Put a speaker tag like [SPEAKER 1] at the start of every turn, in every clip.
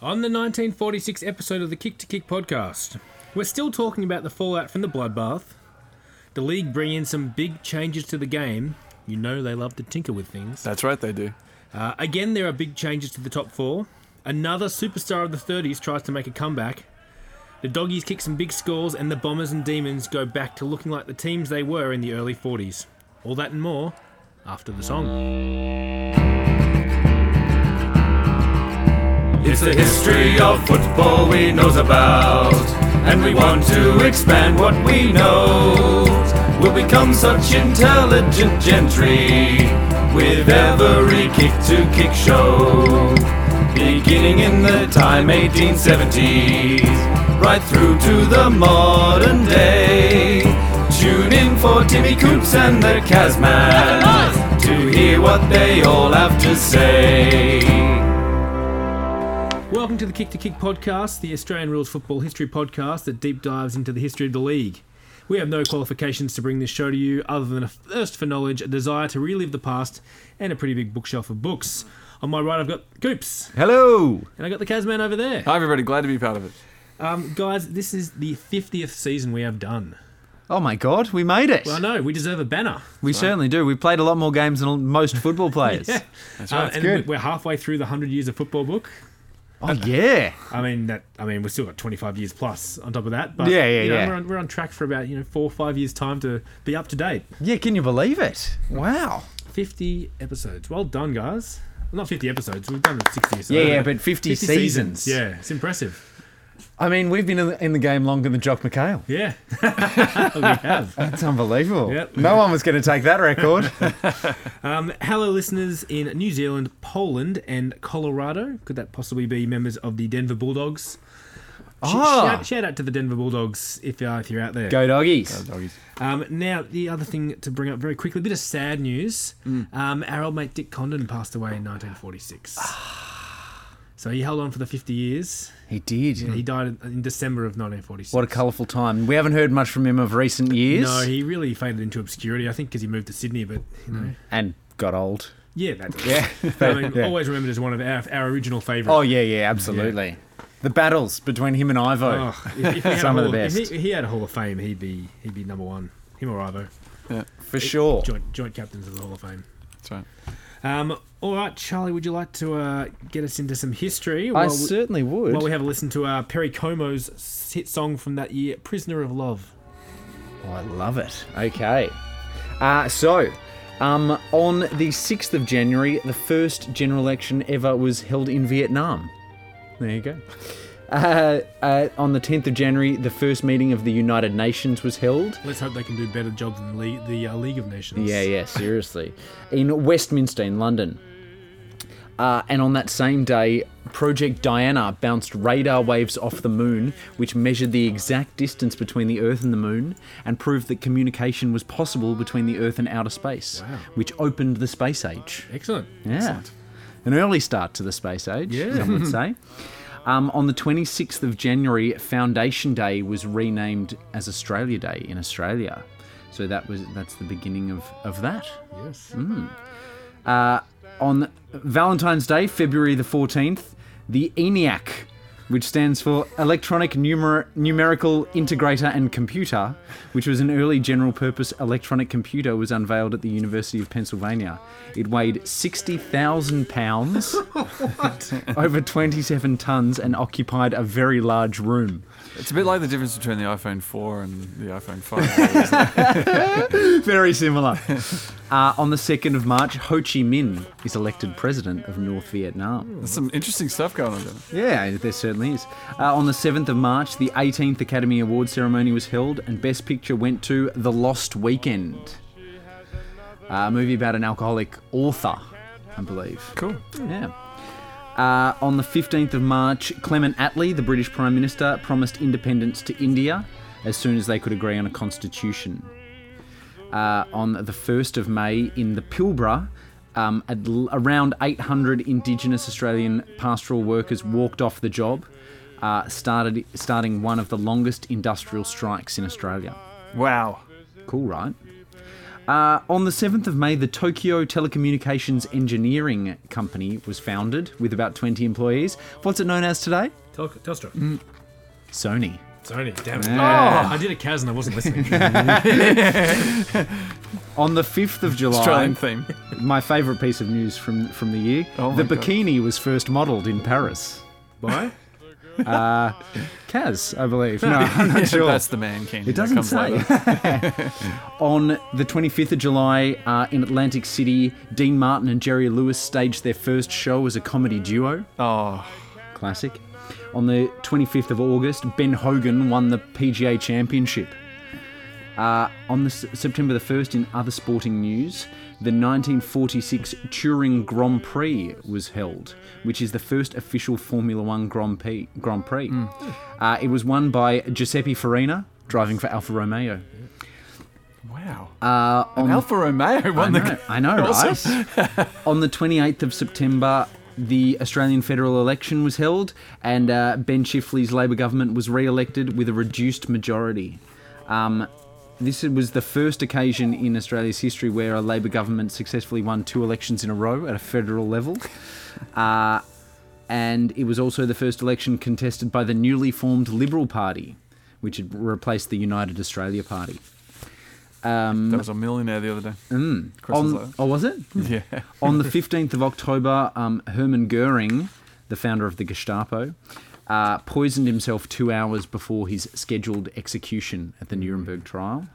[SPEAKER 1] On the 1946 episode of the Kick to Kick podcast, we're still talking about the fallout from the bloodbath. The league bring in some big changes to the game. You know they love to tinker with things.
[SPEAKER 2] That's right, they do.
[SPEAKER 1] Uh, again, there are big changes to the top four. Another superstar of the 30s tries to make a comeback. The doggies kick some big scores, and the bombers and demons go back to looking like the teams they were in the early 40s. All that and more after the song.
[SPEAKER 3] It's the history of football we knows about, and we want to expand what we know. We'll become such intelligent gentry with every kick to kick show. Beginning in the time 1870s, right through to the modern day. Tune in for Timmy Coops and the Kazmans to hear what they all have to say.
[SPEAKER 1] Welcome to the Kick to Kick podcast, the Australian Rules Football History podcast that deep dives into the history of the league. We have no qualifications to bring this show to you other than a thirst for knowledge, a desire to relive the past, and a pretty big bookshelf of books. On my right, I've got Coops,
[SPEAKER 2] Hello.
[SPEAKER 1] and I got the Kazman over there.
[SPEAKER 2] Hi, everybody. Glad to be part of it.
[SPEAKER 1] Um, guys, this is the 50th season we have done.
[SPEAKER 4] Oh my god, we made it.
[SPEAKER 1] Well, I know, we deserve a banner.
[SPEAKER 4] we certainly do. We played a lot more games than most football players.
[SPEAKER 1] That's right. Uh, and
[SPEAKER 4] good.
[SPEAKER 1] we're halfway through the 100 years of football book.
[SPEAKER 4] Oh yeah.
[SPEAKER 1] I mean that. I mean, we've still got 25 years plus on top of that. But
[SPEAKER 4] Yeah, yeah,
[SPEAKER 1] you know,
[SPEAKER 4] yeah.
[SPEAKER 1] We're on, we're on track for about you know four or five years time to be up to date.
[SPEAKER 4] Yeah, can you believe it? Wow.
[SPEAKER 1] 50 episodes. Well done, guys. Well, not 50 episodes. We've done 60. So
[SPEAKER 4] Yeah, yeah, but 50,
[SPEAKER 1] 50
[SPEAKER 4] Uh, seasons.
[SPEAKER 1] Yeah, it's impressive.
[SPEAKER 4] I mean, we've been in the, in the game longer than Jock McHale.
[SPEAKER 1] Yeah, we have.
[SPEAKER 4] That's unbelievable.
[SPEAKER 1] Yep.
[SPEAKER 4] No one was going to take that record.
[SPEAKER 1] Um, hello, listeners in New Zealand, Poland, and Colorado. Could that possibly be members of the Denver Bulldogs? Sh-
[SPEAKER 4] Ah.
[SPEAKER 1] Shout, shout out to the Denver Bulldogs if, uh, if you're out there.
[SPEAKER 4] Go doggies.
[SPEAKER 2] Doggies.
[SPEAKER 1] Um, now, the other thing to bring up very quickly, a bit of sad news.
[SPEAKER 4] Mm.
[SPEAKER 1] Um, our old mate Dick Condon passed away in 1946.
[SPEAKER 4] Ah.
[SPEAKER 1] so he held on for the 50 years.
[SPEAKER 4] He did.
[SPEAKER 1] He died in- in December of 1946.
[SPEAKER 4] Hmm. What a colourful time. We haven't heard much from him of recent years.
[SPEAKER 1] No, he really faded into obscurity. I think because he moved to Sydney, but you know,
[SPEAKER 4] and got old.
[SPEAKER 1] yeah, that. Yeah, I mean,
[SPEAKER 4] Yeah.
[SPEAKER 1] always remembered as one of our, our original favourites.
[SPEAKER 4] Oh yeah, yeah, absolutely. The battles between him and Ivo.
[SPEAKER 1] Oh, if, if he had a
[SPEAKER 4] Some of the
[SPEAKER 1] Hall if
[SPEAKER 4] best.
[SPEAKER 1] he, he had a Hall of Fame, he'd be he'd be number one. Him or Ivo,
[SPEAKER 2] Oh,
[SPEAKER 4] for sure.
[SPEAKER 1] joint joint captains of the Hall of Fame.
[SPEAKER 2] That's right.
[SPEAKER 1] Um, all right, Charlie, would you like to uh, get us into some history?
[SPEAKER 4] I
[SPEAKER 1] while we-
[SPEAKER 4] certainly would.
[SPEAKER 1] While we have a listen to uh, Perry Como's hit song from that year, "Prisoner of Love."
[SPEAKER 4] Oh, I love it. Okay. Uh, so, um, on the 6th of January, the first general election ever was held in Vietnam. There you go. Uh, uh, on the 10th of January, the first meeting of the United Nations was held.
[SPEAKER 1] Let's hope they can do better job than Le- the uh, League of Nations.
[SPEAKER 4] Yeah, yeah, seriously. In Westminster, in London. Uh, and on that same day, Project Diana bounced radar waves off the moon, which measured the exact distance between the Earth and the moon and proved that communication was possible between the Earth and outer space,
[SPEAKER 1] Wow.
[SPEAKER 4] which opened the space age.
[SPEAKER 1] Excellent.
[SPEAKER 4] Yeah. An early start to the space age,
[SPEAKER 1] Yeah.
[SPEAKER 4] some would say. Um, on the 26th of January, Foundation Day was renamed as Australia Day in Australia. So that was that's the beginning of, of that.
[SPEAKER 1] Yes.
[SPEAKER 4] On Valentine's Day, February the 14th, the ENIAC, which stands for Electronic Numer- Numerical Integrator and Computer, which was an early general purpose electronic computer, was unveiled at the University of Pennsylvania. It weighed 60,000 pounds, over 27 tons, and occupied a very large room.
[SPEAKER 2] It's a bit like the difference between the iPhone 4 and the iPhone 5.
[SPEAKER 4] Very similar. Uh, on the 2nd of March, Ho Chi Minh is elected president of North Vietnam.
[SPEAKER 2] There's some interesting stuff going on there.
[SPEAKER 4] Yeah, there certainly is. Uh, on the 7th of March, the 18th Academy Award ceremony was held, and Best Picture went to The Lost Weekend, Uh, a movie about an alcoholic author, I believe.
[SPEAKER 2] Cool.
[SPEAKER 4] Yeah. Uh, on the 15th of March, Clement Attlee, the British Prime Minister, promised independence to India as soon as they could agree on a constitution. Uh, on the 1st of May in the Pilbara, um, at l- around 800 Indigenous Australian pastoral workers walked off the job, uh, started, starting one of the longest industrial strikes in Australia.
[SPEAKER 2] Wow.
[SPEAKER 4] Cool, right? Uh, on the 7th of May, the Tokyo Telecommunications Engineering Company was founded with about 20 employees. What's it known as today?
[SPEAKER 1] Tel- Telstra.
[SPEAKER 4] Sony.
[SPEAKER 1] Sony, damn it.
[SPEAKER 4] Mm. Yeah.
[SPEAKER 1] Oh, I did a Kaz and I wasn't listening.
[SPEAKER 4] On the 5th of July,
[SPEAKER 2] Australian theme.
[SPEAKER 4] my favourite piece of news from, from the year,
[SPEAKER 2] Oh my
[SPEAKER 4] the
[SPEAKER 2] God.
[SPEAKER 4] bikini was first modelled in Paris.
[SPEAKER 1] Why?
[SPEAKER 4] Kaz, I believe. No, I'm not sure.
[SPEAKER 2] That's the man king.
[SPEAKER 4] It doesn't
[SPEAKER 2] comes
[SPEAKER 4] say.
[SPEAKER 2] later.
[SPEAKER 4] On the 25th of July uh, in Atlantic City, Dean Martin and Jerry Lewis staged their first show as a comedy duo.
[SPEAKER 2] Oh,
[SPEAKER 4] Classic. On the 25th of August, Ben Hogan won the PGA Championship. Uh, on the S- September the 1st, in other sporting news, the 1946 Turin Grand Prix was held, which is the first official Formula One Grand Prix. Grand Prix. Uh, it was won by Giuseppe Farina, driving for Alfa Romeo.
[SPEAKER 2] wow.
[SPEAKER 4] Uh, on
[SPEAKER 2] Alfa Romeo
[SPEAKER 4] I
[SPEAKER 2] won
[SPEAKER 4] know,
[SPEAKER 2] the.
[SPEAKER 4] I know
[SPEAKER 2] Awesome.
[SPEAKER 4] right? On the 28th of September, the Australian federal election was held, and uh, Ben Chifley's Labor government was re elected with a reduced majority. Um, this was the first occasion in Australia's history where a Labor government successfully won two elections in a row at a federal level. Uh, and it was also the first election contested by the newly formed Liberal Party, which had replaced the United Australia Party. Mm.
[SPEAKER 2] That was a millionaire the other day. Mm.
[SPEAKER 4] On, oh, was it?
[SPEAKER 2] yeah.
[SPEAKER 4] On the 15th of October, um, Hermann Goering, the founder of the Gestapo, uh, poisoned himself two hours before his scheduled execution at the Nuremberg trial.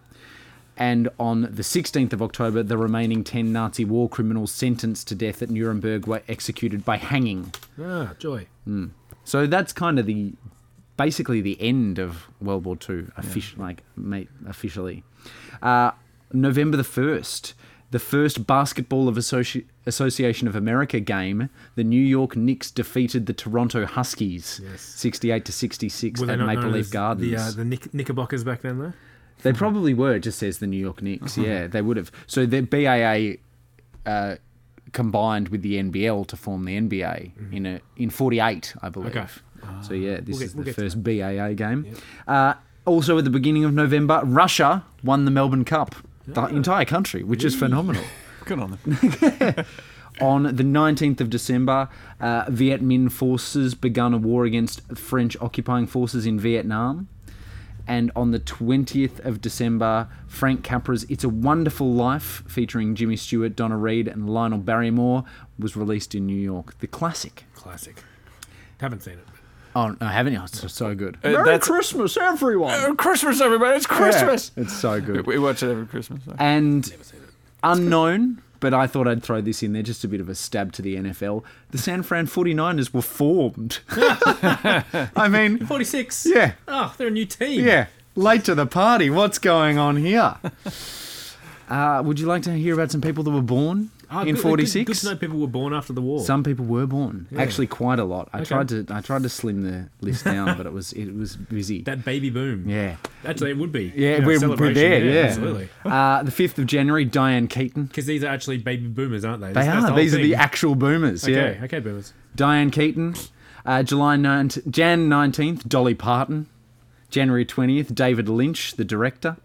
[SPEAKER 4] And on the 16th of October, the remaining 10 Nazi war criminals sentenced to death at Nuremberg were executed by hanging.
[SPEAKER 1] Ah, joy.
[SPEAKER 4] So that's kind of the basically the end of World War Two, official, like ma- officially. Uh, November the first, the first basketball of Associ- Association of America game, the New York Knicks defeated the Toronto Huskies,
[SPEAKER 1] Yes.
[SPEAKER 4] sixty-eight to sixty-six
[SPEAKER 1] Were they
[SPEAKER 4] at
[SPEAKER 1] not
[SPEAKER 4] Maple
[SPEAKER 1] known
[SPEAKER 4] Leaf
[SPEAKER 1] as
[SPEAKER 4] Gardens.
[SPEAKER 1] The, uh, the Knick- Knickerbockers back then, though?
[SPEAKER 4] They
[SPEAKER 1] Hmm.
[SPEAKER 4] probably were. It just says the New York Knicks.
[SPEAKER 1] Uh-huh.
[SPEAKER 4] Yeah, they would have. So the BAA uh, combined with the NBL to form the NBA in a, in '48, I believe.
[SPEAKER 1] Mm-hmm. Okay.
[SPEAKER 4] So yeah, this
[SPEAKER 1] We'll get-
[SPEAKER 4] is
[SPEAKER 1] we'll
[SPEAKER 4] the
[SPEAKER 1] get to
[SPEAKER 4] first BAA game. Uh, also, at the beginning of November, Russia won the Melbourne Cup. The entire country, which is phenomenal.
[SPEAKER 2] Good on them. Uh,
[SPEAKER 4] On the 19th of December, uh, Viet Minh forces begun a war against French occupying forces in Vietnam. And on the 20th of December, Frank Capra's It's a Wonderful Life, featuring Jimmy Stewart, Donna Reed, and Lionel Barrymore, was released in New York. The classic.
[SPEAKER 1] Classic. Haven't seen it.
[SPEAKER 4] Oh, no, haven't you? It's so good.
[SPEAKER 2] Uh, that's-
[SPEAKER 4] Christmas, everyone!
[SPEAKER 2] Christmas, everybody! It's Christmas.
[SPEAKER 4] Yeah, Uh, it's so good.
[SPEAKER 2] We watch it every Christmas. so.
[SPEAKER 4] and unknown, but I thought I'd throw this in there, just a bit of a stab to the NFL. The San Fran 49ers were formed. I mean,
[SPEAKER 1] 46.
[SPEAKER 4] yeah,
[SPEAKER 1] Oh, they're a new team.
[SPEAKER 4] yeah, late to the party. What's going on here? Uh, would you like to hear about some people that were born
[SPEAKER 1] Ah,
[SPEAKER 4] in
[SPEAKER 1] good-
[SPEAKER 4] '46?
[SPEAKER 1] Good, good to know people were born after the war.
[SPEAKER 4] Some people were born. Actually, quite a lot. I
[SPEAKER 1] Okay.
[SPEAKER 4] tried to I tried to slim the list down, but it was it was busy.
[SPEAKER 1] that baby boom.
[SPEAKER 4] yeah.
[SPEAKER 1] Actually, it would be.
[SPEAKER 4] Yeah,
[SPEAKER 1] You know,
[SPEAKER 4] we're, we're
[SPEAKER 1] celebration.
[SPEAKER 4] there. Yeah,
[SPEAKER 1] absolutely.
[SPEAKER 4] Uh, the fifth of January, Diane Keaton.
[SPEAKER 1] Because these are actually baby boomers, aren't they?
[SPEAKER 4] They
[SPEAKER 1] That's- that's
[SPEAKER 4] are.
[SPEAKER 1] whole
[SPEAKER 4] These are the
[SPEAKER 1] thing.
[SPEAKER 4] actual boomers.
[SPEAKER 1] Okay,
[SPEAKER 4] Yeah.
[SPEAKER 1] okay, boomers.
[SPEAKER 4] Diane Keaton, uh, July 9th, Jan 19th, Dolly Parton. January 20th, David Lynch, the director.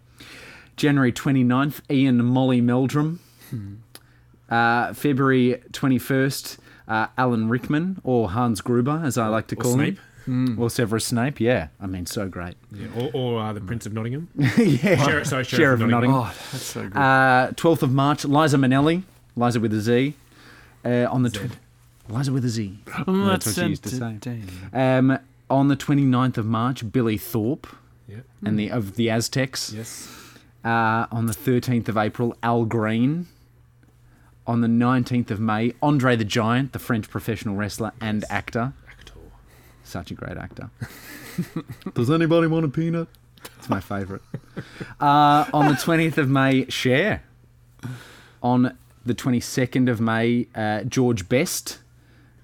[SPEAKER 4] January 29th, Ian Molly Meldrum.
[SPEAKER 1] Hmm.
[SPEAKER 4] Uh, February 21st, uh, Alan Rickman, or Hans Gruber, as I like to call
[SPEAKER 1] Snape. Hmm.
[SPEAKER 4] him. Or Severus Snape, yeah. I mean, so great.
[SPEAKER 1] Yeah, or or uh, the Prince of Nottingham.
[SPEAKER 4] yeah.
[SPEAKER 1] Sheriff, sorry, Sheriff,
[SPEAKER 4] Sheriff
[SPEAKER 1] of
[SPEAKER 4] of
[SPEAKER 1] Nottingham.
[SPEAKER 2] Oh, that's so good.
[SPEAKER 4] Uh, 12th of March, Liza Minnelli, Liza with a Z. Uh, on the tw- Liza with a Z.
[SPEAKER 2] Mm,
[SPEAKER 4] that's what she used to say. Um, on the 29th of March, Billy Thorpe
[SPEAKER 1] Yeah.
[SPEAKER 4] and the of the Aztecs.
[SPEAKER 1] Yes.
[SPEAKER 4] Uh, on the 13th of April, Al Green. On the 19th of May, Andre the Giant, the French professional wrestler and actor.
[SPEAKER 1] Actor.
[SPEAKER 4] Such a great actor. Does anybody want a peanut? It's my favourite. Uh, on the 20th of May, Cher. On the 22nd of May, uh, George Best,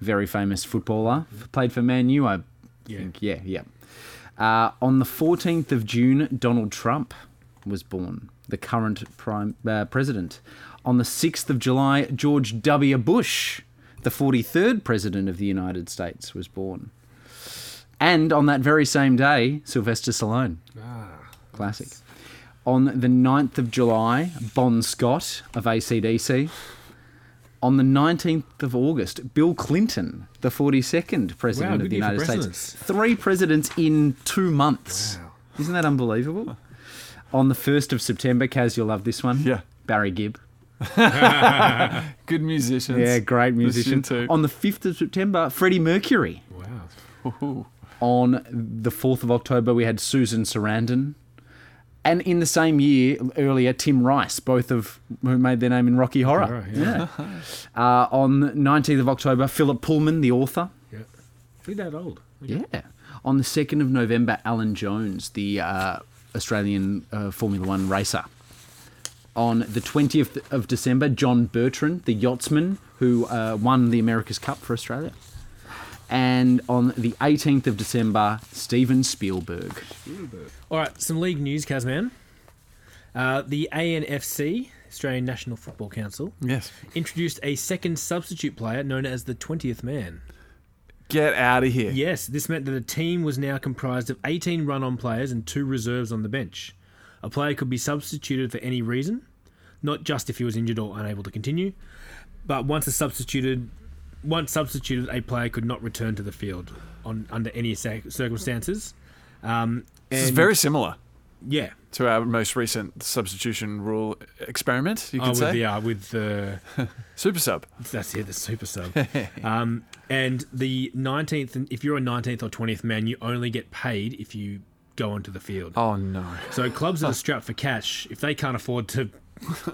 [SPEAKER 4] very famous footballer, played for Man U, I
[SPEAKER 1] Yeah.
[SPEAKER 4] think. Yeah, yeah. Uh, on the 14th of June, Donald Trump was born, the current prime uh, president. On the 6th of July, George W. Bush, the 43rd president of the United States, was born. And on that very same day, Sylvester Stallone.
[SPEAKER 1] Ah.
[SPEAKER 4] Classic. On the 9th of July, Bon Scott of ACDC. On the 19th of August, Bill Clinton, the 42nd President
[SPEAKER 1] Wow,
[SPEAKER 4] of
[SPEAKER 1] good
[SPEAKER 4] the
[SPEAKER 1] year for
[SPEAKER 4] United States.
[SPEAKER 1] presidents.
[SPEAKER 4] Three presidents in two months. Isn't that unbelievable? On the 1st of September, Kaz, you'll love this one.
[SPEAKER 2] Yeah.
[SPEAKER 4] Barry Gibb.
[SPEAKER 2] Good musicians.
[SPEAKER 4] Yeah, great musician.
[SPEAKER 2] Listen to-
[SPEAKER 4] On the 5th of September, Freddie Mercury.
[SPEAKER 1] Wow.
[SPEAKER 4] On the 4th of October, we had Susan Sarandon. And in the same year, earlier, Tim Rice, both of who made their name in Rocky Horror.
[SPEAKER 1] Horror,
[SPEAKER 4] yeah. uh, on 19th of October, Philip Pullman, the author.
[SPEAKER 1] Yeah. He's that old.
[SPEAKER 4] Yeah. On the 2nd of November, Alan Jones, the uh, Australian uh, Formula One racer. On the 20th of December, John Bertrand, the yachtsman who uh, won the America's Cup for Australia. And on the 18th of December, Steven Spielberg.
[SPEAKER 1] All right, some league news, Kazman. Uh, the ANFC, Australian National Football Council,
[SPEAKER 2] Yes.
[SPEAKER 1] introduced a second substitute player known as the 20th man.
[SPEAKER 2] Get out of here.
[SPEAKER 1] Yes, this meant that a team was now comprised of 18 run on players and two reserves on the bench. A player could be substituted for any reason, not just if he was injured or unable to continue, but once a substituted once substituted, a player could not return to the field on under any cir- circumstances. Um,
[SPEAKER 2] This is
[SPEAKER 1] and-
[SPEAKER 2] very similar
[SPEAKER 1] yeah.
[SPEAKER 2] to our most recent substitution rule experiment, you
[SPEAKER 1] Oh,
[SPEAKER 2] could
[SPEAKER 1] with
[SPEAKER 2] say.
[SPEAKER 1] the uh, with the
[SPEAKER 2] Super sub.
[SPEAKER 1] That's it, the super sub. um, and the 19th, and if you're a 19th or 20th man, you only get paid if you go onto the field.
[SPEAKER 2] Oh, no.
[SPEAKER 1] So clubs that are strapped for cash, if they can't afford to,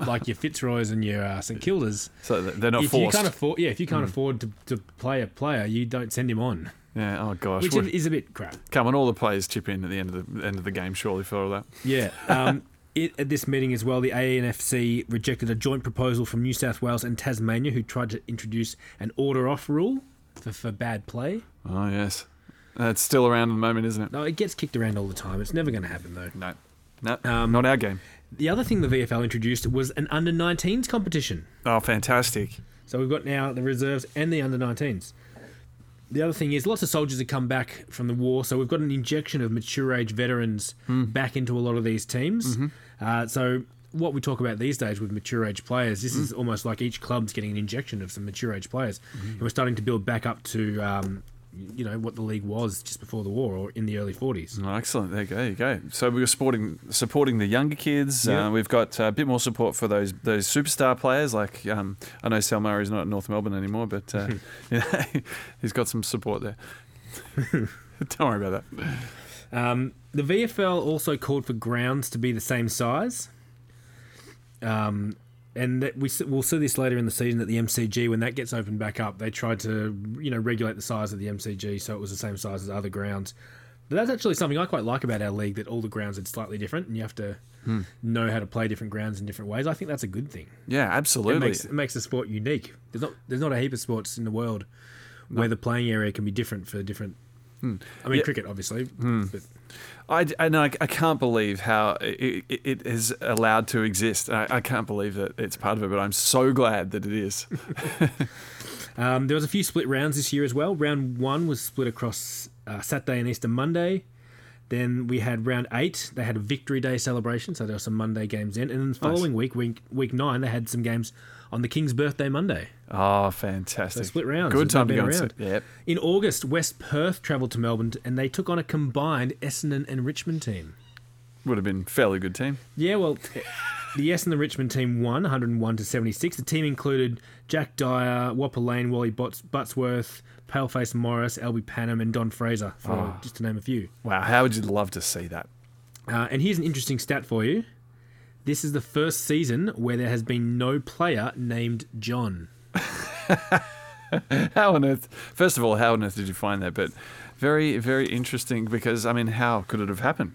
[SPEAKER 1] like your Fitzroys and your uh, St Kildas,
[SPEAKER 2] So th- they're not
[SPEAKER 1] if you
[SPEAKER 2] forced. Mm.
[SPEAKER 1] can't afford, yeah, if you can't afford to, to play a player, you don't send him on,
[SPEAKER 2] yeah, oh, gosh.
[SPEAKER 1] which
[SPEAKER 2] What-
[SPEAKER 1] is, is a bit crap.
[SPEAKER 2] Come on, all the players chip in at the end of the end of the game, surely, for all that.
[SPEAKER 1] Yeah. Um, it, at this meeting as well, the ANFC rejected a joint proposal from New South Wales and Tasmania, who tried to introduce an order off rule for, for bad play.
[SPEAKER 2] Oh, yes. That's still around at the moment, isn't it?
[SPEAKER 1] No, it gets kicked around all the time. It's never going to happen though.
[SPEAKER 2] No. No, not our game.
[SPEAKER 1] The other thing the VFL introduced was an under 19s competition.
[SPEAKER 2] Oh, fantastic.
[SPEAKER 1] So we've got now the reserves and the under 19s. The other thing is, lots of soldiers have come back from the war, so we've got an injection of mature age veterans back into a lot of these teams. Uh, so, what we talk about these days with mature age players, this is almost like each club's getting an injection of some mature age players. And we're starting to build back up to, um, you know, what the league was just before the war or in the early 40s.
[SPEAKER 2] Oh, excellent. There you, go. there you go. So we were supporting supporting the younger kids.
[SPEAKER 1] Yeah.
[SPEAKER 2] Uh, we've got uh, a bit more support for those those superstar players. Like um, I know Sal Murray's not at North Melbourne anymore, but uh, you know, he's got some support there. Don't worry about that.
[SPEAKER 1] Um, the VFL also called for grounds to be the same size. Um, and that we s- we'll see this later in the season at the MCG when that gets opened back up. They tried to you know regulate the size of the MCG so it was the same size as other grounds. But that's actually something I quite like about our league that all the grounds are slightly different and you have to know how to play different grounds in different ways. I think that's a good thing.
[SPEAKER 2] Yeah,
[SPEAKER 1] It
[SPEAKER 2] absolutely.
[SPEAKER 1] makes it makes the sport unique. There's not there's not a heap of sports in the world where the playing area can be different for different. I mean,
[SPEAKER 2] Yeah.
[SPEAKER 1] cricket obviously, but
[SPEAKER 2] I and I, I can't believe how it, it, it is allowed to exist. I, I can't believe that it's part of it, but I'm so glad that it is.
[SPEAKER 1] Um, there was a few split rounds this year as well. Round one was split across uh, Saturday and Easter Monday. Then we had round eight. They had a Victory Day celebration, so there were some Monday games in. And then the following week, week, week nine, they had some games on the King's birthday Monday.
[SPEAKER 2] Oh, fantastic!
[SPEAKER 1] So split rounds.
[SPEAKER 2] Good
[SPEAKER 1] There's no
[SPEAKER 2] time to go
[SPEAKER 1] better
[SPEAKER 2] and
[SPEAKER 1] round.
[SPEAKER 2] sit. Yep.
[SPEAKER 1] In August, West Perth travelled to Melbourne and they took on a combined Essendon and Richmond team.
[SPEAKER 2] Would have been fairly good team.
[SPEAKER 1] Yeah, well, the Essendon and Richmond team won 101 to 76. The team included Jack Dyer, Whopper Lane, Wally Butts- Buttsworth, Paleface Morris, Albie Panham, and Don Fraser, for, just to name a few.
[SPEAKER 2] Wow, how would you love to see that?
[SPEAKER 1] Uh, and here's an interesting stat for you. This is the first season where there has been no player named John.
[SPEAKER 2] How on earth? First of all, how on earth did you find that? But very, very interesting because I mean, how could it have happened?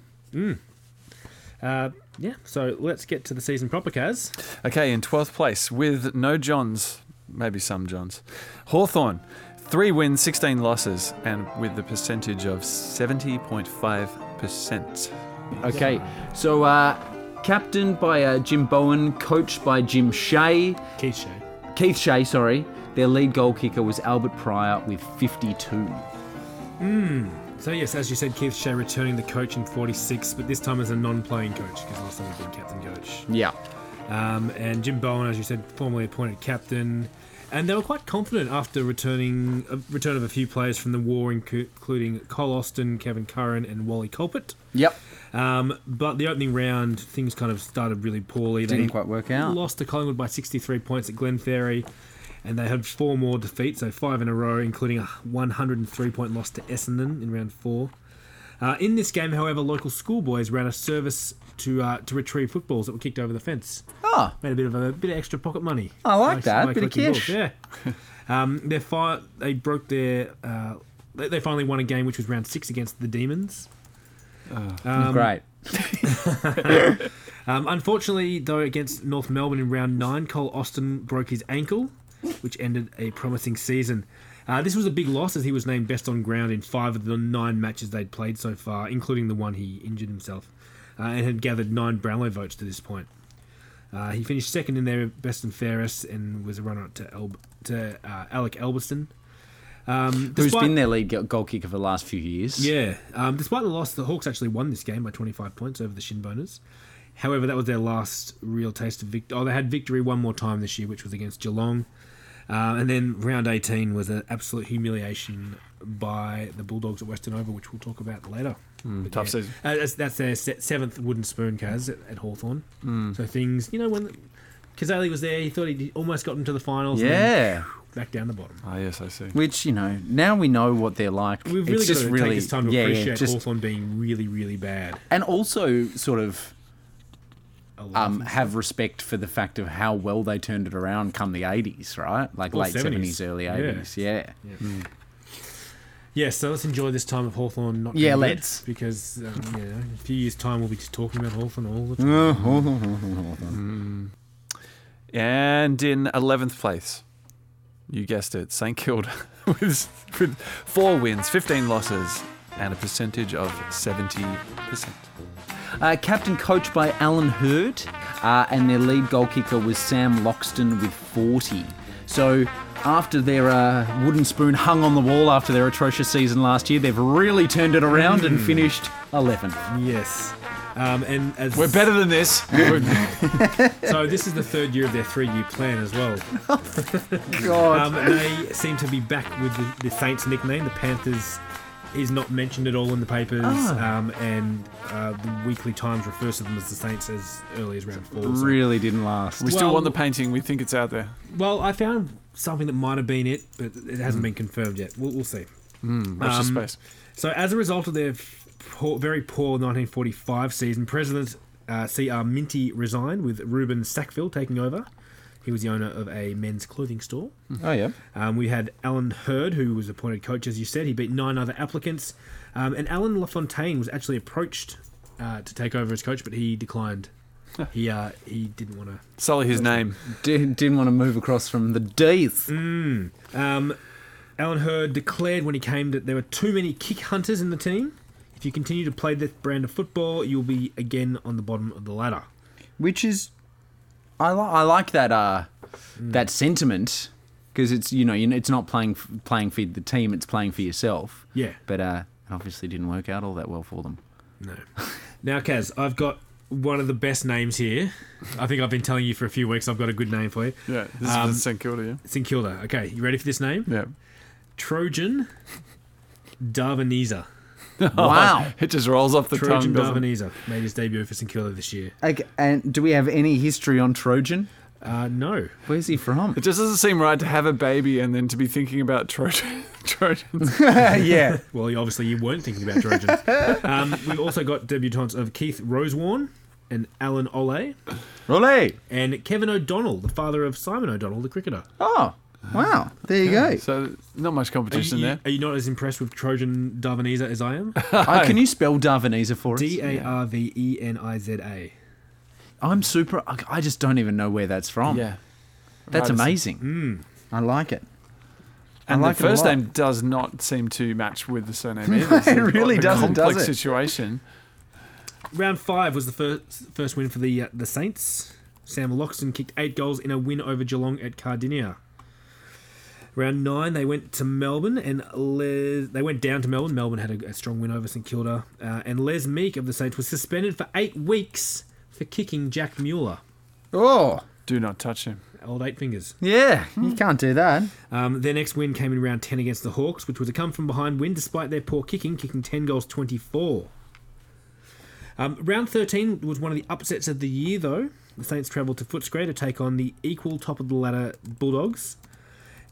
[SPEAKER 1] Uh, yeah, so let's get to the season proper, Kaz.
[SPEAKER 2] Okay, in 12th place with no Johns, maybe some Johns. Hawthorn, three wins, 16 losses, and with the percentage of 70.5%.
[SPEAKER 4] Okay, so uh, captained by uh, Jim Bowen, coached by Jim Shea,
[SPEAKER 1] Keith Shea.
[SPEAKER 4] Keith Shea, sorry. Their lead goal kicker was Albert Pryor with 52.
[SPEAKER 1] So yes, as you said, Keith Shea returning the coach in 46, but this time as a non-playing coach because last time he'd been captain coach.
[SPEAKER 4] Yeah.
[SPEAKER 1] Um, and Jim Bowen, as you said, formerly appointed captain. And they were quite confident after returning a return of a few players from the war, inc- including Cole Austin, Kevin Curran, and Wally Colpert.
[SPEAKER 4] Yep.
[SPEAKER 1] Um, but the opening round, things kind of started really poorly.
[SPEAKER 4] Didn't quite work out.
[SPEAKER 1] Lost to Collingwood by 63 points at Glenferrie, and they had four more defeats, so five in a row, including a 103 point loss to Essendon in round four. Uh, in this game, however, local schoolboys ran a service to uh, to retrieve footballs that were kicked over the fence.
[SPEAKER 4] Ah.
[SPEAKER 1] Made a bit of a, bit of extra pocket money.
[SPEAKER 4] I like that, bit of
[SPEAKER 1] collecting
[SPEAKER 4] cash.
[SPEAKER 1] balls, Yeah. um, their fi- they broke their. Uh, they, they finally won a game, which was round six against the Demons.
[SPEAKER 4] Great.
[SPEAKER 1] Um, unfortunately, though, against North Melbourne in round nine, Cole Austin broke his ankle, which ended a promising season. Uh, this was a big loss as he was named best on ground in five of the nine matches they'd played so far, including the one he injured himself, uh, and had gathered nine Brownlow votes to this point. Uh, he finished second in their best and fairest and was a runner-up to, El- to uh, Alec Elberston. Um,
[SPEAKER 4] Who's
[SPEAKER 1] despite-
[SPEAKER 4] been their lead go- goal kicker for the last few years?
[SPEAKER 1] yeah. Um, despite the loss, the Hawks actually won this game by 25 points over the Shinboners. However, that was their last real taste of victory. Oh, they had victory one more time this year, which was against Geelong. Uh, and then round 18 was an absolute humiliation by the Bulldogs at Western Over, which we'll talk about later. But
[SPEAKER 2] Hmm, tough
[SPEAKER 1] yeah.
[SPEAKER 2] season.
[SPEAKER 1] Uh, that's, that's their se- seventh wooden spoon, Kaz, at, at Hawthorn.
[SPEAKER 4] Hmm.
[SPEAKER 1] So things, you know, when Kazali was there, he thought he'd almost got into the finals. and then
[SPEAKER 4] Yeah.
[SPEAKER 1] back down the bottom.
[SPEAKER 2] Ah, yes, I see.
[SPEAKER 4] Which you know now we know what they're like.
[SPEAKER 1] We've really
[SPEAKER 4] it's
[SPEAKER 1] got
[SPEAKER 4] just
[SPEAKER 1] to
[SPEAKER 4] really
[SPEAKER 1] take this time to
[SPEAKER 4] yeah,
[SPEAKER 1] appreciate
[SPEAKER 4] yeah, just,
[SPEAKER 1] Hawthorn being really, really bad.
[SPEAKER 4] and also sort of
[SPEAKER 1] A lot.
[SPEAKER 4] um, have respect for the fact of how well they turned it around come the 80s, right? Like
[SPEAKER 1] Well,
[SPEAKER 4] late 70s,
[SPEAKER 1] 70s,
[SPEAKER 4] early
[SPEAKER 1] yeah.
[SPEAKER 4] 80s. Yeah.
[SPEAKER 1] Yeah, so let's enjoy this time of Hawthorn. Not
[SPEAKER 4] Yeah,
[SPEAKER 1] being good,
[SPEAKER 4] let's.
[SPEAKER 1] Because um, you know, in a few years' time, we'll be just talking about Hawthorn all the time.
[SPEAKER 4] Mm.
[SPEAKER 2] And in 11th place, you guessed it, St Kilda with, with four wins, 15 losses, and a percentage of 70%.
[SPEAKER 4] Uh, captain coached by Alan Hurd, uh, and their lead goal kicker was Sam Loxton with 40. So after their uh, wooden spoon hung on the wall after their atrocious season last year, they've really turned it around and finished 11th.
[SPEAKER 1] Yes. Um, and as
[SPEAKER 2] We're better than this. We're-
[SPEAKER 1] So this is the third year of their three-year plan as well.
[SPEAKER 4] God.
[SPEAKER 1] Um, they seem to be back with the, the Saints nickname. The Panthers is not mentioned at all in the papers,
[SPEAKER 4] Oh.
[SPEAKER 1] um, and uh, the Weekly Times refers to them as the Saints as early as round four. so-
[SPEAKER 4] really didn't last.
[SPEAKER 2] we still
[SPEAKER 1] Well-
[SPEAKER 2] want the painting. We think it's out there.
[SPEAKER 1] Well, I found something that might have been it, but it hasn't been confirmed yet. We'll, we'll see.
[SPEAKER 2] Watch the
[SPEAKER 1] Um,
[SPEAKER 2] space.
[SPEAKER 1] So, as a result of their poor, very poor 1945 season, President uh, C.R. Minty resigned, with Reuben Sackville taking over. He was the owner of a men's clothing store.
[SPEAKER 4] Oh, yeah.
[SPEAKER 1] Um, we had Alan Hurd, who was appointed coach, as you said. He beat nine other applicants. Um, and Alan LaFontaine was actually approached uh, to take over as coach, but he declined. he uh, he didn't want to
[SPEAKER 2] Sully his name.
[SPEAKER 4] D- didn't want to move across from the D's.
[SPEAKER 1] Um, Alan Hurd declared when he came that there were too many kick hunters in the team. If you continue to play this brand of football, you'll be again on the bottom of the ladder.
[SPEAKER 4] which is I, li- I like that uh that sentiment because it's you know you know, it's not playing f- playing for the team it's playing for yourself
[SPEAKER 1] Yeah.
[SPEAKER 4] but uh it obviously didn't work out all that well for them
[SPEAKER 1] No. Now, Kaz, I've got one of the best names here. I think I've been telling you for a few weeks I've got a good name for you.
[SPEAKER 2] Yeah, this is
[SPEAKER 1] Um,
[SPEAKER 2] for St Kilda, yeah?
[SPEAKER 1] It's in Kilda. Okay, you ready for this name?
[SPEAKER 2] Yeah.
[SPEAKER 1] Trojan Darvaniza.
[SPEAKER 4] wow
[SPEAKER 2] It just rolls off the
[SPEAKER 1] Trojan
[SPEAKER 2] tongue, doesn't it?
[SPEAKER 1] Darvaniza made his debut for St Kilda this year.
[SPEAKER 4] okay, and do we have any history on trojan
[SPEAKER 1] Uh, no.
[SPEAKER 4] where's he from
[SPEAKER 2] It just doesn't seem right to have a baby and then to be thinking about Trojan, Trojans.
[SPEAKER 4] yeah
[SPEAKER 1] Well, you- obviously you weren't thinking about Trojans. um, we've also got debutantes of Keith Rosewarne and Alan Ole
[SPEAKER 4] Raleigh.
[SPEAKER 1] and Kevin O'Donnell, the father of Simon O'Donnell, the cricketer.
[SPEAKER 4] oh wow there you go
[SPEAKER 2] So not much
[SPEAKER 1] Are you,
[SPEAKER 2] competition
[SPEAKER 1] you-
[SPEAKER 2] there.
[SPEAKER 1] are you not as impressed with Trojan Darvaniza as I am?
[SPEAKER 4] Uh, can you spell darviniza for us
[SPEAKER 1] D A R V E N I Z A.
[SPEAKER 4] i'm super I- i just don't even know where that's from
[SPEAKER 2] Yeah.
[SPEAKER 4] that's
[SPEAKER 2] Right, I see.
[SPEAKER 4] amazing i like it
[SPEAKER 2] And
[SPEAKER 4] I like it
[SPEAKER 2] the
[SPEAKER 4] a
[SPEAKER 2] first
[SPEAKER 4] lot.
[SPEAKER 2] name does not seem to match with the surname either. So
[SPEAKER 4] It
[SPEAKER 2] you've got
[SPEAKER 4] really
[SPEAKER 2] the
[SPEAKER 4] doesn't, does
[SPEAKER 2] Complex
[SPEAKER 4] it?
[SPEAKER 2] situation.
[SPEAKER 1] Round five was the first first win for the uh, the Saints. Sam Loxton kicked eight goals in a win over Geelong at Cardinia. Round nine, they went to Melbourne and Les, they went down to Melbourne. Melbourne had a, a strong win over St Kilda, uh, and Les Meek of the Saints was suspended for eight weeks for kicking Jack Mueller.
[SPEAKER 4] Oh,
[SPEAKER 2] Do not touch him.
[SPEAKER 1] Old eight fingers.
[SPEAKER 4] yeah. You can't do that.
[SPEAKER 1] Um, their next win came in round 10 against the Hawks, which was a come from behind win despite their poor kicking, kicking 10 goals 24. Um, round 13 was one of the upsets of the year, though. The Saints travelled to Footscray to take on the equal top of the ladder Bulldogs.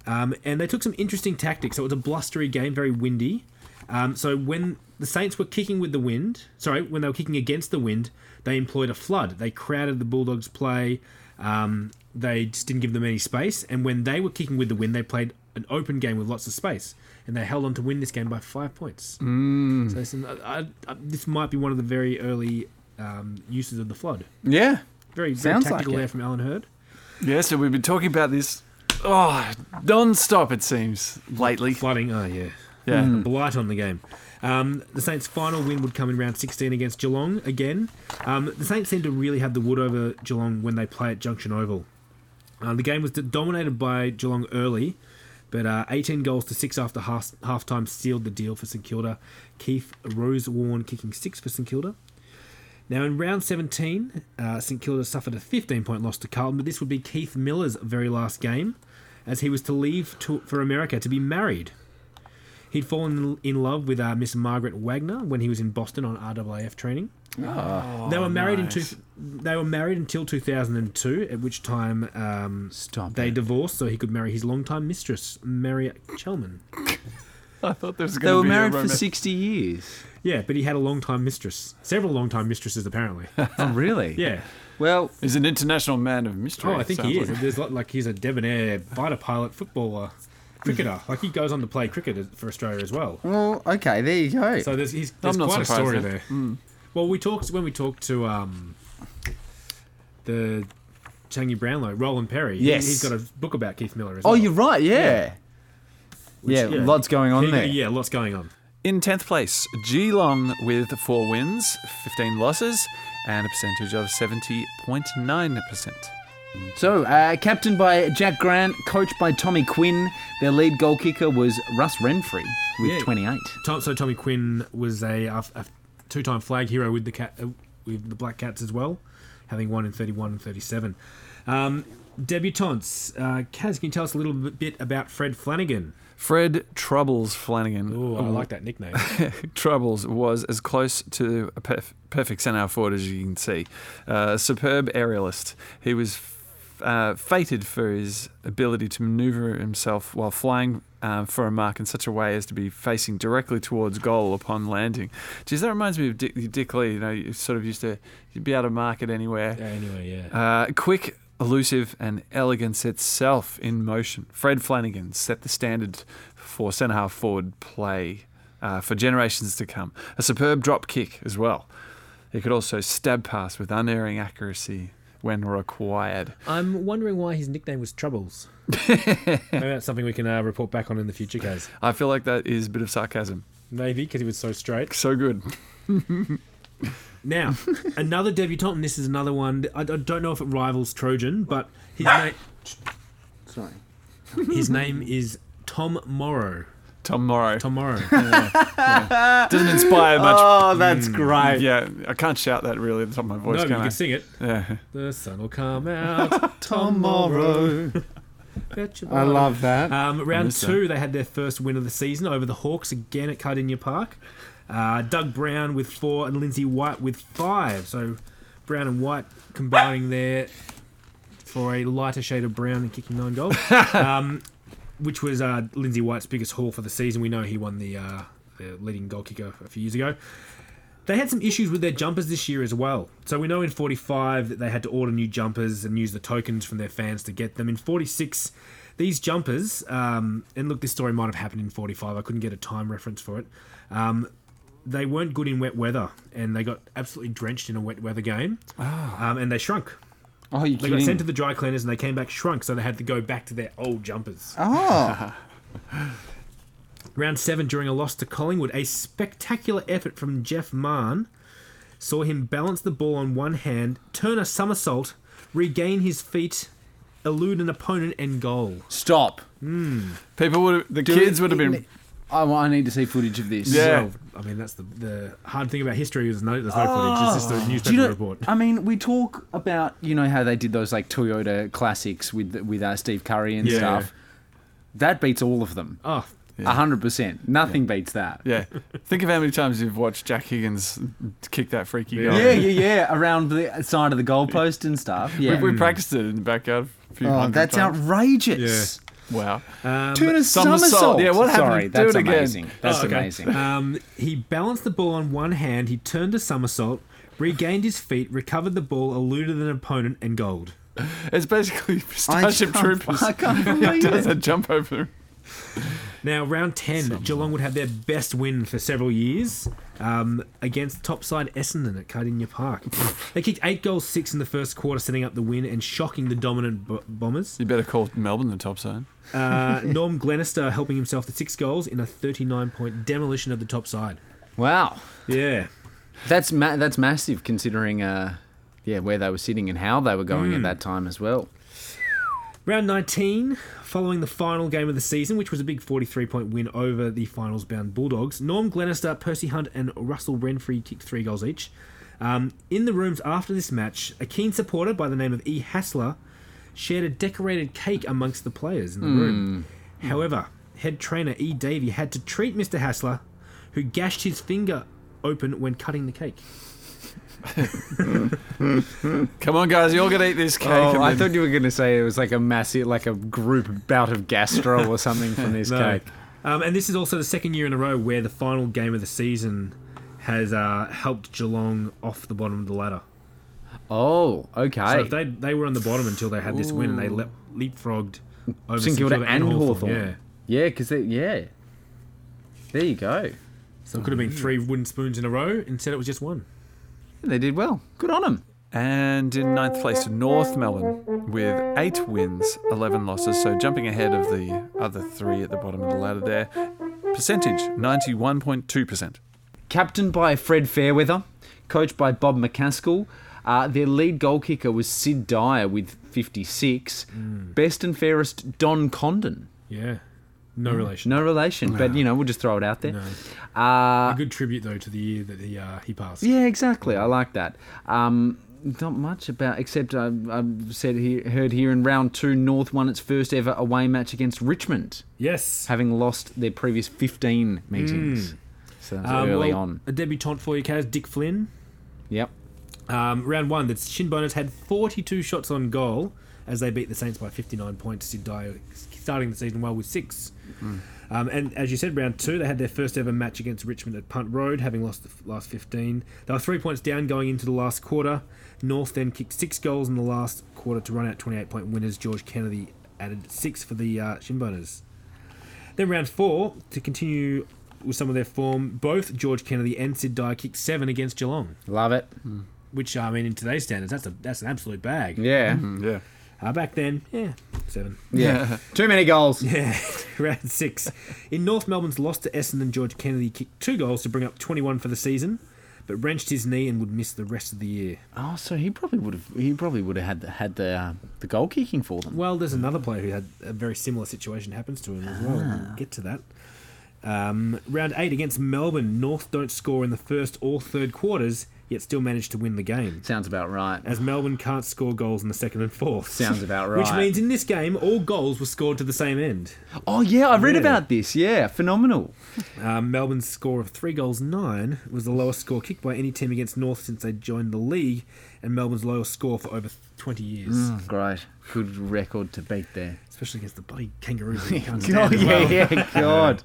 [SPEAKER 1] Um, and they took some interesting tactics. So it was a blustery game, very windy. Um, so when the Saints were kicking with the wind, sorry, when they were kicking against the wind, they employed a flood. They crowded the Bulldogs' play. Um, they just didn't give them any space. And when they were kicking with the wind, they played an open game with lots of space, and they held on to win this game by five points. Mm. So some, I, I, I, this might be one of the very early um, uses of the flood.
[SPEAKER 4] Yeah.
[SPEAKER 1] Very, very
[SPEAKER 4] Sounds like
[SPEAKER 1] tactical
[SPEAKER 4] it.
[SPEAKER 1] there from Alan Hurd.
[SPEAKER 2] Yeah, so we've been talking about this oh non-stop it seems lately.
[SPEAKER 1] Flooding. Oh yeah.
[SPEAKER 2] Yeah.
[SPEAKER 1] A blight on the game. Um, the Saints' final win would come in round 16 against Geelong again. Um, the Saints seem to really have the wood over Geelong when they play at Junction Oval. Uh, the game was d- dominated by Geelong early, but uh, 18 goals to six after half halftime sealed the deal for St Kilda. Keith Rosewarne kicking six for St Kilda. Now in round 17, uh, St Kilda suffered a 15-point loss to Carlton, but this would be Keith Miller's very last game, as he was to leave to, for America to be married. He'd fallen in love with uh, Miss Margaret Wagner when he was in Boston on RAAF training.
[SPEAKER 4] Oh,
[SPEAKER 1] they were married
[SPEAKER 2] nice.
[SPEAKER 1] in two, They were married until 2002, at which time um,
[SPEAKER 4] Stop
[SPEAKER 1] they
[SPEAKER 4] it.
[SPEAKER 1] divorced so he could marry his longtime mistress, Mary Chelman.
[SPEAKER 2] I thought there was
[SPEAKER 4] They
[SPEAKER 2] going to
[SPEAKER 4] were
[SPEAKER 2] be
[SPEAKER 4] married
[SPEAKER 2] a
[SPEAKER 4] for
[SPEAKER 2] romance.
[SPEAKER 4] 60 years.
[SPEAKER 1] Yeah, but he had a longtime mistress, several longtime mistresses apparently.
[SPEAKER 4] Oh, really?
[SPEAKER 1] Yeah.
[SPEAKER 4] Well,
[SPEAKER 2] He's an international man of mystery.
[SPEAKER 1] Oh, I think
[SPEAKER 2] sounds
[SPEAKER 1] he is.
[SPEAKER 2] like.
[SPEAKER 1] There's lot, like he's a debonair fighter pilot, footballer, cricketer. Like he goes on to play cricket as- for Australia as well.
[SPEAKER 4] well, okay, there you go.
[SPEAKER 1] So there's, he's, there's
[SPEAKER 2] I'm not
[SPEAKER 1] quite a
[SPEAKER 2] surprised
[SPEAKER 1] story
[SPEAKER 2] then.
[SPEAKER 1] there. Well, we talked when we talked to um, the Changi Brownlow, Roland Perry.
[SPEAKER 4] Yes.
[SPEAKER 1] he, has got a book about Keith Miller. As
[SPEAKER 4] oh,
[SPEAKER 1] well,
[SPEAKER 4] you're right. Yeah.
[SPEAKER 1] which-
[SPEAKER 4] yeah, lots going on
[SPEAKER 1] He-
[SPEAKER 4] there.
[SPEAKER 1] Yeah, lots going on.
[SPEAKER 2] In 10th place, Geelong with four wins, 15 losses, and a percentage of 70.9%.
[SPEAKER 4] So, uh, captained by Jack Grant, coached by Tommy Quinn. Their lead goal kicker was Russ Renfrey with
[SPEAKER 1] Yeah.
[SPEAKER 4] 28.
[SPEAKER 1] Tom, so Tommy Quinn was a, a, a two-time flag hero with the cat uh, with the Black Cats as well, having won in 31 and 37. Um, debutantes, uh, Kaz, can you tell us a little bit about Fred Flanagan?
[SPEAKER 2] Fred Troubles Flanagan.
[SPEAKER 1] Oh, I like that nickname.
[SPEAKER 2] Troubles was as close to a perf- perfect centre forward as you can see. Uh, a superb aerialist. He was f- uh, fated for his ability to manoeuvre himself while flying uh, for a mark in such a way as to be facing directly towards goal upon landing. Geez, that reminds me of Dick, Dick Lee. You know, you sort of used to you'd be able to mark it anywhere.
[SPEAKER 1] Yeah, anyway, yeah.
[SPEAKER 2] Uh, quick, elusive, and elegance itself in motion. Fred Flanagan set the standard for centre half forward play uh, for generations to come. A superb drop kick as well. He could also stab pass with unerring accuracy when required.
[SPEAKER 1] I'm wondering why his nickname was Troubles. Maybe that's something we can uh, report back on in the future, Kaz.
[SPEAKER 2] I feel like that is a bit of sarcasm.
[SPEAKER 1] Maybe because he was so straight.
[SPEAKER 2] So good.
[SPEAKER 1] Now, another debutant, and this is another one. I, I don't know if it rivals Trojan, but his, na-
[SPEAKER 4] Sorry.
[SPEAKER 1] his name is Tom Morrow.
[SPEAKER 2] Tom Morrow.
[SPEAKER 1] Tom Morrow.
[SPEAKER 2] Doesn't inspire much.
[SPEAKER 4] Oh, that's great.
[SPEAKER 2] Yeah, I can't shout that really at the top of my voice,
[SPEAKER 1] no, but you
[SPEAKER 2] can I?
[SPEAKER 1] can sing it.
[SPEAKER 2] Yeah.
[SPEAKER 1] The sun will come out tomorrow. Bet your
[SPEAKER 4] I
[SPEAKER 1] bottom.
[SPEAKER 4] love that.
[SPEAKER 1] Um, round
[SPEAKER 2] missed
[SPEAKER 1] two, they had their first win of the season over the Hawks again at Cardinia Park. Uh, Doug Brown with four and Lindsay White with five. So Brown and White combining there for a lighter shade of brown and kicking nine goals, um, which was uh, Lindsay White's biggest haul for the season. We know he won the, uh, the leading goal kicker a few years ago. They had some issues with their jumpers this year as well. So we know in 45 that they had to order new jumpers and use the tokens from their fans to get them. In 46, these jumpers, um, and look, this story might have happened in 45. I couldn't get a time reference for it. Um, they weren't good in wet weather, and they got absolutely drenched in a wet weather game, um, and they shrunk.
[SPEAKER 4] Oh, you
[SPEAKER 1] They got sent to the dry cleaners, and they came back shrunk, so they had to go back to their old jumpers.
[SPEAKER 4] Oh,
[SPEAKER 1] Round seven during a loss to Collingwood, a spectacular effort from Jeff Mahn saw him balance the ball on one hand, turn a somersault, regain his feet, elude an opponent, and goal.
[SPEAKER 4] stop.
[SPEAKER 2] People would have, the kids would have been.
[SPEAKER 4] I, wa- I need to see footage of this.
[SPEAKER 2] Yeah.
[SPEAKER 1] Well, I mean, that's the, the hard thing about history is no, there's no footage. It's just
[SPEAKER 4] Oh.
[SPEAKER 1] a
[SPEAKER 4] Do you
[SPEAKER 1] newspaper
[SPEAKER 4] know-
[SPEAKER 1] report.
[SPEAKER 4] I mean, we talk about you know how they did those like Toyota classics with with uh, Steve Curry and
[SPEAKER 1] Yeah.
[SPEAKER 4] stuff. That beats all of them.
[SPEAKER 1] Oh,
[SPEAKER 4] A hundred percent. Nothing beats that.
[SPEAKER 2] Yeah. Think of how many times you've watched Jack Higgins kick that freaky goal.
[SPEAKER 4] Yeah, yeah, yeah. Around the side of the goalpost and stuff. Yeah.
[SPEAKER 2] We, we practiced it in the backyard. A few
[SPEAKER 4] oh,
[SPEAKER 2] hundred
[SPEAKER 4] that's
[SPEAKER 2] times.
[SPEAKER 4] outrageous.
[SPEAKER 2] Wow.
[SPEAKER 1] um,
[SPEAKER 4] Turn a
[SPEAKER 2] somersault. Uh,
[SPEAKER 4] somersault.
[SPEAKER 2] Yeah, what happened?
[SPEAKER 4] Sorry,
[SPEAKER 2] Do
[SPEAKER 4] that's
[SPEAKER 2] it again.
[SPEAKER 4] amazing. That's
[SPEAKER 1] Oh, okay.
[SPEAKER 4] amazing.
[SPEAKER 1] Um, he balanced the ball on one hand, he turned a somersault, regained his feet, recovered the ball, eluded an opponent, and gold.
[SPEAKER 2] It's basically Starship
[SPEAKER 4] can't-
[SPEAKER 2] Troopers.
[SPEAKER 4] I can't
[SPEAKER 2] He
[SPEAKER 4] believe
[SPEAKER 2] does
[SPEAKER 4] it.
[SPEAKER 2] a jump over.
[SPEAKER 1] Now, round 10, Geelong would have their best win for several years um, against topside Essendon at Cardinia Park. they kicked eight goals, six in the first quarter, setting up the win and shocking the dominant b- Bombers.
[SPEAKER 2] You better call Melbourne the top side.
[SPEAKER 1] Uh, Norm Glenister helping himself to six goals in a 39 point demolition of the topside.
[SPEAKER 4] Wow.
[SPEAKER 1] Yeah.
[SPEAKER 4] That's ma- that's massive considering uh, yeah where they were sitting and how they were going
[SPEAKER 2] Mm.
[SPEAKER 4] at that time as well.
[SPEAKER 1] Round 19, following the final game of the season, which was a big 43 point win over the finals bound Bulldogs, Norm Glenister, Percy Hunt, and Russell Renfrey kicked three goals each. Um, in the rooms after this match, a keen supporter by the name of E. Hassler shared a decorated cake amongst the players in the room. However, head trainer E. Davey had to treat Mr. Hassler, who gashed his finger open when cutting the cake.
[SPEAKER 2] Come on, guys, you all got to eat this cake.
[SPEAKER 4] Oh,
[SPEAKER 2] and
[SPEAKER 4] I
[SPEAKER 2] then-
[SPEAKER 4] thought you were going to say it was like a massive, like a group bout of gastro or something from this
[SPEAKER 1] No.
[SPEAKER 4] cake.
[SPEAKER 1] Um, and this is also the second year in a row where the final game of the season has uh, helped Geelong off the bottom of the ladder.
[SPEAKER 4] Oh, okay.
[SPEAKER 1] So if they they were on the bottom until they had this win, and they le- leapfrogged over
[SPEAKER 4] St Kilda and Hawthorn.
[SPEAKER 1] Yeah,
[SPEAKER 4] yeah, because yeah, there you go.
[SPEAKER 1] so it could have been three wooden spoons in a row. Instead, it was just one.
[SPEAKER 4] They did well. Good on them.
[SPEAKER 2] And in ninth place, North Melbourne with eight wins, 11 losses. So jumping ahead of the other three at the bottom of the ladder there. Percentage 91.2%.
[SPEAKER 4] Captained by Fred Fairweather, coached by Bob McCaskill. Uh, their lead goal kicker was Sid Dyer with 56.
[SPEAKER 1] Hmm.
[SPEAKER 4] Best and fairest Don Condon.
[SPEAKER 1] Yeah,
[SPEAKER 4] Mm.
[SPEAKER 1] no relation.
[SPEAKER 4] No relation, but you know we'll just throw it out there.
[SPEAKER 1] A good tribute though to the year that he uh, he passed.
[SPEAKER 4] Yeah, exactly. I like that. Um, not much about except I, I've said he, heard here in round two, North won its first ever away match against Richmond,
[SPEAKER 1] Yes.
[SPEAKER 4] having lost their previous fifteen meetings. So that was
[SPEAKER 1] Um,
[SPEAKER 4] early
[SPEAKER 1] well,
[SPEAKER 4] on.
[SPEAKER 1] a debutant for you, Kaz, Dick Flynn.
[SPEAKER 4] Yep.
[SPEAKER 1] Um, round one, the Shin Boners had 42 shots on goal as they beat the Saints by 59 points. Sid Dyer starting the season well with six. Um, and as you said, round two, they had their first ever match against Richmond at Punt Road, having lost the f- last 15. They were three points down going into the last quarter. North then kicked six goals in the last quarter to run out 28 point winners. George Kennedy added six for the uh, Shin Boners. Then round four, to continue with some of their form, both George Kennedy and Sid Dyer kicked seven against Geelong
[SPEAKER 4] Love it.
[SPEAKER 1] which I mean in today's standards, that's a that's an absolute bag.
[SPEAKER 4] Yeah.
[SPEAKER 2] Yeah.
[SPEAKER 1] Uh, back then, yeah, seven.
[SPEAKER 4] Mm-hmm. Yeah. Too many goals.
[SPEAKER 1] Yeah, round six. In North Melbourne's loss to Essendon, George Kennedy kicked two goals to bring up 21 for the season, but wrenched his knee and would miss the rest of the year.
[SPEAKER 4] Oh, so he probably would have. He probably would have had the, had the uh, the goal kicking for them.
[SPEAKER 1] Well, there's another player who had a very similar situation happens to him as well. We'll get to that. Um, round eight against Melbourne, North don't score in the first or third quarters, yet still manage to win the game.
[SPEAKER 4] Sounds about right.
[SPEAKER 1] as Melbourne can't score goals in the second and fourth.
[SPEAKER 4] Sounds about
[SPEAKER 1] Which
[SPEAKER 4] right.
[SPEAKER 1] means in this game, all goals were scored to the same end.
[SPEAKER 4] Oh yeah, I read
[SPEAKER 1] Yeah.
[SPEAKER 4] about this. Yeah, phenomenal.
[SPEAKER 1] Um, Melbourne's score of three goals nine was the lowest score kicked by any team against North since they joined the league, and Melbourne's lowest score for over 20 years,
[SPEAKER 4] Mm. Oh, Great. Good record to beat there.
[SPEAKER 1] especially against the bloody Kangaroos. that you can't
[SPEAKER 4] Oh
[SPEAKER 1] stand as
[SPEAKER 4] yeah,
[SPEAKER 1] well.
[SPEAKER 4] yeah, God.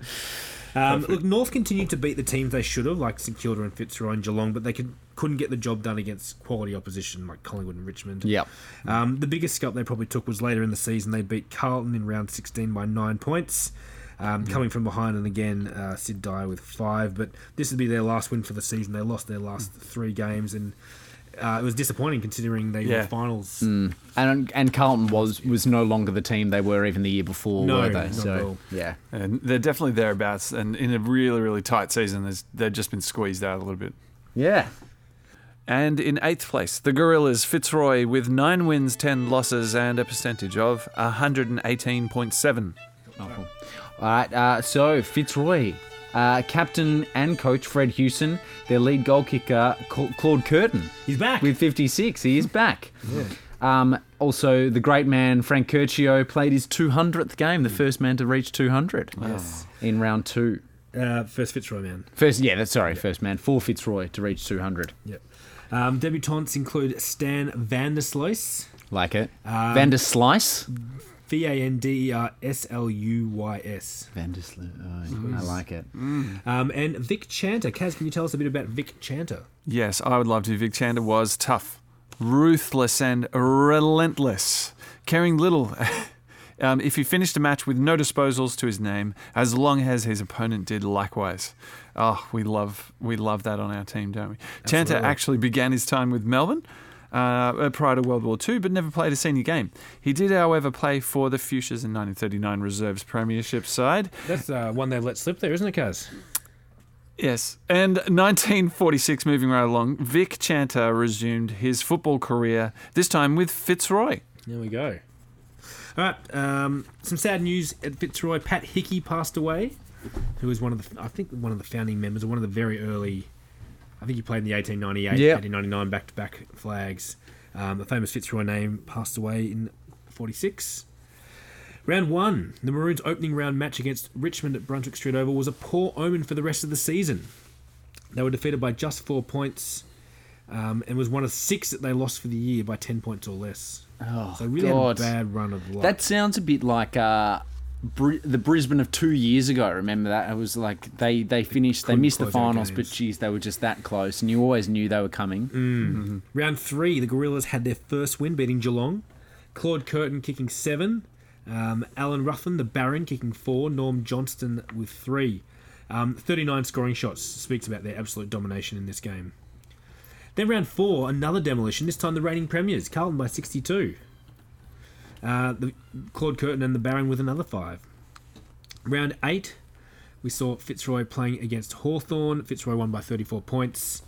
[SPEAKER 1] Um, look, North continued to beat the teams they should have, like St Kilda and Fitzroy and Geelong, but they could, couldn't get the job done against quality opposition like Collingwood and Richmond.
[SPEAKER 4] Yep.
[SPEAKER 1] Um, the biggest scalp they probably took was later in the season. They beat Carlton in round 16 by nine points, um, coming from behind, and again, uh, Sid Dyer with five. But this would be their last win for the season. They lost their last three games, and uh, it was disappointing considering they were
[SPEAKER 2] Yeah.
[SPEAKER 1] finals.
[SPEAKER 4] And and Carlton was was no longer the team they were even the year before,
[SPEAKER 1] No,
[SPEAKER 4] were they?
[SPEAKER 1] not at
[SPEAKER 4] so
[SPEAKER 1] all.
[SPEAKER 4] yeah.
[SPEAKER 2] And they're definitely thereabouts. And in a really, really tight season, there's, they've just been squeezed out a little bit.
[SPEAKER 4] Yeah.
[SPEAKER 2] And in eighth place, the Gorillas Fitzroy with nine wins, 10 losses, and a percentage of 118.7.
[SPEAKER 4] Awful. All right. Uh, so Fitzroy, uh, captain and coach Fred Hewson, their lead goal kicker Cla- Claude Curtin
[SPEAKER 1] He's back.
[SPEAKER 4] with 56. He is back. Um, also, the great man Frank Curcio played his 200th game, the first man to reach 200
[SPEAKER 1] Mm. Yes.
[SPEAKER 4] in round two.
[SPEAKER 1] uh, first Fitzroy man.
[SPEAKER 4] First, yeah, that's sorry, first man for Fitzroy to reach 200.
[SPEAKER 1] Yep. Um, debutantes include Stan Vanderslois,
[SPEAKER 4] Like it.
[SPEAKER 1] Um,
[SPEAKER 4] Vander Slice.
[SPEAKER 1] V A N D E R S L U Y S,
[SPEAKER 4] Vander Slice. Oh, I like it.
[SPEAKER 1] um, and Vic Chanter. Kaz, can you tell us a bit about Vic Chanter?
[SPEAKER 2] Yes, I would love to. Vic Chander was tough, ruthless, and relentless, caring little. um, if he finished a match with no disposals to his name, as long as his opponent did likewise. Oh, we love we love that on our team, don't we? Chanter
[SPEAKER 1] Absolutely.
[SPEAKER 2] actually began his time with Melbourne. Uh, prior to World War II, but never played a senior game. He did, however, play for the Fuchsias in 1939 Reserves Premiership side,
[SPEAKER 1] That's uh, one they've let slip there, isn't it, Kaz?
[SPEAKER 2] Yes. And 1946, moving right along, Vic Chanter resumed his football career, this time with Fitzroy.
[SPEAKER 1] There we go. All right. Um, some sad news at Fitzroy. Pat Hickey passed away, who was one of the, I think, one of the founding members, or one of the very early. I think he played in the 1898,
[SPEAKER 4] Yeah.
[SPEAKER 1] 1899 back-to-back flags. Um, the famous Fitzroy name passed away in 46. Round one, the Maroons' opening round match against Richmond at Brunswick Street Oval was a poor omen for the rest of the season. They were defeated by just four points, um, and was one of six that they lost for the year by ten points or less.
[SPEAKER 4] Oh,
[SPEAKER 1] So really
[SPEAKER 4] God.
[SPEAKER 1] had a bad run of luck.
[SPEAKER 4] That sounds a bit like uh, Br- the Brisbane of two years ago. Remember that? It was like they, they finished, they
[SPEAKER 1] couldn't
[SPEAKER 4] missed the
[SPEAKER 1] close out
[SPEAKER 4] finals, but
[SPEAKER 1] games.
[SPEAKER 4] geez, they were just that close, and you always knew they were coming.
[SPEAKER 1] Round three, the Gorillas had their first win, beating Geelong. Claude Curtin kicking seven. Um, Alan Ruffin, the Baron, kicking four. Norm Johnston with three. Um, 39 scoring shots speaks about their absolute domination in this game. Then round four, another demolition, this time the reigning premiers, Carlton by 62. Uh, the, Claude Curtin and the Baron with another five. Round eight, we saw Fitzroy playing against Hawthorn. Fitzroy won by 34 points.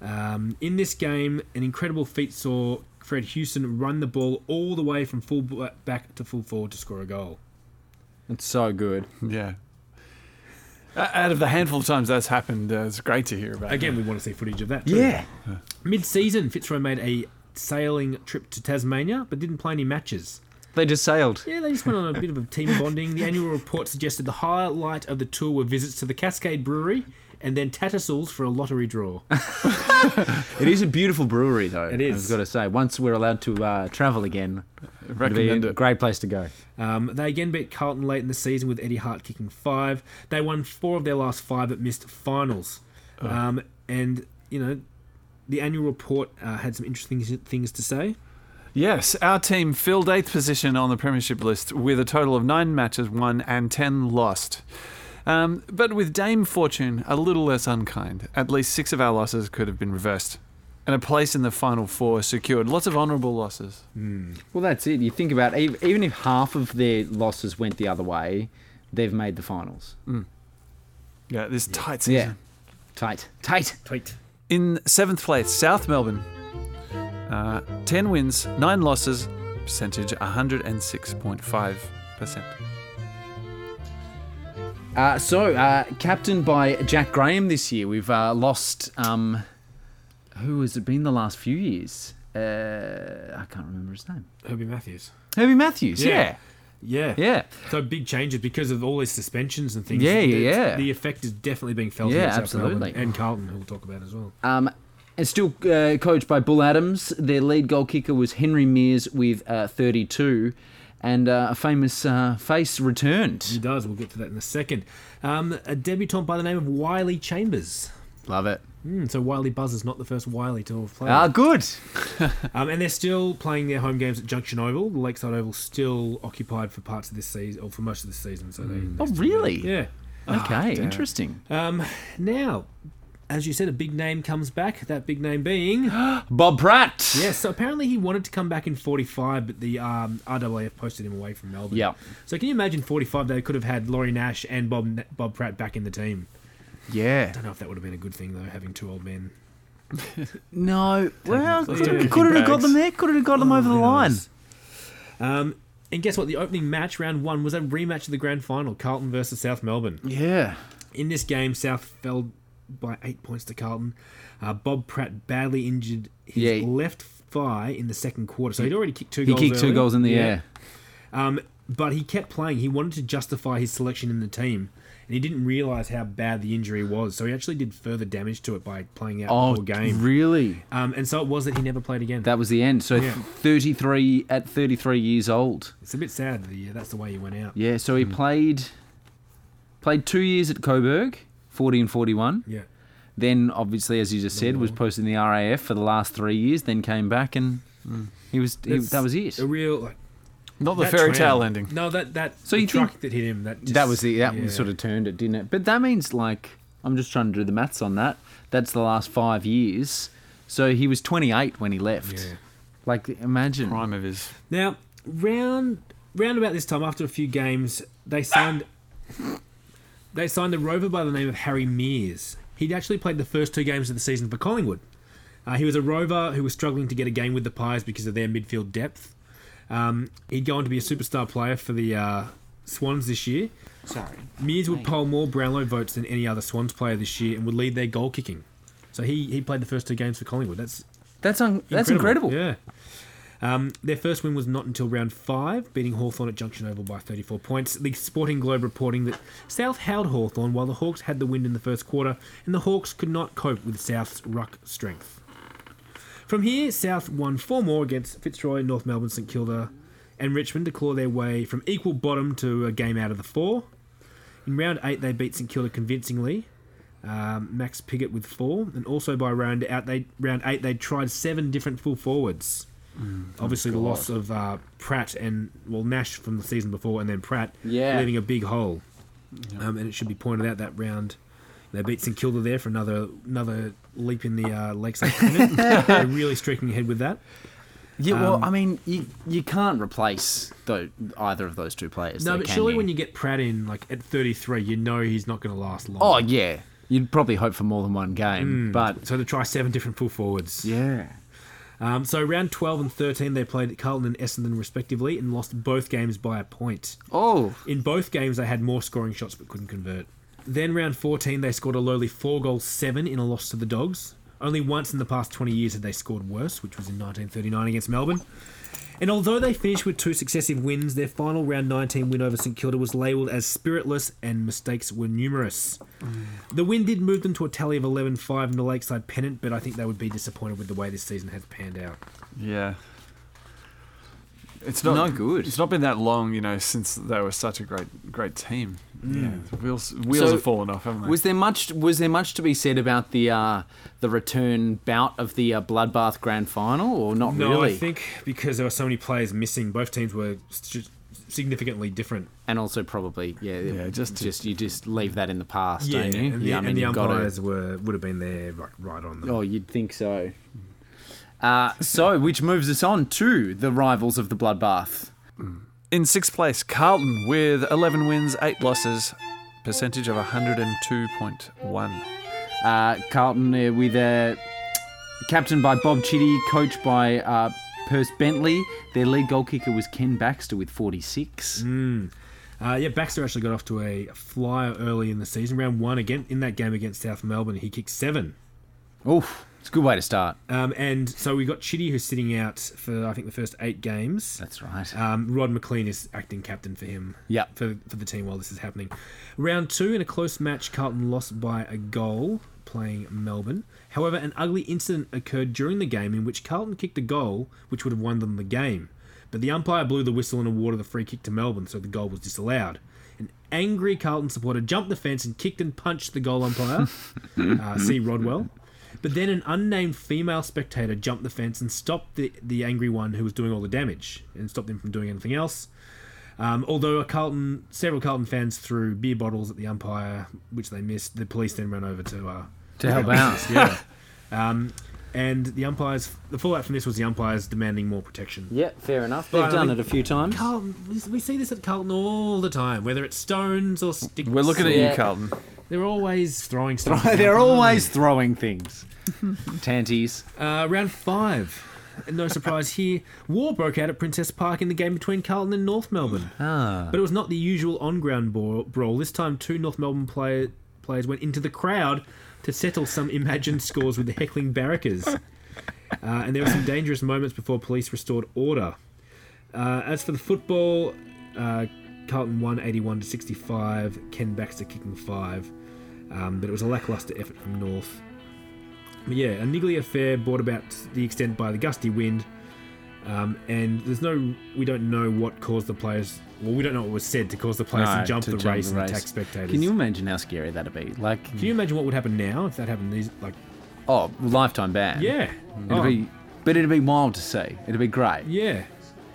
[SPEAKER 1] Um, in this game, an incredible feat saw Fred Hewson run the ball all the way from full b- back to full forward to score a goal.
[SPEAKER 4] It's so good.
[SPEAKER 2] Yeah. O- Out of the handful of times that's happened, uh, it's great to hear about.
[SPEAKER 1] Again, we want to see footage of that. too. Mid season, Fitzroy made a sailing trip to Tasmania but didn't play any matches.
[SPEAKER 4] They just sailed.
[SPEAKER 1] Yeah, they just went on a bit of a team bonding. The annual report suggested the highlight of the tour were visits to the Cascade Brewery and then Tattersalls for a lottery draw.
[SPEAKER 4] It is a beautiful brewery, though.
[SPEAKER 1] It is.
[SPEAKER 4] I've got to say, once we're allowed to uh, travel again, it'll be
[SPEAKER 2] Recommend
[SPEAKER 4] a
[SPEAKER 2] it.
[SPEAKER 4] great place to go.
[SPEAKER 1] Um, they again beat Carlton late in the season with Eddie Hart kicking five. They won four of their last five but missed finals. Um, and, you know, the annual report uh, had some interesting things to say.
[SPEAKER 2] Yes, our team filled eighth position on the Premiership list with a total of nine matches won and ten lost. Um, but with Dame Fortune a little less unkind, at least six of our losses could have been reversed. And a place in the final four secured lots of honourable losses.
[SPEAKER 4] Well, that's it. You think about ev- even if half of their losses went the other way, they've made the finals.
[SPEAKER 2] Yeah, this tight season.
[SPEAKER 4] Yeah, tight, tight.
[SPEAKER 1] Tweet.
[SPEAKER 2] in seventh place, South Melbourne. Uh, 10 wins, 9 losses, percentage 106.5%.
[SPEAKER 4] Uh, so, uh, captained by Jack Graham this year, we've uh, lost. Um, who has it been the last few years? Uh, I can't remember his name.
[SPEAKER 1] Herbie Matthews.
[SPEAKER 4] Herbie Matthews.
[SPEAKER 1] Yeah. Yeah.
[SPEAKER 4] Yeah, yeah, yeah,
[SPEAKER 1] So big changes because of all these suspensions and things.
[SPEAKER 4] Yeah,
[SPEAKER 1] The-
[SPEAKER 4] yeah.
[SPEAKER 1] The effect is definitely being felt.
[SPEAKER 4] Yeah,
[SPEAKER 1] in South
[SPEAKER 4] absolutely.
[SPEAKER 1] Melbourne And Carlton, who we'll talk about as well.
[SPEAKER 4] Um, and still uh, coached by Bull Adams. Their lead goal kicker was Henry Mears with uh, 32, and uh, a famous uh, face
[SPEAKER 1] He
[SPEAKER 4] returned.
[SPEAKER 1] does. We'll get to that in a second. Um, a debutant by the name of Wiley Chambers.
[SPEAKER 4] Love it.
[SPEAKER 1] Hmm, so Wiley Buzzer's not the first Wiley to have played.
[SPEAKER 4] Ah, good.
[SPEAKER 1] Um, and they're still playing their home games at Junction Oval. The Lakeside Oval still occupied for parts of this season, or for most of the season. So they,
[SPEAKER 4] Oh, really?
[SPEAKER 1] yeah.
[SPEAKER 4] Okay, interesting.
[SPEAKER 1] Um, now, as you said, a big name comes back. That big name being yes.
[SPEAKER 4] Bob Pratt.
[SPEAKER 1] so apparently he wanted to come back in '45, but the um, RAAF posted him away from Melbourne.
[SPEAKER 4] Yeah.
[SPEAKER 1] So can you imagine '45? They could have had Laurie Nash and Bob Bob Pratt back in the team.
[SPEAKER 4] Yeah.
[SPEAKER 1] I don't know if that would have been a good thing though, having two old men.
[SPEAKER 4] No. Well,
[SPEAKER 2] Technically,
[SPEAKER 4] could,
[SPEAKER 1] yeah.
[SPEAKER 4] it, could it have got
[SPEAKER 2] Bags.
[SPEAKER 4] them there? Could it have got them over the
[SPEAKER 1] Who
[SPEAKER 4] line?
[SPEAKER 1] knows? Um, And guess what? The opening match, round one, was a rematch of the grand final Carlton versus South Melbourne.
[SPEAKER 2] Yeah.
[SPEAKER 1] In this game, South fell by eight points to Carlton. Uh, Bob Pratt badly injured his
[SPEAKER 4] Yeah, he-
[SPEAKER 1] left thigh in the second quarter. So he'd already kicked two
[SPEAKER 4] He
[SPEAKER 1] goals.
[SPEAKER 4] kicked two
[SPEAKER 1] early.
[SPEAKER 4] goals in the
[SPEAKER 1] Yeah.
[SPEAKER 4] air.
[SPEAKER 1] Um, but he kept playing. He wanted to justify his selection in the team. And he didn't realise how bad the injury was. So he actually did further damage to it by playing out the
[SPEAKER 4] Oh,
[SPEAKER 1] whole game.
[SPEAKER 4] really?
[SPEAKER 1] Um, and so it was that he never played again.
[SPEAKER 4] That was the end. So
[SPEAKER 1] Yeah.
[SPEAKER 4] 33 at 33 years old.
[SPEAKER 1] it's a bit sad. that he- That's the way he went out.
[SPEAKER 4] Yeah. So he played played two years at Coburg, 40 and 41.
[SPEAKER 1] Yeah.
[SPEAKER 4] Then, obviously, as you just said, was posted in the RAF for the last three years. Then came back and he was he,
[SPEAKER 1] Hmm. That's
[SPEAKER 4] that was it.
[SPEAKER 1] A real like
[SPEAKER 2] Not the
[SPEAKER 1] that
[SPEAKER 2] fairy
[SPEAKER 1] tram-
[SPEAKER 2] tale ending.
[SPEAKER 1] No, that that
[SPEAKER 4] So
[SPEAKER 1] the
[SPEAKER 4] you
[SPEAKER 1] truck
[SPEAKER 4] think-
[SPEAKER 1] that hit him. That just,
[SPEAKER 4] that was the that
[SPEAKER 1] yeah.
[SPEAKER 4] sort of turned it, didn't it? But that means like I'm just trying to do the maths on that. That's the last five years. So he was 28 when he left.
[SPEAKER 1] Yeah.
[SPEAKER 4] Like imagine.
[SPEAKER 2] Prime of his.
[SPEAKER 1] Now, round round about this time, after a few games, they signed they signed a rover by the name of Harry Mears. He'd actually played the first two games of the season for Collingwood. Uh, he was a rover who was struggling to get a game with the Pies because of their midfield depth. Um, he'd go on to be a superstar player for the uh, Swans this year.
[SPEAKER 4] Sorry.
[SPEAKER 1] Mears would poll more Brownlow votes than any other Swans player this year and would lead their goal kicking. So he, he played the first two games for Collingwood. That's
[SPEAKER 4] That's un- that's incredible.
[SPEAKER 1] Yeah. Um, their first win was not until round five, beating Hawthorn at Junction Oval by 34 points. The Sporting Globe reporting that South held Hawthorn while the Hawks had the wind in the first quarter, and the Hawks could not cope with South's ruck strength. From here, South won four more against Fitzroy, North Melbourne, St Kilda, and Richmond to claw their way from equal bottom to a game out of the four. In round eight, they beat St Kilda convincingly, um, Max Piggott with four, and also by round out they round eight they tried seven different full forwards.
[SPEAKER 4] Mm,
[SPEAKER 1] Obviously,
[SPEAKER 4] oh,
[SPEAKER 1] the loss of uh, Pratt and well Nash from the season before, and then Pratt
[SPEAKER 4] Yeah.
[SPEAKER 1] leaving a big hole. Um, and it should be pointed out that round they beat St Kilda there for another another leap in the uh, Lakeside Covenant. They're really streaking ahead with that.
[SPEAKER 4] Yeah, well,
[SPEAKER 1] Um,
[SPEAKER 4] I mean, you you can't replace though either of those two players.
[SPEAKER 1] no,
[SPEAKER 4] though,
[SPEAKER 1] but
[SPEAKER 4] can
[SPEAKER 1] surely
[SPEAKER 4] you?
[SPEAKER 1] when you get Pratt in like at 33, you know he's not going to last long.
[SPEAKER 4] oh yeah, you'd probably hope for more than one game, but
[SPEAKER 1] so to try seven different full forwards.
[SPEAKER 4] yeah,
[SPEAKER 1] Um, so round 12 and 13, they played Carlton and Essendon respectively and lost both games by a point.
[SPEAKER 4] oh
[SPEAKER 1] In both games, they had more scoring shots but couldn't convert. Then round 14, they scored a lowly four goal seven in a loss to the Dogs. Only once in the past 20 years had they scored worse, which was in 1939 against Melbourne. And although they finished with two successive wins, their final round 19 win over St Kilda was labelled as spiritless and mistakes were numerous. The win did move them to a tally of 11 5 in the Lakeside pennant, but I think they would be disappointed with the way this season has panned out.
[SPEAKER 2] Yeah. It's not
[SPEAKER 4] No good.
[SPEAKER 2] It's not been that long, you know, since they were such a great, great team. Yeah, the wheels, wheels
[SPEAKER 4] Mm. So,
[SPEAKER 2] have fallen off, haven't they?
[SPEAKER 4] Was there much? Was there much to be said about the uh, the return bout of the uh, bloodbath grand final, or not
[SPEAKER 1] No,
[SPEAKER 4] really?
[SPEAKER 1] I think because there were so many players missing, both teams were st- significantly different.
[SPEAKER 4] and also probably yeah,
[SPEAKER 2] Yeah, just to-
[SPEAKER 4] just you just leave that in the past, don't you?
[SPEAKER 1] and the, and the umpires were would have been there right, right on them.
[SPEAKER 4] Oh, you'd think so. Uh, so, which moves us on to the rivals of the bloodbath.
[SPEAKER 2] In sixth place, Carlton with 11 wins, 8 losses, percentage of 102.1.
[SPEAKER 4] Uh, Carlton uh, with uh, captain by Bob Chitty, coached by uh, Perce Bentley. Their lead goal kicker was Ken Baxter with 46.
[SPEAKER 1] Uh, yeah, Baxter actually got off to a flyer early in the season, round one again in that game against South Melbourne. He kicked seven,
[SPEAKER 4] Oof, it's a good way to start.
[SPEAKER 1] um, and so we got Chitty who's sitting out for I think the first eight games.
[SPEAKER 4] That's right.
[SPEAKER 1] Um, Rod McLean is acting captain for him.
[SPEAKER 4] Yep.
[SPEAKER 1] For, for the team while this is happening. Round two, in a close match, Carlton lost by a goal playing Melbourne. However, an ugly incident occurred during the game in which Carlton kicked a goal which would have won them the game. But the umpire blew the whistle and awarded the free kick to Melbourne, so the goal was disallowed. An angry Carlton supporter jumped the fence and kicked and punched the goal umpire, uh,
[SPEAKER 2] Mm-hmm.
[SPEAKER 1] C. Rodwell. But then an unnamed female spectator jumped the fence and stopped the, the angry one who was doing all the damage and stopped him from doing anything else. Um, although a Carlton, several Carlton fans threw beer bottles at the umpire, which they missed. The police then ran over to uh,
[SPEAKER 4] to help out.
[SPEAKER 1] yeah. Um, and the umpires, the fallout from this was the umpires demanding more protection.
[SPEAKER 4] Yeah, fair enough.
[SPEAKER 1] They've But I done mean- it
[SPEAKER 4] a few times.
[SPEAKER 1] Carlton, we- we see this at Carlton all the time, whether it's stones or sticks.
[SPEAKER 2] We're looking at
[SPEAKER 4] Yeah.
[SPEAKER 2] you, Carlton.
[SPEAKER 1] They're always throwing stuff.
[SPEAKER 4] They're always throwing things. Tanties.
[SPEAKER 1] Uh, round five. no surprise here, war broke out at Princess Park in the game between Carlton and North Melbourne. Ah. But it was not the usual on ground brawl. This time, two North Melbourne player, players went into the crowd to settle some imagined scores with the heckling barrackers. Uh, and there were some dangerous moments before police restored order. Uh, as for the football, uh, Carlton won 81 to 65, Ken Baxter kicking five. Um, but it was a lackluster effort from North. But yeah, a niggly affair brought about the extent by the gusty wind. Um, and there's no, we don't know what caused the players. Well, we don't know what was said to cause the players
[SPEAKER 4] No,
[SPEAKER 1] to jump
[SPEAKER 4] to
[SPEAKER 1] the
[SPEAKER 4] jump
[SPEAKER 1] race
[SPEAKER 4] the
[SPEAKER 1] and
[SPEAKER 4] race.
[SPEAKER 1] attack spectators.
[SPEAKER 4] Can you imagine how scary that'd be? Like,
[SPEAKER 1] Can you imagine what would happen now if that happened? These like,
[SPEAKER 4] oh, lifetime ban.
[SPEAKER 1] yeah,
[SPEAKER 4] It'd
[SPEAKER 1] Oh,
[SPEAKER 4] be, but it'd be wild to see. It'd be great.
[SPEAKER 1] yeah.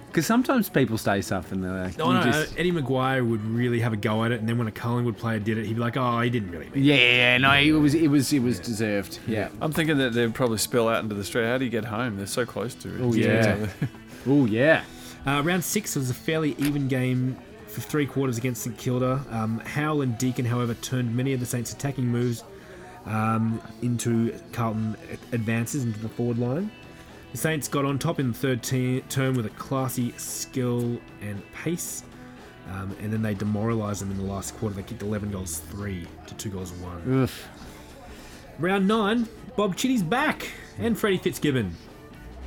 [SPEAKER 4] Because sometimes people say stuff and they're like,
[SPEAKER 1] No,
[SPEAKER 4] you
[SPEAKER 1] no, uh,
[SPEAKER 4] just-
[SPEAKER 1] Eddie Maguire would really have a go at it, and then when a Collingwood player did it, he'd be like, "Oh, he didn't really." Mean
[SPEAKER 4] Yeah, yeah, yeah, no, it was, it was, it was deserved. Yeah.
[SPEAKER 2] I'm thinking that they'd probably spill out into the street. How do you get home? They're so close to it.
[SPEAKER 4] Oh,
[SPEAKER 2] to each
[SPEAKER 4] yeah.
[SPEAKER 2] other.
[SPEAKER 4] Oh yeah.
[SPEAKER 1] it." Uh, round six was a fairly even game for three quarters against St Kilda. Um, Howell and Deacon, however, turned many of the Saints' attacking moves um, into Carlton advances into the forward line. The Saints got on top in the third te- term with a classy skill and pace, um, and then they demoralised them in the last quarter. They kicked 11 goals, three to two goals, one.
[SPEAKER 4] Oof.
[SPEAKER 1] Round nine, Bob Chitty's back and Freddie Fitzgibbon.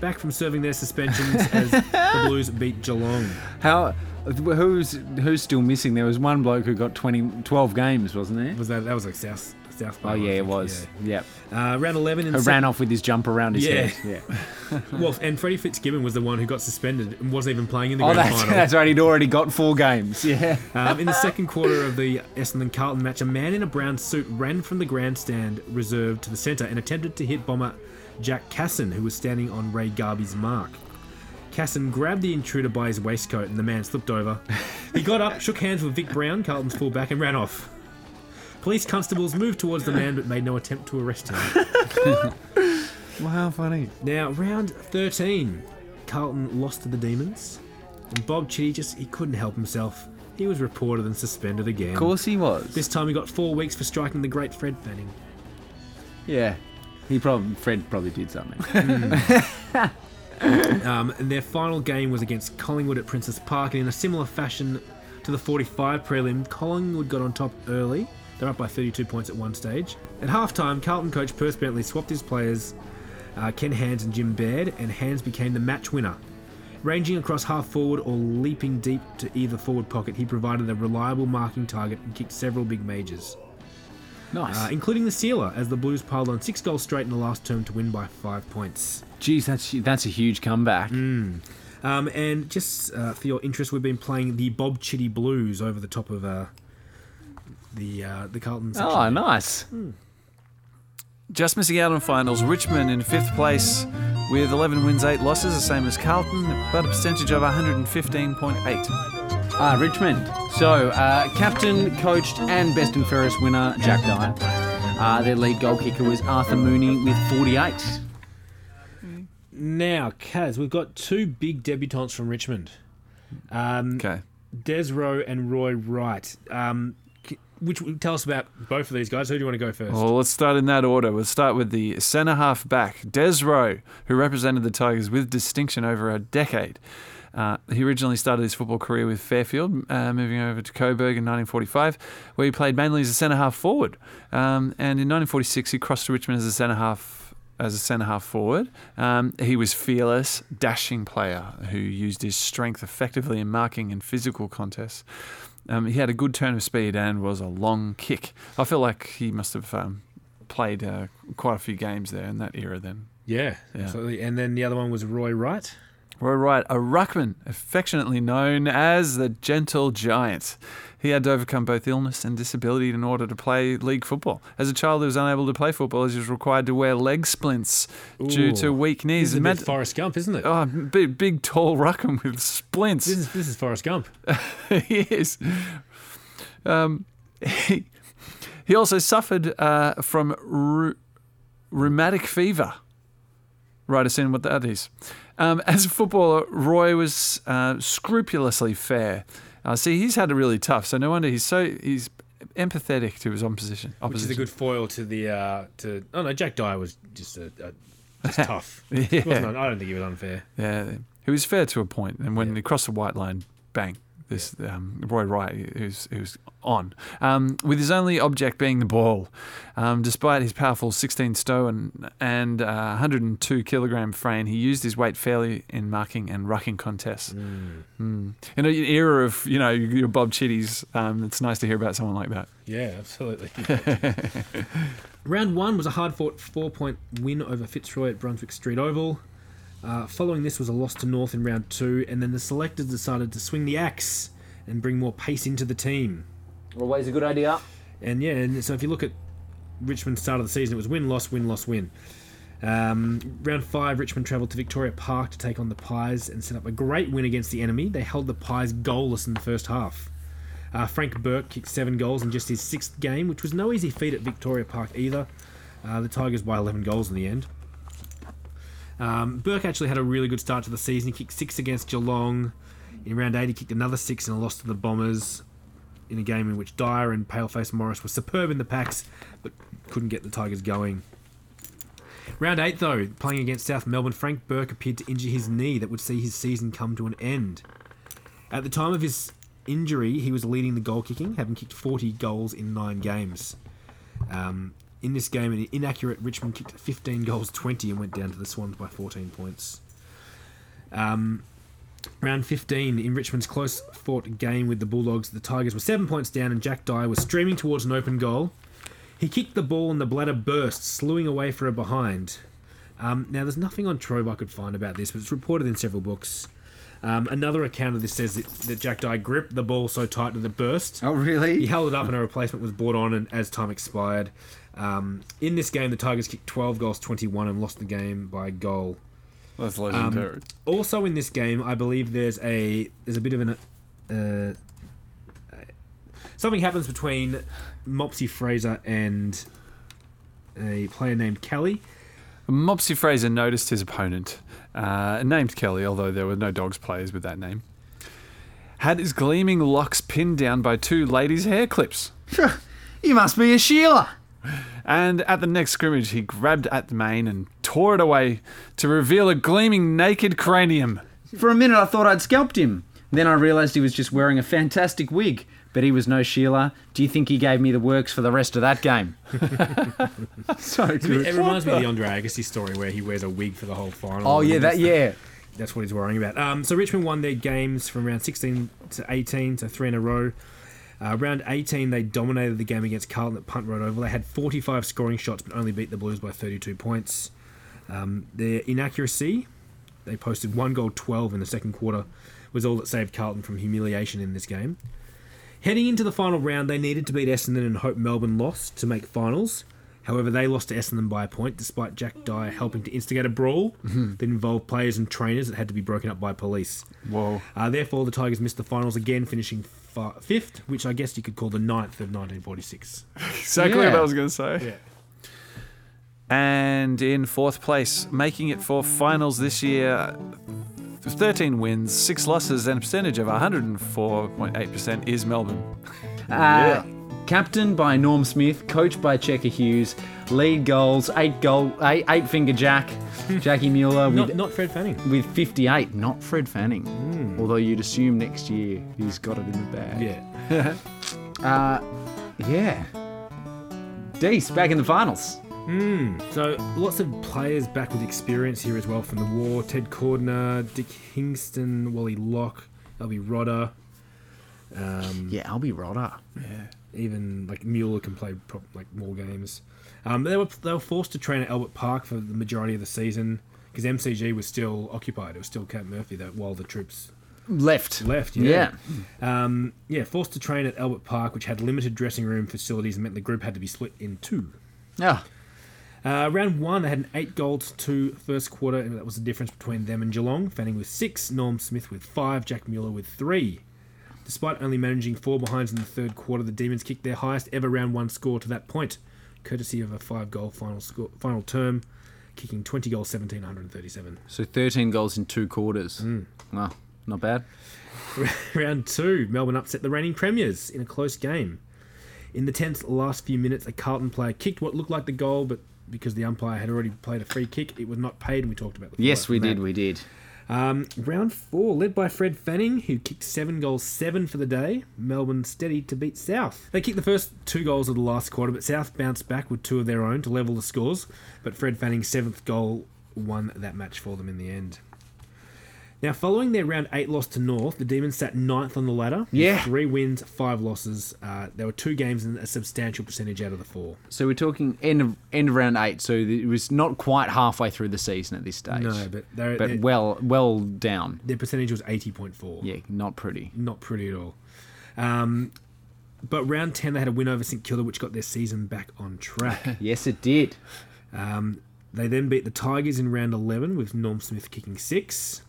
[SPEAKER 1] Back from serving their suspensions as the Blues beat Geelong.
[SPEAKER 4] How? Who's who's still missing? There was one bloke who got 20, 12 games, wasn't there?
[SPEAKER 1] Was that that was like South South Bay?
[SPEAKER 4] Oh
[SPEAKER 1] Oh, I
[SPEAKER 4] yeah, it
[SPEAKER 1] think,
[SPEAKER 4] was. Yep.
[SPEAKER 1] yeah. Uh, round eleven in
[SPEAKER 4] Who
[SPEAKER 1] the
[SPEAKER 4] ran off with his jump around his
[SPEAKER 1] Yeah.
[SPEAKER 4] head. Yeah.
[SPEAKER 1] sec- well, and Freddie Fitzgibbon was the one who got suspended and wasn't even playing in the
[SPEAKER 4] Oh,
[SPEAKER 1] grand
[SPEAKER 4] that's,
[SPEAKER 1] final.
[SPEAKER 4] that's right. He'd already got four games. Yeah.
[SPEAKER 1] Um, in the second quarter of the Essendon Carlton match, a man in a brown suit ran from the grandstand reserved to the centre and attempted to hit bomber Jack Casson, who was standing on Ray Garby's mark. Casson grabbed the intruder by his waistcoat and the man slipped over. He got up, shook hands with Vic Brown, Carlton's fullback, and ran off. Police constables moved towards the man but made no attempt to arrest him.
[SPEAKER 4] Wow, funny.
[SPEAKER 1] Now, round 13, Carlton lost to the Demons. And Bob Chitty just, he couldn't help himself. He was reported and suspended again.
[SPEAKER 4] Of course he was.
[SPEAKER 1] This time he got four weeks for striking the great Fred Fanning.
[SPEAKER 4] yeah. He probably Fred probably did something.
[SPEAKER 1] Um, and their final game was against Collingwood at Princess Park, and in a similar fashion to the 45 prelim, Collingwood got on top early. They're up by 32 points at one stage. At halftime, Carlton coach Perce Bentley swapped his players, uh, Ken Hands and Jim Baird, and Hands became the match winner. Ranging across half forward or leaping deep to either forward pocket, he provided a reliable marking target and kicked several big majors.
[SPEAKER 4] nice.
[SPEAKER 1] uh, including the sealer, as the Blues piled on six goals straight in the last term to win by five points.
[SPEAKER 4] Jeez, that's that's a huge comeback.
[SPEAKER 1] Um, and just uh, for your interest, we've been playing the Bob Chitty Blues over the top of uh, the uh, the Carlton section.
[SPEAKER 4] Oh, nice.
[SPEAKER 2] Just missing out on finals. Richmond in fifth place with 11 wins, 8 losses, the same as Carlton, but a percentage of 115.8.
[SPEAKER 4] Ah, Richmond. So, uh, captain, coached, and best and fairest winner, Jack Dyer. Uh, their lead goal kicker was Arthur Mooney with 48.
[SPEAKER 1] Now, Kaz, we've got two big debutants from Richmond, Um,
[SPEAKER 2] Okay.
[SPEAKER 1] Desro and Roy Wright. Um, c- which tell us about both of these guys. Who do you want to go first?
[SPEAKER 2] Well, let's start in that order. We'll start with the centre half back, Desro, who represented the Tigers with distinction over a decade. Uh, he originally started his football career with Fairfield, uh, moving over to Coburg in 1945, where he played mainly as a centre half forward. Um, and in 1946, he crossed to Richmond as a centre half as a centre half forward. Um, he was fearless, dashing player who used his strength effectively in marking and physical contests. Um, he had a good turn of speed and was a long kick. I feel like he must have um, played uh, quite a few games there in that era then.
[SPEAKER 1] yeah, absolutely. And then the other one was Roy Wright.
[SPEAKER 2] Roy Wright, a ruckman, affectionately known as the Gentle Giant. He had to overcome both illness and disability in order to play league football. As a child, he was unable to play football as he was required to wear leg splints due
[SPEAKER 1] Ooh.
[SPEAKER 2] to weak knees.
[SPEAKER 1] This is a
[SPEAKER 2] Imagine-
[SPEAKER 1] bit Forrest Gump, isn't it?
[SPEAKER 2] Oh, big, big tall ruckman with splints.
[SPEAKER 1] This is this is Forrest Gump.
[SPEAKER 2] he is. Um, he, he also suffered uh, from rheu- rheumatic fever. Write us in what that is. Um, as a footballer, Roy was uh, scrupulously fair. Uh, see, he's had it really tough, so no wonder he's so he's empathetic to his opposition.
[SPEAKER 1] Which is
[SPEAKER 2] opposition.
[SPEAKER 1] a good foil to the uh, to oh no, Jack Dyer was just a, a It's tough.
[SPEAKER 2] Yeah.
[SPEAKER 1] It wasn't, I don't think he was unfair.
[SPEAKER 2] Yeah, he was fair to a point, and when he crossed the white line, bang! This um, Roy Wright, he was, he was on, um, with his only object being the ball. Um, despite his powerful 16 stone and uh, 102 kilogram frame, he used his weight fairly in marking and rucking contests. Mm. In an era of you know your Bob Chitties, um, it's nice to hear about someone like that.
[SPEAKER 1] Yeah, absolutely. Round one was a hard fought four point win over Fitzroy at Brunswick Street Oval. Uh, following this was a loss to North in round two, and then the selectors decided to swing the axe and bring more pace into the team.
[SPEAKER 5] Always a good idea.
[SPEAKER 1] And yeah, and so if you look at Richmond's start of the season, it was win, loss, win, loss, win. Um, round five, Richmond travelled to Victoria Park to take on the Pies and set up a great win against the enemy. They held the Pies goalless in the first half. Uh, Frank Burke kicked seven goals in just his sixth game, which was no easy feat at Victoria Park either. Uh, the Tigers by 11 goals in the end. Um, Burke actually had a really good start to the season. He kicked six against Geelong. In round eight, he kicked another six and a loss to the Bombers in a game in which Dyer and Paleface Morris were superb in the packs but couldn't get the Tigers going. Round 8, though, playing against South Melbourne, Frank Burke appeared to injure his knee that would see his season come to an end. At the time of his injury, he was leading the goal kicking, having kicked 40 goals in nine games. Um, in this game, an inaccurate Richmond kicked 15 goals 20 and went down to the Swans by 14 points. Um, round 15, in Richmond's close fought game with the Bulldogs, the Tigers were seven points down and Jack Dyer was streaming towards an open goal. He kicked the ball and the bladder burst, slewing away for a behind. Um, now, there's nothing on Trove I could find about this, but it's reported in several books. Um, another account of this says that, that Jack Dye gripped the ball so tight that it burst.
[SPEAKER 4] Oh, really?
[SPEAKER 1] He held it up and a replacement was brought on and as time expired. Um, in this game, the Tigers kicked 12 goals, 21, and lost the game by a goal. Um,
[SPEAKER 2] That's legendary.
[SPEAKER 1] Also, in this game, I believe there's a there's a bit of an uh, something happens between Mopsy Fraser and a player named Kelly.
[SPEAKER 2] Mopsy Fraser noticed his opponent, uh, named Kelly, although there were no dogs players with that name, had his gleaming locks pinned down by two ladies' hair clips.
[SPEAKER 4] You must be a Sheila.
[SPEAKER 2] And at the next scrimmage, he grabbed at the mane and tore it away to reveal a gleaming naked cranium.
[SPEAKER 4] For a minute, I thought I'd scalped him. Then I realised he was just wearing a fantastic wig. But he was no Sheila. Do you think he gave me the works for the rest of that game? so
[SPEAKER 1] It
[SPEAKER 4] good.
[SPEAKER 1] reminds me of the Andre Agassi story where he wears a wig for the whole final.
[SPEAKER 4] Oh yeah,
[SPEAKER 1] And
[SPEAKER 4] that
[SPEAKER 1] that's-
[SPEAKER 4] yeah.
[SPEAKER 1] That's what he's worrying about. Um, so Richmond won their games from round 16 to 18, so three in a row. Uh, round 18, they dominated the game against Carlton at Punt Road Oval. They had 45 scoring shots, but only beat the Blues by 32 points. Um, their inaccuracy, they posted one goal 12 in the second quarter, was all that saved Carlton from humiliation in this game. Heading into the final round, they needed to beat Essendon and hope Melbourne lost to make finals. However, they lost to Essendon by a point, despite Jack Dyer helping to instigate a brawl that involved players and trainers that had to be broken up by police.
[SPEAKER 2] Whoa.
[SPEAKER 1] Uh, therefore, the Tigers missed the finals again, finishing fi- fifth, which I guess you could call the ninth of 1946.
[SPEAKER 2] Exactly what
[SPEAKER 4] Yeah.
[SPEAKER 2] I was going to say. And in fourth place, making it for finals this year, 13 wins, 6 losses, and a percentage of 104.8% is Melbourne.
[SPEAKER 4] Uh, Captain by Norm Smith, coach by Checker Hughes, lead goals eight goal eight, eight finger Jack, Jackie Mueller with
[SPEAKER 1] Not, not Fred Fanning.
[SPEAKER 4] with 58, not Fred Fanning. Although you'd assume next year he's got it in the bag.
[SPEAKER 1] Yeah.
[SPEAKER 4] Yeah. Dees back in the finals.
[SPEAKER 1] So lots of players back with experience here as well from the war. Ted Cordner, Dick Hingston, Wally Locke, Albie Rodder. um,
[SPEAKER 4] Yeah, Albie Rodder.
[SPEAKER 1] even like Mueller can play pro- like more games. Um, they were they were forced to train at Albert Park for the majority of the season because MCG was still occupied. It was still Camp Murphy though, while the troops
[SPEAKER 4] Left.
[SPEAKER 1] left.
[SPEAKER 4] Yeah.
[SPEAKER 1] Um, yeah, forced to train at Albert Park, which had limited dressing room facilities and meant the group had to be split in two.
[SPEAKER 4] Ah,
[SPEAKER 1] Uh, round one, they had an eight goal to two first quarter, and that was the difference between them and Geelong. Fanning with six, Norm Smith with five, Jack Mueller with three. Despite only managing four behinds in the third quarter, the Demons kicked their highest ever round one score to that point, courtesy of a five goal final score, final term, kicking 20 goals, 17, 137.
[SPEAKER 4] So 13 goals in two quarters. Wow, not bad.
[SPEAKER 1] Round two, Melbourne upset the reigning premiers in a close game. In the tense last few minutes, a Carlton player kicked what looked like the goal, but because the umpire had already played a free kick. It was not paid, and we talked about the
[SPEAKER 4] Yes,
[SPEAKER 1] fallout
[SPEAKER 4] we
[SPEAKER 1] from
[SPEAKER 4] did.
[SPEAKER 1] that.
[SPEAKER 4] We did.
[SPEAKER 1] Um, round four, led by Fred Fanning, who kicked seven goals, seven for the day. Melbourne steady to beat South. They kicked the first two goals of the last quarter, but South bounced back with two of their own to level the scores. But Fred Fanning's seventh goal won that match for them in the end. Now, following their round eight loss to North, the Demons sat ninth on the ladder. with
[SPEAKER 4] Yeah.
[SPEAKER 1] Three wins, five losses. Uh, there were two games and a substantial percentage out of the four.
[SPEAKER 4] So we're talking end of end of round eight. So th- it was not quite halfway through the season at this stage.
[SPEAKER 1] No, but they're,
[SPEAKER 4] but
[SPEAKER 1] they're-
[SPEAKER 4] well well down.
[SPEAKER 1] their percentage was 80.4.
[SPEAKER 4] Yeah, not pretty.
[SPEAKER 1] not pretty at all. Um, but round 10, they had a win over St Kilda, which got their season back on track.
[SPEAKER 4] Yes, it did.
[SPEAKER 1] they then beat the Tigers in round 11 with Norm Smith kicking six.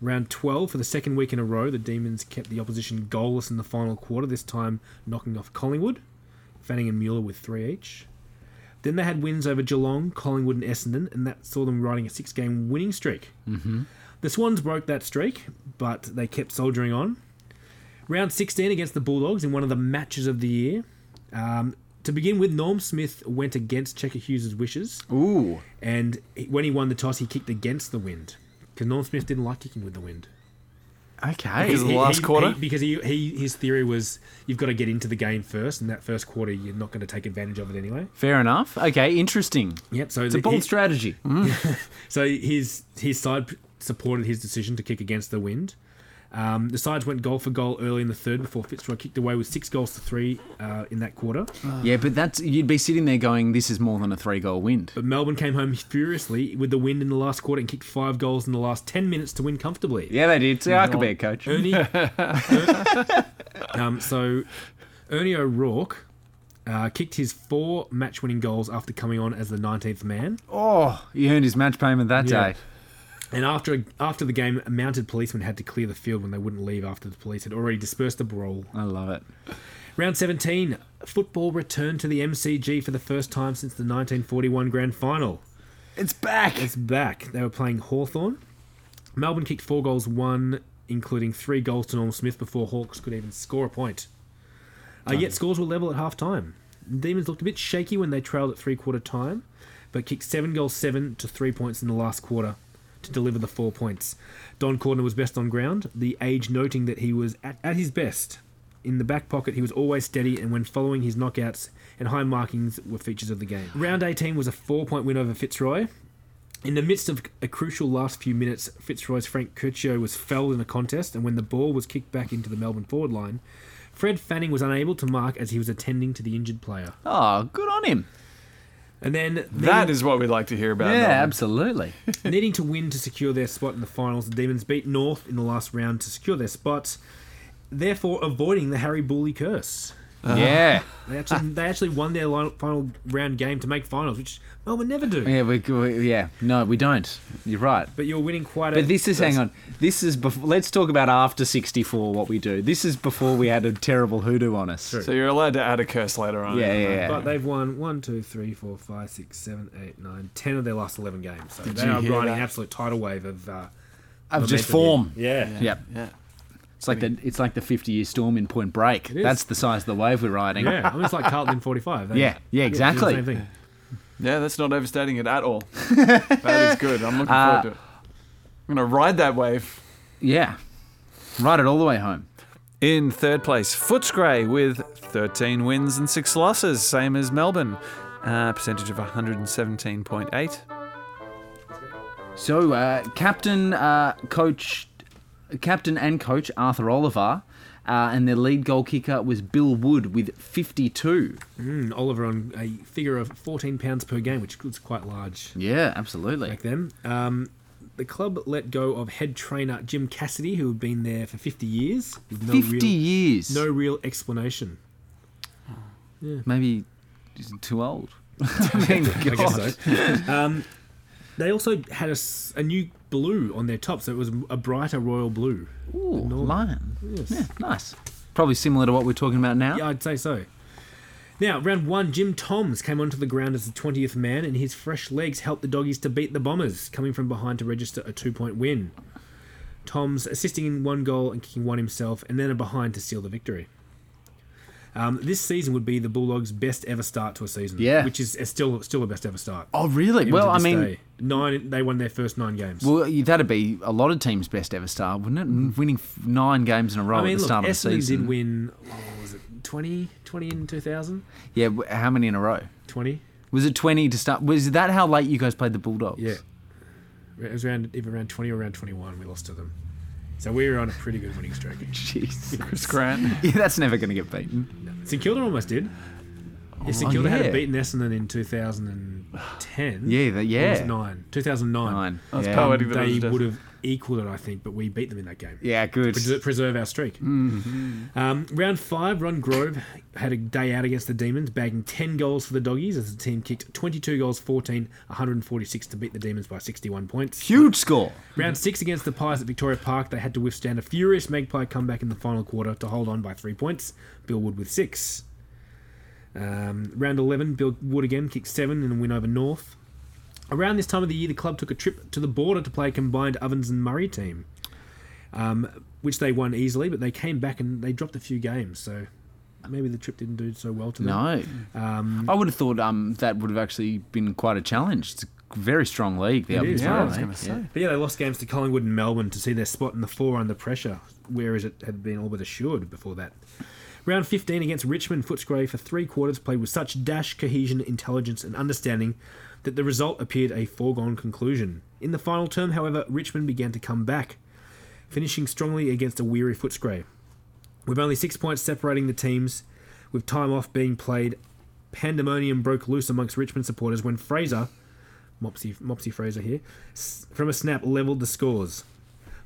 [SPEAKER 1] Round 12, for the second week in a row, the Demons kept the opposition goalless in the final quarter, this time knocking off Collingwood, Fanning and Mueller with three each. Then they had wins over Geelong, Collingwood, and Essendon, and that saw them riding a six game winning streak. Mm-hmm. The Swans broke that streak, but they kept soldiering on. Round 16 against the Bulldogs in one of the matches of the year. Um, to begin with, Norm Smith went against Checker Hughes' wishes,
[SPEAKER 4] Ooh,
[SPEAKER 1] and he- when he won the toss, he kicked against the wind. Because Norm Smith didn't like kicking with the wind.
[SPEAKER 4] okay.
[SPEAKER 2] Because- the last quarter?
[SPEAKER 1] he- because he, he his theory was you've got to get into the game first, and that first quarter you're not going to take advantage of it anyway.
[SPEAKER 4] Fair enough. Okay, interesting.
[SPEAKER 1] Yep. So
[SPEAKER 4] It's a
[SPEAKER 1] the-
[SPEAKER 4] bold
[SPEAKER 1] he- Mm.
[SPEAKER 4] strategy.
[SPEAKER 1] So his his side p- supported his decision to kick against the wind. Um, the sides went goal for goal early in the third before Fitzroy kicked away with six goals to three uh, in that quarter.
[SPEAKER 4] Yeah, but that's you'd be sitting there going, "This is more than a three-goal win."
[SPEAKER 1] But Melbourne came home furiously with the win in the last quarter and kicked five goals in the last ten minutes to win comfortably.
[SPEAKER 4] Yeah, they did. See, I could be a coach.
[SPEAKER 1] Ernie. Er- um, so, Ernie O'Rourke uh, kicked his four match winning goals after coming on as the 19th man.
[SPEAKER 4] Oh, he earned his match payment that
[SPEAKER 1] Yeah.
[SPEAKER 4] day.
[SPEAKER 1] And after after the game, mounted policemen had to clear the field when they wouldn't leave after the police had already dispersed the brawl.
[SPEAKER 4] I love it.
[SPEAKER 1] Round 17, football returned to the MCG for the first time since the 1941 grand final.
[SPEAKER 4] It's back.
[SPEAKER 1] It's back. They were playing Hawthorn. Melbourne kicked four goals, one, including three goals to Norm Smith before Hawks could even score a point. Uh, yet scores were level at half time. Demons looked a bit shaky when they trailed at three quarter time, but kicked seven goals, seven to three points in the last quarter to deliver the four points. Don Cordner was best on ground, the age noting that he was at, at his best. In the back pocket, he was always steady, and when following his knockouts and high markings were features of the game. Round 18 was a four point win over Fitzroy, in the midst of a crucial last few minutes, Fitzroy's Frank Curcio was felled in a contest, and when the ball was kicked back into the Melbourne forward line, Fred Fanning was unable to mark as he was attending to the injured player.
[SPEAKER 4] Oh, good on him.
[SPEAKER 1] And then,
[SPEAKER 2] That is what we'd like to hear about.
[SPEAKER 4] Yeah,
[SPEAKER 2] Melbourne.
[SPEAKER 4] absolutely.
[SPEAKER 1] needing to win to secure their spot in the finals, the Demons beat North in the last round to secure their spot, therefore avoiding the Harry Bully curse.
[SPEAKER 4] Yeah.
[SPEAKER 1] They actually, they actually won their li- final round game to make finals, which Melbourne never do.
[SPEAKER 4] Yeah, we, we yeah. No, we don't. You're right.
[SPEAKER 1] But you're winning quite a.
[SPEAKER 4] But this is hang on. This is before. Let's talk about after '64 what we do. This is before we had a terrible hoodoo on us.
[SPEAKER 1] True.
[SPEAKER 2] So you're allowed to add a curse later on.
[SPEAKER 4] Yeah, yeah, yeah.
[SPEAKER 1] But they've won one, two, three, four, five, six, seven, eight, nine, ten of their last 11 games. So they
[SPEAKER 2] you
[SPEAKER 1] are
[SPEAKER 2] hear
[SPEAKER 1] riding
[SPEAKER 2] that?
[SPEAKER 1] an absolute tidal wave of. Uh,
[SPEAKER 4] Of
[SPEAKER 1] momentum
[SPEAKER 4] just form.
[SPEAKER 1] here. Yeah.
[SPEAKER 4] Yep.
[SPEAKER 2] yeah.
[SPEAKER 4] It's like the it's like the 50 year storm in Point Break.
[SPEAKER 1] is.
[SPEAKER 4] That's the size of the wave we're riding.
[SPEAKER 1] Yeah. I mean, it's like Carlton in 45. They-
[SPEAKER 4] Yeah, yeah,
[SPEAKER 1] they do the
[SPEAKER 4] exactly.
[SPEAKER 1] same thing.
[SPEAKER 2] Yeah, that's not overstating it at all. that is good. I'm looking forward to it. I'm going to ride that wave.
[SPEAKER 4] Yeah. Ride it all the way home.
[SPEAKER 2] In third place, Footscray with 13 wins and 6 losses, same as Melbourne. Uh, percentage of 117.8.
[SPEAKER 4] So, uh, captain, uh, coach, captain and coach Arthur Oliver, uh, and their lead goal kicker was Bill Wood with 52.
[SPEAKER 1] Mm, Oliver on a figure of 14 pounds per game, which was quite large
[SPEAKER 4] Yeah, absolutely.
[SPEAKER 1] back then. Um, the club let go of head trainer Jim Cassidy, who had been there for 50 years. With no
[SPEAKER 4] 50
[SPEAKER 1] real,
[SPEAKER 4] years.
[SPEAKER 1] No real explanation.
[SPEAKER 4] Maybe he's too old. I mean,
[SPEAKER 1] I guess so. um, they also had a, s- a new blue on their top, so it was a brighter royal blue.
[SPEAKER 4] Ooh,
[SPEAKER 1] Norman.
[SPEAKER 4] lion.
[SPEAKER 1] Yes.
[SPEAKER 4] Yeah, nice. Probably similar to what we're talking about now.
[SPEAKER 1] Yeah, I'd say so. Now, round one, Jim Toms came onto the ground as the 20th man, and his fresh legs helped the doggies to beat the Bombers, coming from behind to register a two point win. Toms assisting in one goal and kicking one himself, and then a behind to seal the victory. Um, this season would be the Bulldogs' best ever start to a season.
[SPEAKER 4] Yeah.
[SPEAKER 1] which is is still still the best ever start.
[SPEAKER 4] Oh, really? Well,
[SPEAKER 1] to
[SPEAKER 4] I
[SPEAKER 1] this
[SPEAKER 4] mean,
[SPEAKER 1] day. nine. They won their first nine games.
[SPEAKER 4] well, you- that'd be a lot of teams' best ever start, wouldn't it? And Winning f- nine games in a row
[SPEAKER 1] Mm-hmm. I mean,
[SPEAKER 4] Oh, at the
[SPEAKER 1] look,
[SPEAKER 4] start of the
[SPEAKER 1] Essendon
[SPEAKER 4] season.
[SPEAKER 1] did win. What was it 20, 20 in two thousand?
[SPEAKER 4] Yeah, w- how many in a row?
[SPEAKER 1] Twenty.
[SPEAKER 4] Was it 20 to start? Was that how late you guys played the Bulldogs?
[SPEAKER 1] Yeah, it was around either around twenty or around twenty one. We lost to them, so we were on a pretty good winning streak.
[SPEAKER 4] Jeez.
[SPEAKER 2] Chris Grant.
[SPEAKER 4] yeah, that's never going to get beaten.
[SPEAKER 1] St Kilda almost did. If St
[SPEAKER 4] Oh,
[SPEAKER 1] Kilda
[SPEAKER 4] yeah.
[SPEAKER 1] had beaten Essendon in two thousand and ten,
[SPEAKER 4] Yeah, that- yeah.
[SPEAKER 1] nine, two thousand nine, Um,
[SPEAKER 4] Nine.
[SPEAKER 2] That's
[SPEAKER 4] yeah.
[SPEAKER 2] poetic. Already
[SPEAKER 1] they
[SPEAKER 2] that was
[SPEAKER 1] would have equaled it, I think, but we beat them in that game.
[SPEAKER 4] Yeah, good.
[SPEAKER 1] Preser- preserve our streak. Um, round five, Ron Grove had a day out against the Demons, bagging 10 goals for the Doggies as the team kicked 22 goals, 14, 146 to beat the Demons by 61 points.
[SPEAKER 4] Huge score.
[SPEAKER 1] Round six against the Pies at Victoria Park, they had to withstand a furious Magpie comeback in the final quarter to hold on by three points. Bill Wood with six. Um, round 11, Bill Wood again kicked seven in a win over North. Around this time of the year, the club took a trip to the border to play a combined Ovens and Murray team, um, which they won easily, but they came back and they dropped a few games, so maybe the trip didn't do so well to them.
[SPEAKER 4] No.
[SPEAKER 1] Mm-hmm.
[SPEAKER 4] I would have thought um, that would have actually been quite a challenge. It's a very strong league, the
[SPEAKER 1] It
[SPEAKER 4] Albion
[SPEAKER 1] is,
[SPEAKER 4] Pro
[SPEAKER 1] yeah, I
[SPEAKER 2] was
[SPEAKER 4] League.
[SPEAKER 2] gonna say.
[SPEAKER 1] But yeah, they lost games to Collingwood and Melbourne to see their spot in the four under pressure, whereas it had been all but assured before that. Round 15 against Richmond, Footscray for three quarters played with such dash, cohesion, intelligence, and understanding that the result appeared a foregone conclusion. In the final term, however, Richmond began to come back, finishing strongly against a weary Footscray. With only six points separating the teams, with time off being played, pandemonium broke loose amongst Richmond supporters when Fraser, Mopsy, Mopsy Fraser here, s- from a snap levelled the scores.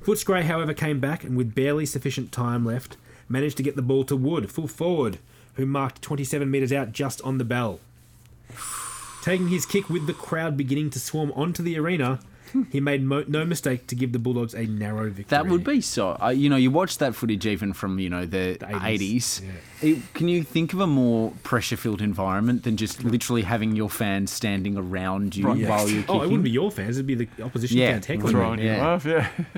[SPEAKER 1] Footscray, however, came back and with barely sufficient time left, managed to get the ball to Wood, full forward, who marked 27 metres out just on the bell. Taking his kick with the crowd beginning to swarm onto the arena, he made mo- no mistake to give the Bulldogs a narrow victory.
[SPEAKER 4] That would be so. Uh, you know, you watch that footage even from you know the,
[SPEAKER 1] 80s,
[SPEAKER 4] eighties. It, can you think of a more pressure-filled environment than just literally having your fans standing around you
[SPEAKER 2] Right, yeah.
[SPEAKER 4] while you're kicking?
[SPEAKER 1] Oh, it wouldn't be your fans; it'd be the opposition
[SPEAKER 4] Yeah.
[SPEAKER 1] fans heckling.
[SPEAKER 2] Throwing you
[SPEAKER 4] Yeah.
[SPEAKER 2] off, yeah.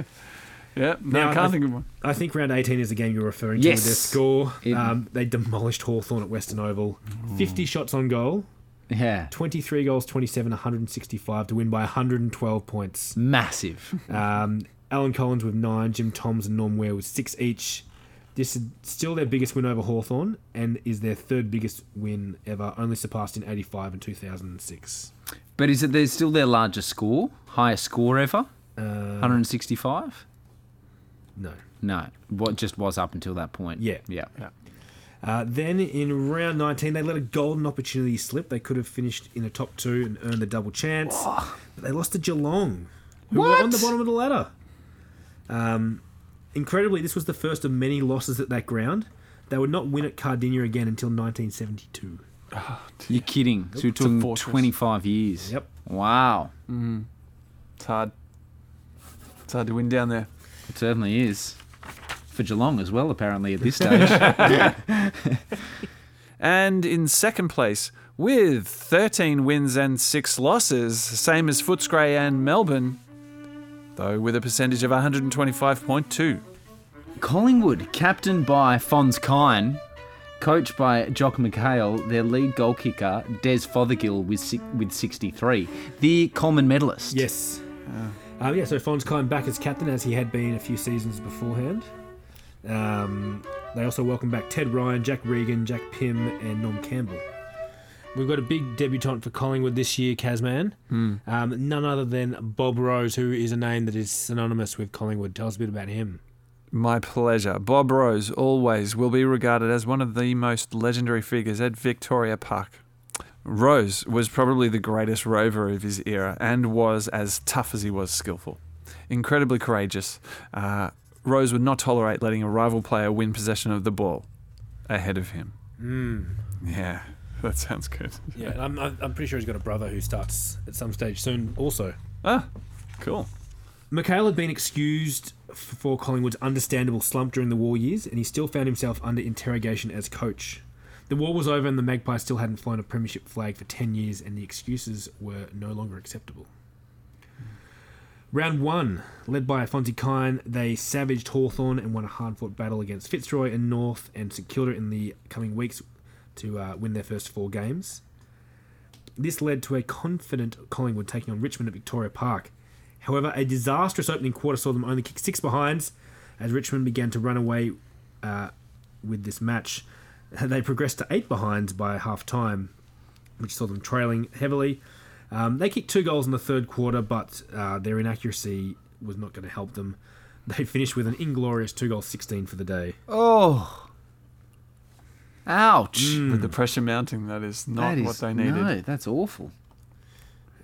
[SPEAKER 2] yeah, no,
[SPEAKER 1] Now,
[SPEAKER 2] I can't
[SPEAKER 1] I-
[SPEAKER 2] think of one.
[SPEAKER 1] I think round 18 is the game you're referring to with their
[SPEAKER 4] Yes.
[SPEAKER 1] score.
[SPEAKER 4] It- Oh.
[SPEAKER 1] Um, they demolished Hawthorn at Western Oval. 50 shots on goal,
[SPEAKER 4] yeah,
[SPEAKER 1] 23 goals, 27, 165 to win by 112 points.
[SPEAKER 4] massive.
[SPEAKER 1] Um, Alan Collins with nine, Jim Toms and Norm Ware with six each. This is still their biggest win over Hawthorn and is their third biggest win ever, only surpassed in 85 and 2006.
[SPEAKER 4] But is it there's still their largest score, highest score ever,
[SPEAKER 1] Uh,
[SPEAKER 4] 165?
[SPEAKER 1] no.
[SPEAKER 4] No, what just was up until that point.
[SPEAKER 1] Yeah.
[SPEAKER 4] yeah.
[SPEAKER 1] Uh, then in round 19, they let a golden opportunity slip. They could have finished in the top two and earned the double chance. But they lost to Geelong, who were on the
[SPEAKER 4] What?
[SPEAKER 1] bottom of the ladder. Um, incredibly, this was the first of many losses at that ground. They would not win at Cardinia again until 1972.
[SPEAKER 4] You're kidding. So you're
[SPEAKER 2] It's a
[SPEAKER 4] talking
[SPEAKER 2] fortress.
[SPEAKER 4] 25 years.
[SPEAKER 1] Yep.
[SPEAKER 4] Wow,
[SPEAKER 2] It's hard. It's hard to win down there.
[SPEAKER 4] it certainly is. For Geelong as well, apparently at this stage.
[SPEAKER 2] And in second place, with 13 wins and 6 losses, same as Footscray and Melbourne, though with a percentage of 125.2.
[SPEAKER 4] Collingwood, captained by Fons Kine, coached by Jock McHale, their lead goal kicker, Des Fothergill, with, si- with 63. The Coleman medalist.
[SPEAKER 1] Yes. Uh, yeah, so Fons climbed back as captain as he had been a few seasons beforehand. Um, they also welcomed back Ted Ryan, Jack Regan, Jack Pym, and Norm Campbell. We've got a big debutant for Collingwood this year, Kazman. Um, none other than Bob Rose, who is a name that is synonymous with Collingwood. Tell us a bit about him.
[SPEAKER 2] My pleasure. Bob Rose always will be regarded as one of the most legendary figures at Victoria Park. Rose was probably the greatest rover of his era and was as tough as he was skillful. Incredibly courageous, uh, Rose would not tolerate letting a rival player win possession of the ball ahead of him.
[SPEAKER 4] Hmm.
[SPEAKER 2] Yeah, that sounds good.
[SPEAKER 1] Yeah, and I'm, I'm I'm pretty sure he's got a brother who starts at some stage soon, also.
[SPEAKER 2] Ah, cool.
[SPEAKER 1] McHale had been excused f- for Collingwood's understandable slump during the war years, and he still found himself under interrogation as coach. The war was over, and the Magpies still hadn't flown a premiership flag for 10 years, and the excuses were no longer acceptable. Round one, led by Afonso Kine, they savaged Hawthorn and won a hard fought battle against Fitzroy and North and St Kilda in the coming weeks to uh, win their first four games. This led to a confident Collingwood taking on Richmond at Victoria Park. However, a disastrous opening quarter saw them only kick six behinds as Richmond began to run away uh, with this match. They progressed to eight behinds by half time, which saw them trailing heavily. Um, they kicked two goals in the third quarter, but uh, their inaccuracy was not going to help them. They finished with an inglorious two goal 16 for the day.
[SPEAKER 4] Oh. Ouch.
[SPEAKER 2] With the pressure mounting, that is Mm, not
[SPEAKER 4] That is-
[SPEAKER 2] what they needed.
[SPEAKER 4] No, that's awful.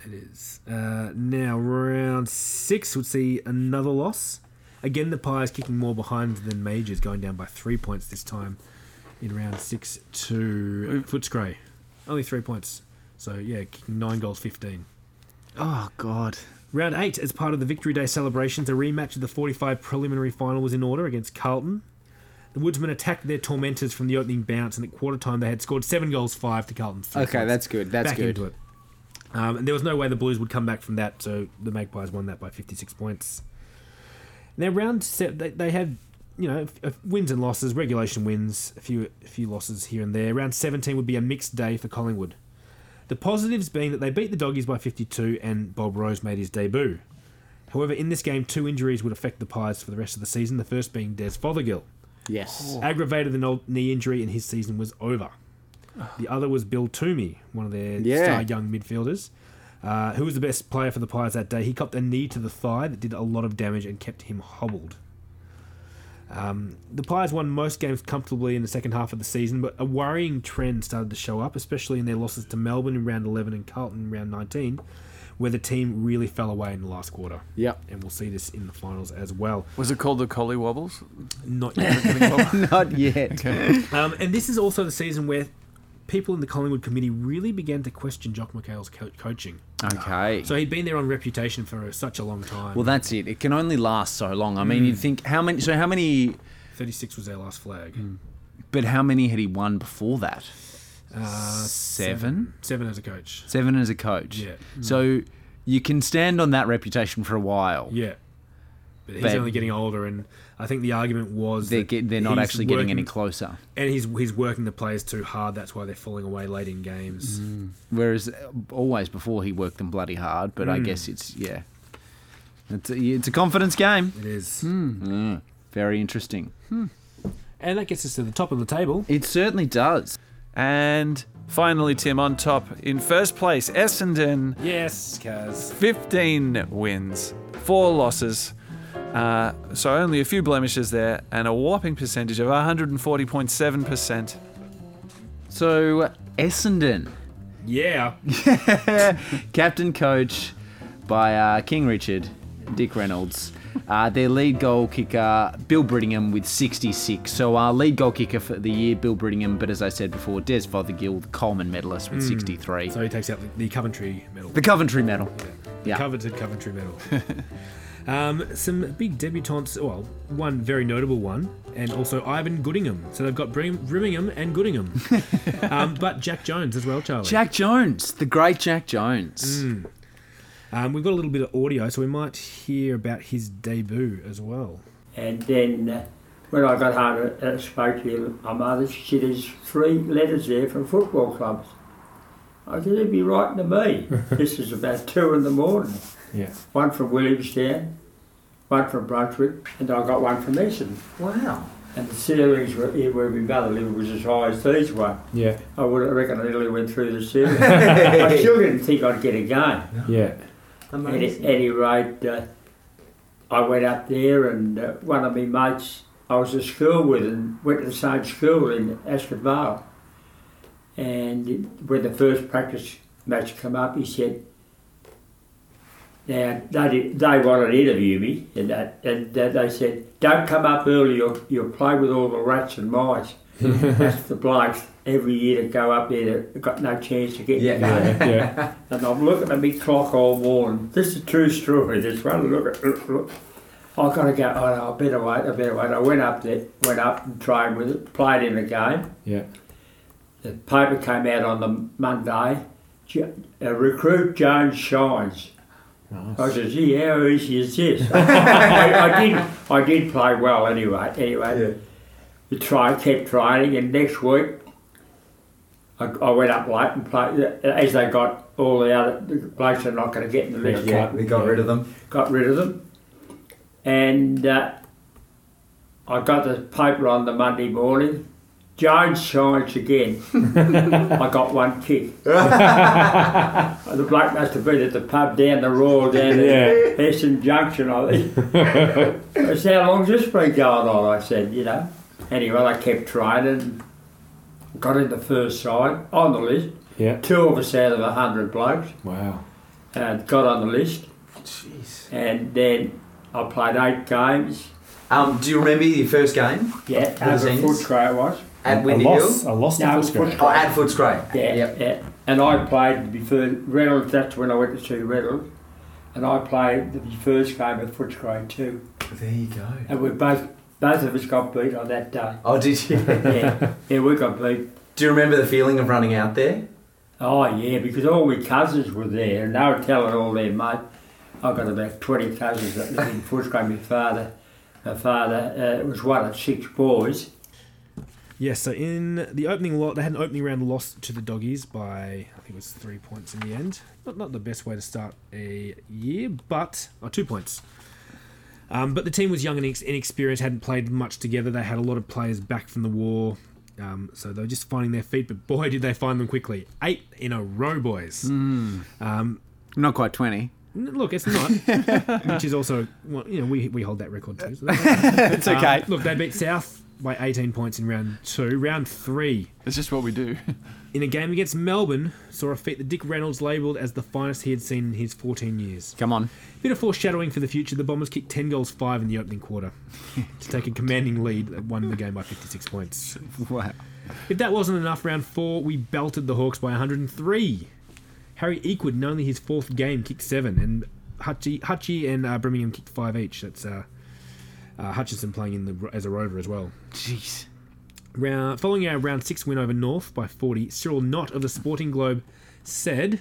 [SPEAKER 1] It is. Uh, now, round six would see another loss. Again, the Pies kicking more behind than Majors, going down by three points this time in round six to Footscray. Only three points. So, yeah, kicking nine goals, 15.
[SPEAKER 4] Oh God.
[SPEAKER 1] Round eight, as part of the Victory Day celebrations, a rematch of the 45 preliminary final was in order against Carlton. The Woodsmen attacked their tormentors from the opening bounce, and at quarter time they had scored seven goals, five to Carlton. three
[SPEAKER 4] Okay,
[SPEAKER 1] points.
[SPEAKER 4] that's good, that's
[SPEAKER 1] Back
[SPEAKER 4] good.
[SPEAKER 1] Into it. Um, and there was no way the Blues would come back from that, so the Magpies won that by 56 points. Now, round set, they, they had, you know, f- f- wins and losses, regulation wins, a few, a few losses here and there. Round 17 would be a mixed day for Collingwood. The positives being that they beat the Doggies by 52 and Bob Rose made his debut. However, in this game, two injuries would affect the Pies for the rest of the season, the first being Des Fothergill.
[SPEAKER 4] Yes.
[SPEAKER 1] Aggravated an old knee injury and his season was over. The other was Bill Toomey, one of their
[SPEAKER 4] Yeah.
[SPEAKER 1] star young midfielders, uh, who was the best player for the Pies that day. He copped a knee to the thigh that did a lot of damage and kept him hobbled. Um, the Pies won most games comfortably in the second half of the season, but a worrying trend started to show up, especially in their losses to Melbourne in round 11 and Carlton in round 19, where the team really fell away in the last quarter.
[SPEAKER 4] Yep.
[SPEAKER 1] And we'll see this in the finals as well.
[SPEAKER 2] Was it called the Collie Wobbles?
[SPEAKER 1] Not yet.
[SPEAKER 4] Not yet.
[SPEAKER 2] Okay.
[SPEAKER 1] Um, and this is also the season where people in the Collingwood committee really began to question Jock McHale's co- coaching.
[SPEAKER 4] Okay.
[SPEAKER 1] So he'd been there on reputation for such a long time.
[SPEAKER 4] well, that's it. It can only last so long. I mean, you'd think how many? So how many?
[SPEAKER 1] 36 was their last flag.
[SPEAKER 4] Hmm. But how many had he won before that?
[SPEAKER 1] Uh,
[SPEAKER 4] Seven?
[SPEAKER 1] Seven as a coach.
[SPEAKER 4] Seven as a coach.
[SPEAKER 1] Yeah.
[SPEAKER 4] So you can stand on that reputation for a while.
[SPEAKER 1] Yeah. But he's
[SPEAKER 4] But-
[SPEAKER 1] only getting older, and I think the argument was
[SPEAKER 4] They're
[SPEAKER 1] that
[SPEAKER 4] get, they're not
[SPEAKER 1] he's
[SPEAKER 4] actually getting any
[SPEAKER 1] working-
[SPEAKER 4] closer.
[SPEAKER 1] and he's he's working the players too hard. That's why they're falling away late in games.
[SPEAKER 4] Hmm. Whereas uh, always before he worked them bloody hard. But I
[SPEAKER 1] Mm.
[SPEAKER 4] guess it's yeah. It's a, it's a confidence game.
[SPEAKER 1] It is,
[SPEAKER 4] Mm. Very interesting.
[SPEAKER 1] and that gets us to the top of the table.
[SPEAKER 4] It certainly does.
[SPEAKER 2] and finally, Tim on top in first place, Essendon.
[SPEAKER 1] Yes, Kaz.
[SPEAKER 2] 15 wins, four losses. Uh, so only a few blemishes there, and a whopping percentage of 140.7%.
[SPEAKER 4] So Essendon.
[SPEAKER 1] Yeah,
[SPEAKER 4] captain coach by uh, King Richard, Dick Reynolds. Uh, their lead goal kicker, Bill Brittingham, with 66. So our lead goal kicker for the year, Bill Brittingham. But as I said before, Des Fothergill, the Coleman medalist, with 63.
[SPEAKER 1] so he takes out the, the Coventry medal.
[SPEAKER 4] the Coventry medal.
[SPEAKER 1] The
[SPEAKER 4] Yeah.
[SPEAKER 1] coveted Coventry medal. um, some big debutantes, well, one very notable one, and also Ivan Goodingham. So they've got Brim- Brimingham and Goodingham. um, but Jack Jones as well, Charlie.
[SPEAKER 4] Jack Jones, the great Jack Jones.
[SPEAKER 1] Um, we've got a little bit of audio, so we might hear about his debut as well.
[SPEAKER 5] And then uh, when I got home, I I spoke to him, my mother, she said, there's three letters there from football clubs. I said, they'd be writing to me. this is about two in the morning.
[SPEAKER 1] Yeah.
[SPEAKER 5] One from Williamstown, one from Brunswick, and I got one from Essendon.
[SPEAKER 4] Wow.
[SPEAKER 5] And the ceilings were, here where my mother lived was as high as these one.
[SPEAKER 1] Yeah.
[SPEAKER 5] I would have reckoned I nearly went through the ceiling. I still didn't think I'd get a game.
[SPEAKER 1] Yeah.
[SPEAKER 5] At at any rate, uh, I went up there and uh, one of my mates I was at school with and went to the same school in Ascot Vale. And when the first practice match come up, he said, now, they, did, they wanted to interview me, and, that, and that they said, don't come up early, you'll, you'll play with all the rats and mice. That's the blokes every year that go up there that got no chance to get
[SPEAKER 4] Yeah.
[SPEAKER 5] going.
[SPEAKER 1] Yeah.
[SPEAKER 5] And I'm looking at me clock all worn. This is a true story. This one, look, at- look, look. I gotta go. Oh no, I better wait. I better wait. I went up there, went up and trained with it, played in the game.
[SPEAKER 1] Yeah.
[SPEAKER 5] The paper came out on the Monday. Jo- A recruit Jones shines. I said, gee, how easy is this? I, I did I did play well anyway. Anyway, we tried, kept training, and next week I, I went up late and played. uh, As they got all the other the blokes are not going to get in the next
[SPEAKER 6] Yeah,
[SPEAKER 5] one,
[SPEAKER 6] we got rid of them.
[SPEAKER 5] got rid of them, and uh, I got the paper on the Monday morning. Jones shines again. I got one kick. the bloke must have been at the pub down the road down
[SPEAKER 6] Yeah.
[SPEAKER 5] at Heston Junction. I think. I said, how long's this been going on? I said, you know. Anyway, I kept training. Got in the first side on the list.
[SPEAKER 6] Yeah.
[SPEAKER 5] Two of us out of a hundred blokes
[SPEAKER 6] Wow.
[SPEAKER 5] and got on the list.
[SPEAKER 6] Jeez.
[SPEAKER 5] And then I played eight games.
[SPEAKER 7] Um, do you remember your first game
[SPEAKER 5] Yeah, as a
[SPEAKER 7] Cuisines?
[SPEAKER 5] foot tray it was.
[SPEAKER 7] at
[SPEAKER 6] I
[SPEAKER 7] Windy
[SPEAKER 6] lost.
[SPEAKER 7] Hill?
[SPEAKER 6] I lost
[SPEAKER 5] No,
[SPEAKER 6] the first grade.
[SPEAKER 5] foot-
[SPEAKER 7] Oh, at Footscray.
[SPEAKER 5] Yeah,
[SPEAKER 7] Yep.
[SPEAKER 5] yeah. And I played before Reynolds. That's when I went to see Reynolds. And I played the first game at Footscray too.
[SPEAKER 7] There you go.
[SPEAKER 5] And we both both of us got beat on that day.
[SPEAKER 7] Oh, did you?
[SPEAKER 5] Yeah, yeah, we got beat.
[SPEAKER 7] do you remember the feeling of running out there?
[SPEAKER 5] Oh yeah, because all my cousins were there, and they were telling all their mates. I've got about twenty cousins that live in Footscray. My father, my father uh, was one of six boys.
[SPEAKER 1] Yes, so in the opening lot, they had an opening round loss to the doggies by, I think it was three points in the end. Not, not the best way to start a year, but oh, two points. Um, but the team was young and inex- inexperienced, hadn't played much together. They had a lot of players back from the war, um, so they were just finding their feet. But boy, did they find them quickly. Eight in a row, boys.
[SPEAKER 4] Mm. Not quite 20.
[SPEAKER 1] N- Look, it's not, which is also, well, you know, we, we hold that record too. so that's
[SPEAKER 4] It's okay.
[SPEAKER 1] Um, look, they beat South by 18 points in round two. Round three,
[SPEAKER 2] It's just what we do.
[SPEAKER 1] in a game against Melbourne, saw a feat that Dick Reynolds labelled as the finest he had seen in his 14 years.
[SPEAKER 4] Come on.
[SPEAKER 1] Bit of foreshadowing for the future, the Bombers kicked 10 goals, 5 in the opening quarter to take a commanding lead that won the game by 56 points.
[SPEAKER 4] Wow.
[SPEAKER 1] If that wasn't enough, round four, we belted the Hawks by 103. Harry Eakwood, in only his fourth game, kicked seven, and Hutchie, Hutchie and uh, Birmingham kicked five each. That's uh, uh, Hutchinson playing in the, as a rover as well.
[SPEAKER 4] Jeez.
[SPEAKER 1] Round, following our round six win over North by 40, Cyril Knott of the Sporting Globe said,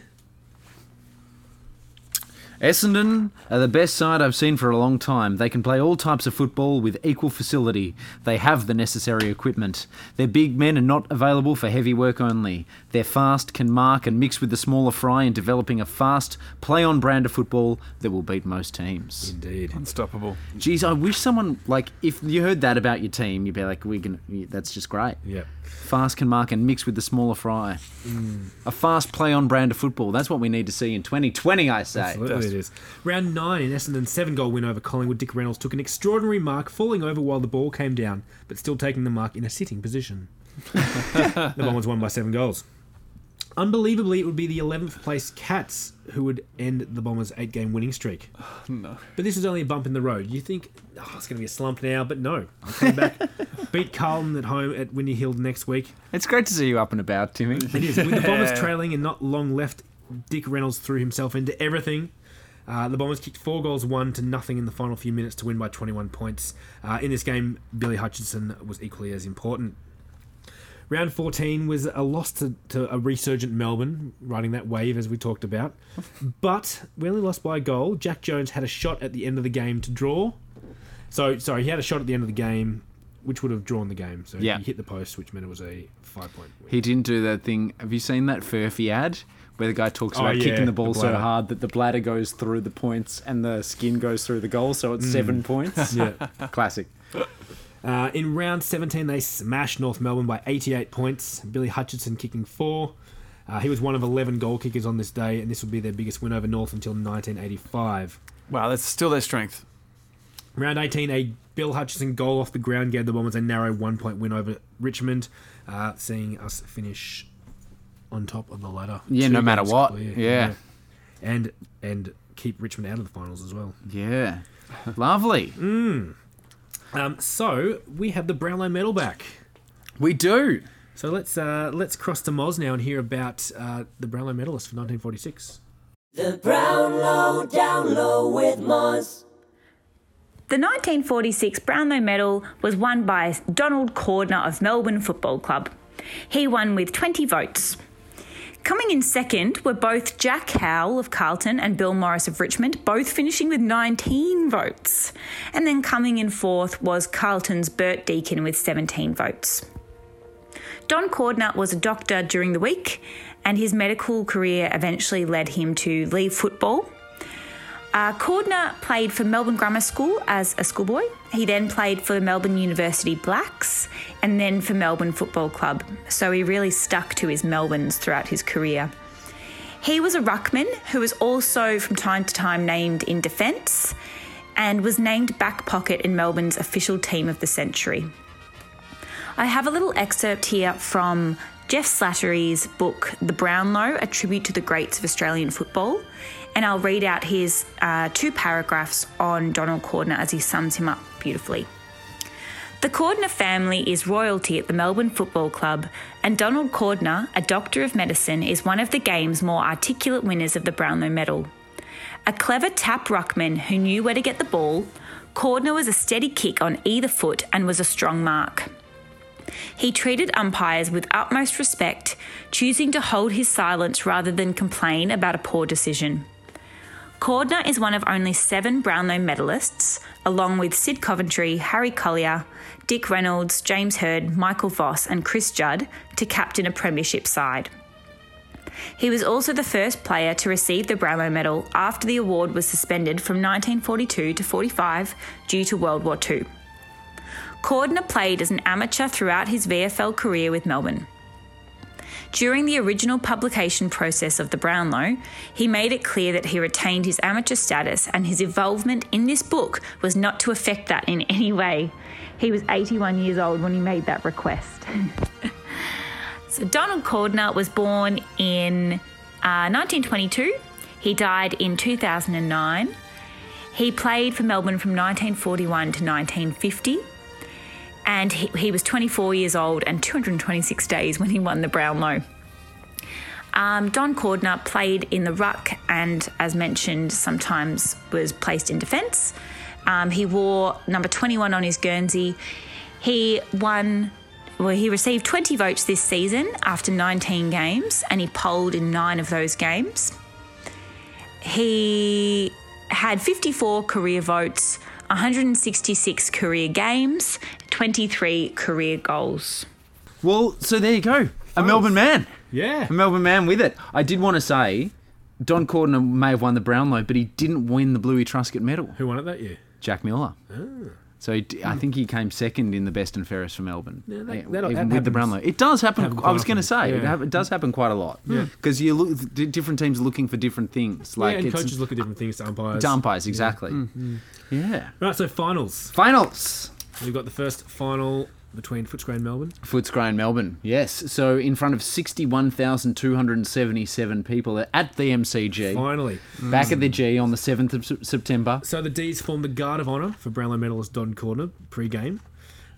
[SPEAKER 4] Essendon are the best side I've seen for a long time. They can play all types of football with equal facility. They have the necessary equipment. Their big men are not available for heavy work only. They're fast, can mark, and mix with the smaller fry in developing a fast, play on brand of football that will beat most teams.
[SPEAKER 1] Indeed.
[SPEAKER 2] Unstoppable.
[SPEAKER 4] Geez, I wish someone, like, if you heard that about your team, you'd be like, we can, that's just great.
[SPEAKER 1] Yep.
[SPEAKER 4] Fast can mark and mix with the smaller fry. A fast play on brand of football. That's what we need to see in 2020, I say.
[SPEAKER 1] Absolutely it is. Round nine in Essendon's seven goal win over Collingwood, Dick Reynolds took an extraordinary mark, falling over while the ball came down, but still taking the mark in a sitting position. the Bombers won by seven goals. Unbelievably, it would be the 11th place Cats who would end the Bombers' eight game winning streak.
[SPEAKER 2] No.
[SPEAKER 1] But this is only a bump in the road. You think, oh, it's going to be a slump now, but no. I'll come back, beat Carlton at home at Windy Hill next week.
[SPEAKER 4] It's great to see you up and about, Timmy.
[SPEAKER 1] It is. With the Bombers trailing and not long left, Dick Reynolds threw himself into everything. Uh, the Bombers kicked four goals, one to nothing in the final few minutes to win by 21 points. Uh, in this game, Billy Hutchinson was equally as important. Round 14 was a loss to, to a resurgent Melbourne, riding that wave as we talked about. But we only lost by a goal. Jack Jones had a shot at the end of the game to draw. So, sorry, he had a shot at the end of the game, which would have drawn the game. So
[SPEAKER 4] Yeah.
[SPEAKER 1] he hit the post, which meant it was a five point win.
[SPEAKER 4] He didn't do that thing. Have you seen that Furphy ad where the guy talks
[SPEAKER 1] Oh,
[SPEAKER 4] about
[SPEAKER 1] yeah,
[SPEAKER 4] kicking the ball
[SPEAKER 1] the
[SPEAKER 4] so
[SPEAKER 1] bladder.
[SPEAKER 4] hard that the bladder goes through the points and the skin goes through the goal, so it's seven points?
[SPEAKER 1] Mm. Yeah.
[SPEAKER 4] Classic.
[SPEAKER 1] Uh, in round 17, they smashed North Melbourne by 88 points. Billy Hutchinson kicking four. Uh, he was one of 11 goal kickers on this day, and this would be their biggest win over North until 1985.
[SPEAKER 2] Wow, that's still their strength.
[SPEAKER 1] Round 18, a Bill Hutchinson goal off the ground gave the Bombers a narrow one point win over Richmond, uh, seeing us finish on top of the ladder.
[SPEAKER 4] Yeah, no matter
[SPEAKER 1] games
[SPEAKER 4] what.
[SPEAKER 1] clear.
[SPEAKER 4] Yeah.
[SPEAKER 1] And, and keep Richmond out of the finals as well.
[SPEAKER 4] Yeah. Lovely.
[SPEAKER 1] Um, so, we have the Brownlow medal back.
[SPEAKER 4] We do.
[SPEAKER 1] So let's uh, let's cross to Moz now and hear about uh, the Brownlow medalist for 1946.
[SPEAKER 8] The 1946 Brownlow Medal was won by Donald Cordner of Melbourne Football Club. He won with 20 votes. Coming in second were both Jack Howell of Carlton and Bill Morris of Richmond, both finishing with 19 votes. And then coming in fourth was Carlton's Bert Deakin with 17 votes. Don Cordner was a doctor during the week, and his medical career eventually led him to leave football. Uh, Cordner played for Melbourne Grammar School as a schoolboy. He then played for Melbourne University Blacks and then for Melbourne Football Club. So he really stuck to his Melbournes throughout his career. He was a ruckman who was also from time to time named in defence and was named back pocket in Melbourne's official team of the century. I have a little excerpt here from Jeff Slattery's book, The Brownlow A Tribute to the Greats of Australian Football. And I'll read out his uh, two paragraphs on Donald Cordner as he sums him up beautifully. The Cordner family is royalty at the Melbourne Football Club, and Donald Cordner, a doctor of medicine, is one of the game's more articulate winners of the Brownlow Medal. A clever tap ruckman who knew where to get the ball, Cordner was a steady kick on either foot and was a strong mark. He treated umpires with utmost respect, choosing to hold his silence rather than complain about a poor decision. Cordner is one of only seven Brownlow medalists, along with Sid Coventry, Harry Collier, Dick Reynolds, James Hurd, Michael Voss, and Chris Judd, to captain a Premiership side. He was also the first player to receive the Brownlow Medal after the award was suspended from 1942 to 45 due to World War II. Cordner played as an amateur throughout his VFL career with Melbourne. During the original publication process of the Brownlow, he made it clear that he retained his amateur status and his involvement in this book was not to affect that in any way. He was 81 years old when he made that request. So Donald Cordner was born in uh, 1922. He died in 2009. He played for Melbourne from 1941 to 1950. And he, he was 24 years old and 226 days when he won the Brownlow. Um, Don Cordner played in the ruck and, as mentioned, sometimes was placed in defence. Um, he wore number 21 on his Guernsey. He won, well, he received 20 votes this season after 19 games, and he polled in nine of those games. He had 54 career votes, 166 career games, 23 career goals.
[SPEAKER 4] Well, so there you go. A Melbourne man.
[SPEAKER 1] Yeah.
[SPEAKER 4] A Melbourne man with it. I did want to say Don Cordner may have won the Brownlow, but he didn't win the Bluey Truscott medal.
[SPEAKER 1] Who won it that year?
[SPEAKER 4] Jack Miller. So he d- I think he came second in the best and fairest for Melbourne.
[SPEAKER 1] Yeah, that-
[SPEAKER 4] Eh,
[SPEAKER 1] that- that
[SPEAKER 4] even with
[SPEAKER 1] happens.
[SPEAKER 4] the Brownlow. It does happen.
[SPEAKER 1] Happen quite
[SPEAKER 4] I was going to
[SPEAKER 1] often.
[SPEAKER 4] say it,
[SPEAKER 1] Yeah.
[SPEAKER 4] hap- it does happen quite a lot. Because you look, d- different teams are looking for different things. Like
[SPEAKER 1] yeah, and
[SPEAKER 4] it's
[SPEAKER 1] coaches Mm-hmm. look at different things to umpires.
[SPEAKER 4] to umpires, exactly. Yeah.
[SPEAKER 1] Right, so finals.
[SPEAKER 4] Finals.
[SPEAKER 1] We've got the first final between Footscray and Melbourne.
[SPEAKER 4] Footscray in Melbourne. Yes. So in front of 61,277 people at the MCG.
[SPEAKER 1] Finally.
[SPEAKER 4] Back
[SPEAKER 1] Mm.
[SPEAKER 4] at the G on the 7th of Sep- September.
[SPEAKER 1] So the D's formed the guard of honour for Brownlow medalist Don Cordner pre-game.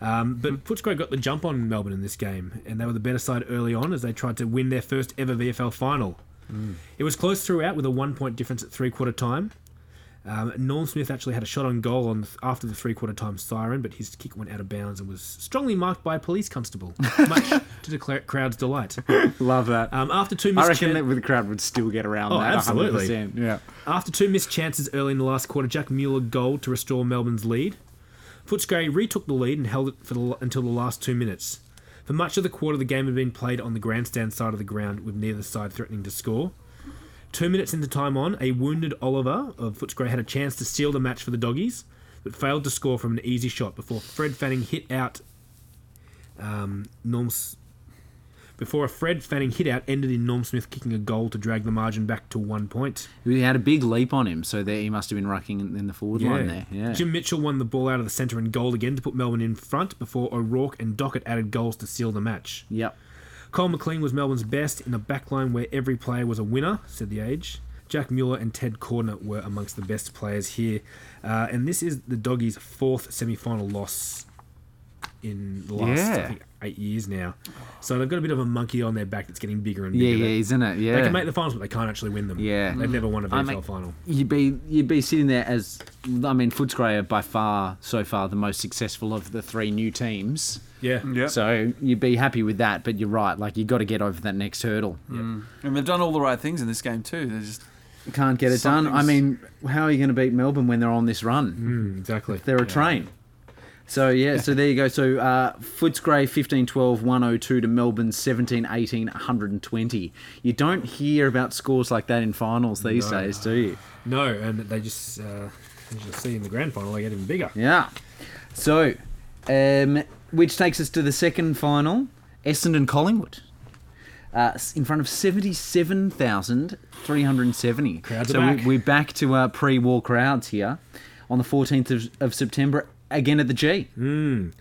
[SPEAKER 1] Um,
[SPEAKER 4] Hmm.
[SPEAKER 1] but Footscray got the jump on Melbourne in this game, and they were the better side early on as they tried to win their first ever VFL final.
[SPEAKER 4] Hmm.
[SPEAKER 1] It was close throughout with a one-point difference at three-quarter time. Um, Norm Smith actually had a shot on goal on after the three-quarter time siren, but his kick went out of bounds and was strongly marked by a police constable, much to the cl- crowd's delight.
[SPEAKER 4] Love that.
[SPEAKER 1] Um, after two
[SPEAKER 4] I
[SPEAKER 1] missed
[SPEAKER 4] reckon
[SPEAKER 1] chan-
[SPEAKER 4] that the crowd would still get around
[SPEAKER 1] Oh,
[SPEAKER 4] that.
[SPEAKER 1] absolutely.
[SPEAKER 4] 100%. Yeah.
[SPEAKER 1] After two missed chances early in the last quarter, Jack Mueller goal to restore Melbourne's lead. Footscray retook the lead and held it for the, until the last two minutes. For much of the quarter, the game had been played on the grandstand side of the ground, with neither side threatening to score. Two minutes into time on, a wounded Oliver of Footscray had a chance to seal the match for the doggies, but failed to score from an easy shot before Fred Fanning hit out. Um, Norm, S- before a Fred Fanning hit out ended in Norm Smith kicking a goal to drag the margin back to one point.
[SPEAKER 4] He had a big leap on him, so there he must have been rucking in, in the forward line there. Yeah.
[SPEAKER 1] Jim Mitchell won the ball out of the centre and goal again to put Melbourne in front before O'Rourke and Dockett added goals to seal the match.
[SPEAKER 4] yep.
[SPEAKER 1] Cole McLean was Melbourne's best in a backline where every player was a winner, said the age. Jack Mueller and Ted Cordner were amongst the best players here. Uh, and this is the Doggies' fourth semi final loss in the last I
[SPEAKER 4] Yeah.
[SPEAKER 1] think, eight years now. So they've got a bit of a monkey on their back that's getting bigger and
[SPEAKER 4] Yeah,
[SPEAKER 1] bigger.
[SPEAKER 4] yeah, he's in it. Yeah.
[SPEAKER 1] They can make the finals, but they can't actually win them.
[SPEAKER 4] Yeah.
[SPEAKER 1] They've never won a
[SPEAKER 4] I
[SPEAKER 1] VFL
[SPEAKER 4] make-
[SPEAKER 1] final.
[SPEAKER 4] you'd be you'd be sitting there as I mean, Footscray are by far so far the most successful of the three new teams.
[SPEAKER 1] Yeah.
[SPEAKER 2] Yeah.
[SPEAKER 4] So you'd be happy with that, but you're right. Like you got to get over that next hurdle.
[SPEAKER 2] And they've done all the right things in this game too. They're just
[SPEAKER 4] You can't get it done. I
[SPEAKER 2] Something's-
[SPEAKER 4] mean, how are you going to beat Melbourne when they're on this run?
[SPEAKER 1] Mm, exactly.
[SPEAKER 4] They're a train. So yeah, so there you go. So uh, Footscray 15 12 102 to Melbourne 17 18 120. You don't hear about scores like that in finals these
[SPEAKER 1] No.
[SPEAKER 4] days, do you?
[SPEAKER 1] No, and they just, uh, as you'll see in the grand final, they get even bigger.
[SPEAKER 4] Yeah. So, um, which takes us to the second final, Essendon Collingwood. Uh, s- in front of 77,370.
[SPEAKER 1] Crowds are
[SPEAKER 4] so
[SPEAKER 1] back.
[SPEAKER 4] We, we're back to uh, pre-war crowds here on the 14th of, of September, again at the G.
[SPEAKER 1] Um,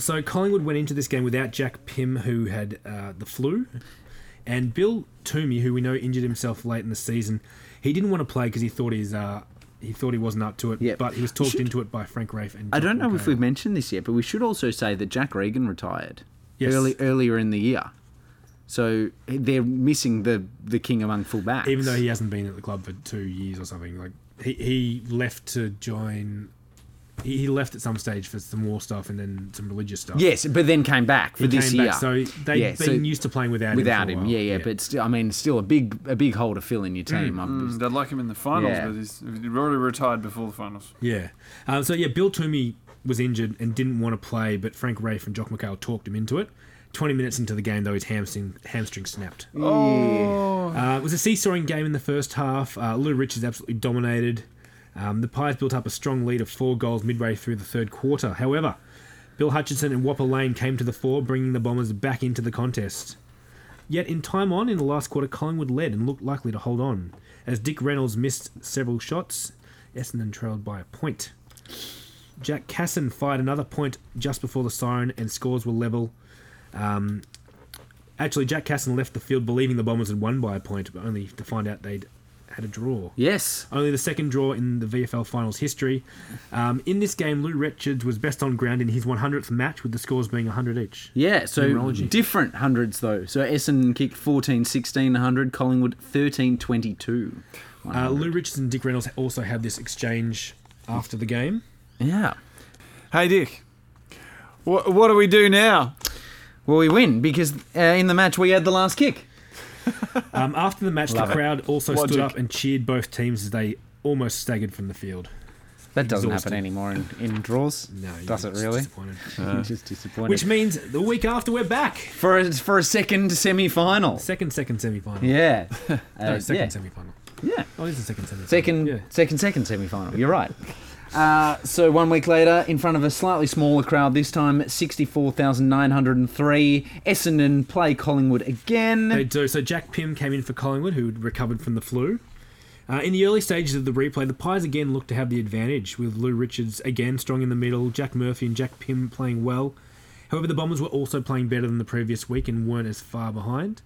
[SPEAKER 1] so Collingwood went into this game without Jack Pym, who had uh, the flu, and Bill Toomey, who we know injured himself late in the season. He didn't want to play because he thought his uh, he thought he wasn't up to it.
[SPEAKER 4] Yep.
[SPEAKER 1] But he was talked
[SPEAKER 4] Should-
[SPEAKER 1] into it by Frank Rafe. And
[SPEAKER 4] I
[SPEAKER 1] John
[SPEAKER 4] don't know if
[SPEAKER 1] Mulcahy.
[SPEAKER 4] we've mentioned this yet, but we should also say that Jack Regan retired
[SPEAKER 1] Yes.
[SPEAKER 4] early earlier in the year. So they're missing the, the king among fullbacks.
[SPEAKER 1] even though he hasn't been at the club for two years or something. Like he, he left to join. He he left at some stage for some war stuff and then some religious stuff.
[SPEAKER 4] Yes, but then came back for
[SPEAKER 1] He
[SPEAKER 4] this
[SPEAKER 1] came
[SPEAKER 4] year.
[SPEAKER 1] back, so they've
[SPEAKER 4] Yeah,
[SPEAKER 1] been
[SPEAKER 4] so-
[SPEAKER 1] used to playing without him.
[SPEAKER 4] without
[SPEAKER 1] for a
[SPEAKER 4] him.
[SPEAKER 1] while.
[SPEAKER 4] Yeah, yeah, but still, I mean, still a big, a big hole to fill in your team.
[SPEAKER 1] Mm.
[SPEAKER 4] I'm-
[SPEAKER 2] they'd like him in the finals,
[SPEAKER 4] Yeah.
[SPEAKER 2] but he's he's already retired before the finals.
[SPEAKER 1] Yeah. Um, so yeah, Bill Toomey was injured and didn't want to play, but Frank Rafe and Jock McHale talked him into it. Twenty minutes into the game, though, his hamstring hamstring snapped.
[SPEAKER 2] Oh,
[SPEAKER 1] Uh, it was a seesawing game in the first half. Uh, Lou Richards absolutely dominated. Um, the Pies built up a strong lead of four goals midway through the third quarter. However, Bill Hutchinson and Whopper Lane came to the fore, bringing the Bombers back into the contest. Yet in time on, in the last quarter, Collingwood led and looked likely to hold on, as Dick Reynolds missed several shots. Essendon trailed by a point. Jack Casson fired another point just before the siren, and scores were level. Actually, Jack Casson left the field believing the Bombers had won by a point, but only to find out they'd had a draw.
[SPEAKER 4] Yes.
[SPEAKER 1] Only the second draw in the VFL Finals history. Um, in this game, Lou Richards was best on ground in his 100th match, with the scores being 100 each.
[SPEAKER 4] Yeah, so
[SPEAKER 1] Numerology.
[SPEAKER 4] different hundreds though. So Essendon kicked 14 16 100, Collingwood 13 22.
[SPEAKER 1] Uh, Lou Richards and Dick Reynolds also had this exchange after the game.
[SPEAKER 4] Yeah.
[SPEAKER 2] hey Dick, what what do we do now?
[SPEAKER 4] Well, we win because uh, in the match we had the last kick.
[SPEAKER 1] Um, after the match,
[SPEAKER 4] Love
[SPEAKER 1] the
[SPEAKER 4] it.
[SPEAKER 1] crowd also stood
[SPEAKER 2] Logic.
[SPEAKER 1] up and cheered both teams as they almost staggered from the field.
[SPEAKER 4] That doesn't
[SPEAKER 1] Exhausted.
[SPEAKER 4] happen anymore in, in draws.
[SPEAKER 1] No, you
[SPEAKER 4] does
[SPEAKER 1] were
[SPEAKER 4] it
[SPEAKER 1] just
[SPEAKER 4] really?
[SPEAKER 1] disappointed.
[SPEAKER 4] Just disappointed.
[SPEAKER 1] Which means the week after, we're back.
[SPEAKER 4] for a, for a second semi final.
[SPEAKER 1] Second, second semi final.
[SPEAKER 4] Yeah.
[SPEAKER 1] No,
[SPEAKER 4] Uh,
[SPEAKER 1] second
[SPEAKER 4] yeah.
[SPEAKER 1] semi final.
[SPEAKER 4] yeah.
[SPEAKER 1] Oh, it is the second semi final.
[SPEAKER 4] Second,
[SPEAKER 1] Yeah.
[SPEAKER 4] second, second semi final. You're right. Uh, so one week later, in front of a slightly smaller crowd, this time 64,903. Essendon play Collingwood again.
[SPEAKER 1] They do. So Jack Pym came in for Collingwood, who had recovered from the flu. Uh, in the early stages of the replay, the Pies again looked to have the advantage, with Lou Richards again strong in the middle, Jack Murphy and Jack Pym playing well. However, the Bombers were also playing better than the previous week and weren't as far behind.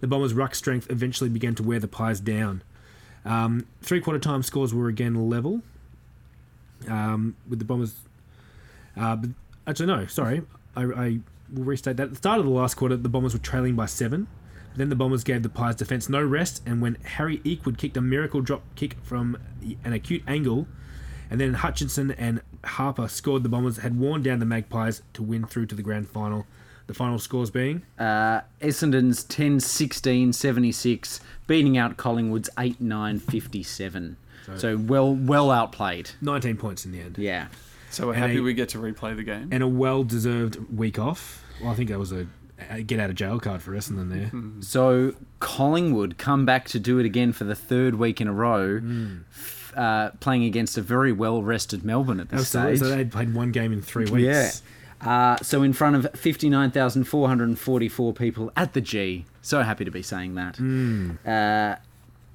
[SPEAKER 1] The Bombers' ruck strength eventually began to wear the Pies down. Um, Three quarter time scores were again level, um, with the Bombers. Uh, but actually, no, sorry. I, I will restate that. At the start of the last quarter, the Bombers were trailing by seven. Then the Bombers gave the Pies defence no rest, and when Harry Eakwood kicked a miracle drop kick from an acute angle, and then Hutchinson and Harper scored, the Bombers had worn down the Magpies to win through to the grand final. The final scores being
[SPEAKER 4] Uh, Essendon's 10 16 76, beating out Collingwood's 8 9 57. So, well, well outplayed.
[SPEAKER 1] 19 points in the end,
[SPEAKER 4] Yeah.
[SPEAKER 2] So we're
[SPEAKER 1] And
[SPEAKER 2] happy
[SPEAKER 1] they-
[SPEAKER 2] we get to replay the game.
[SPEAKER 1] and a well-deserved week off. Well, I think that was a, a get out of jail card for Essendon there.
[SPEAKER 4] Hmm. So Collingwood come back to do it again for the third week in a row,
[SPEAKER 1] Hmm.
[SPEAKER 4] f- uh, playing against a very well rested Melbourne at this
[SPEAKER 1] Absolutely.
[SPEAKER 4] stage.
[SPEAKER 1] So they had played one game in three weeks.
[SPEAKER 4] Yeah. Uh, so in front of 59,444 people at the G. So happy to be saying that.
[SPEAKER 1] Hmm.
[SPEAKER 4] Uh,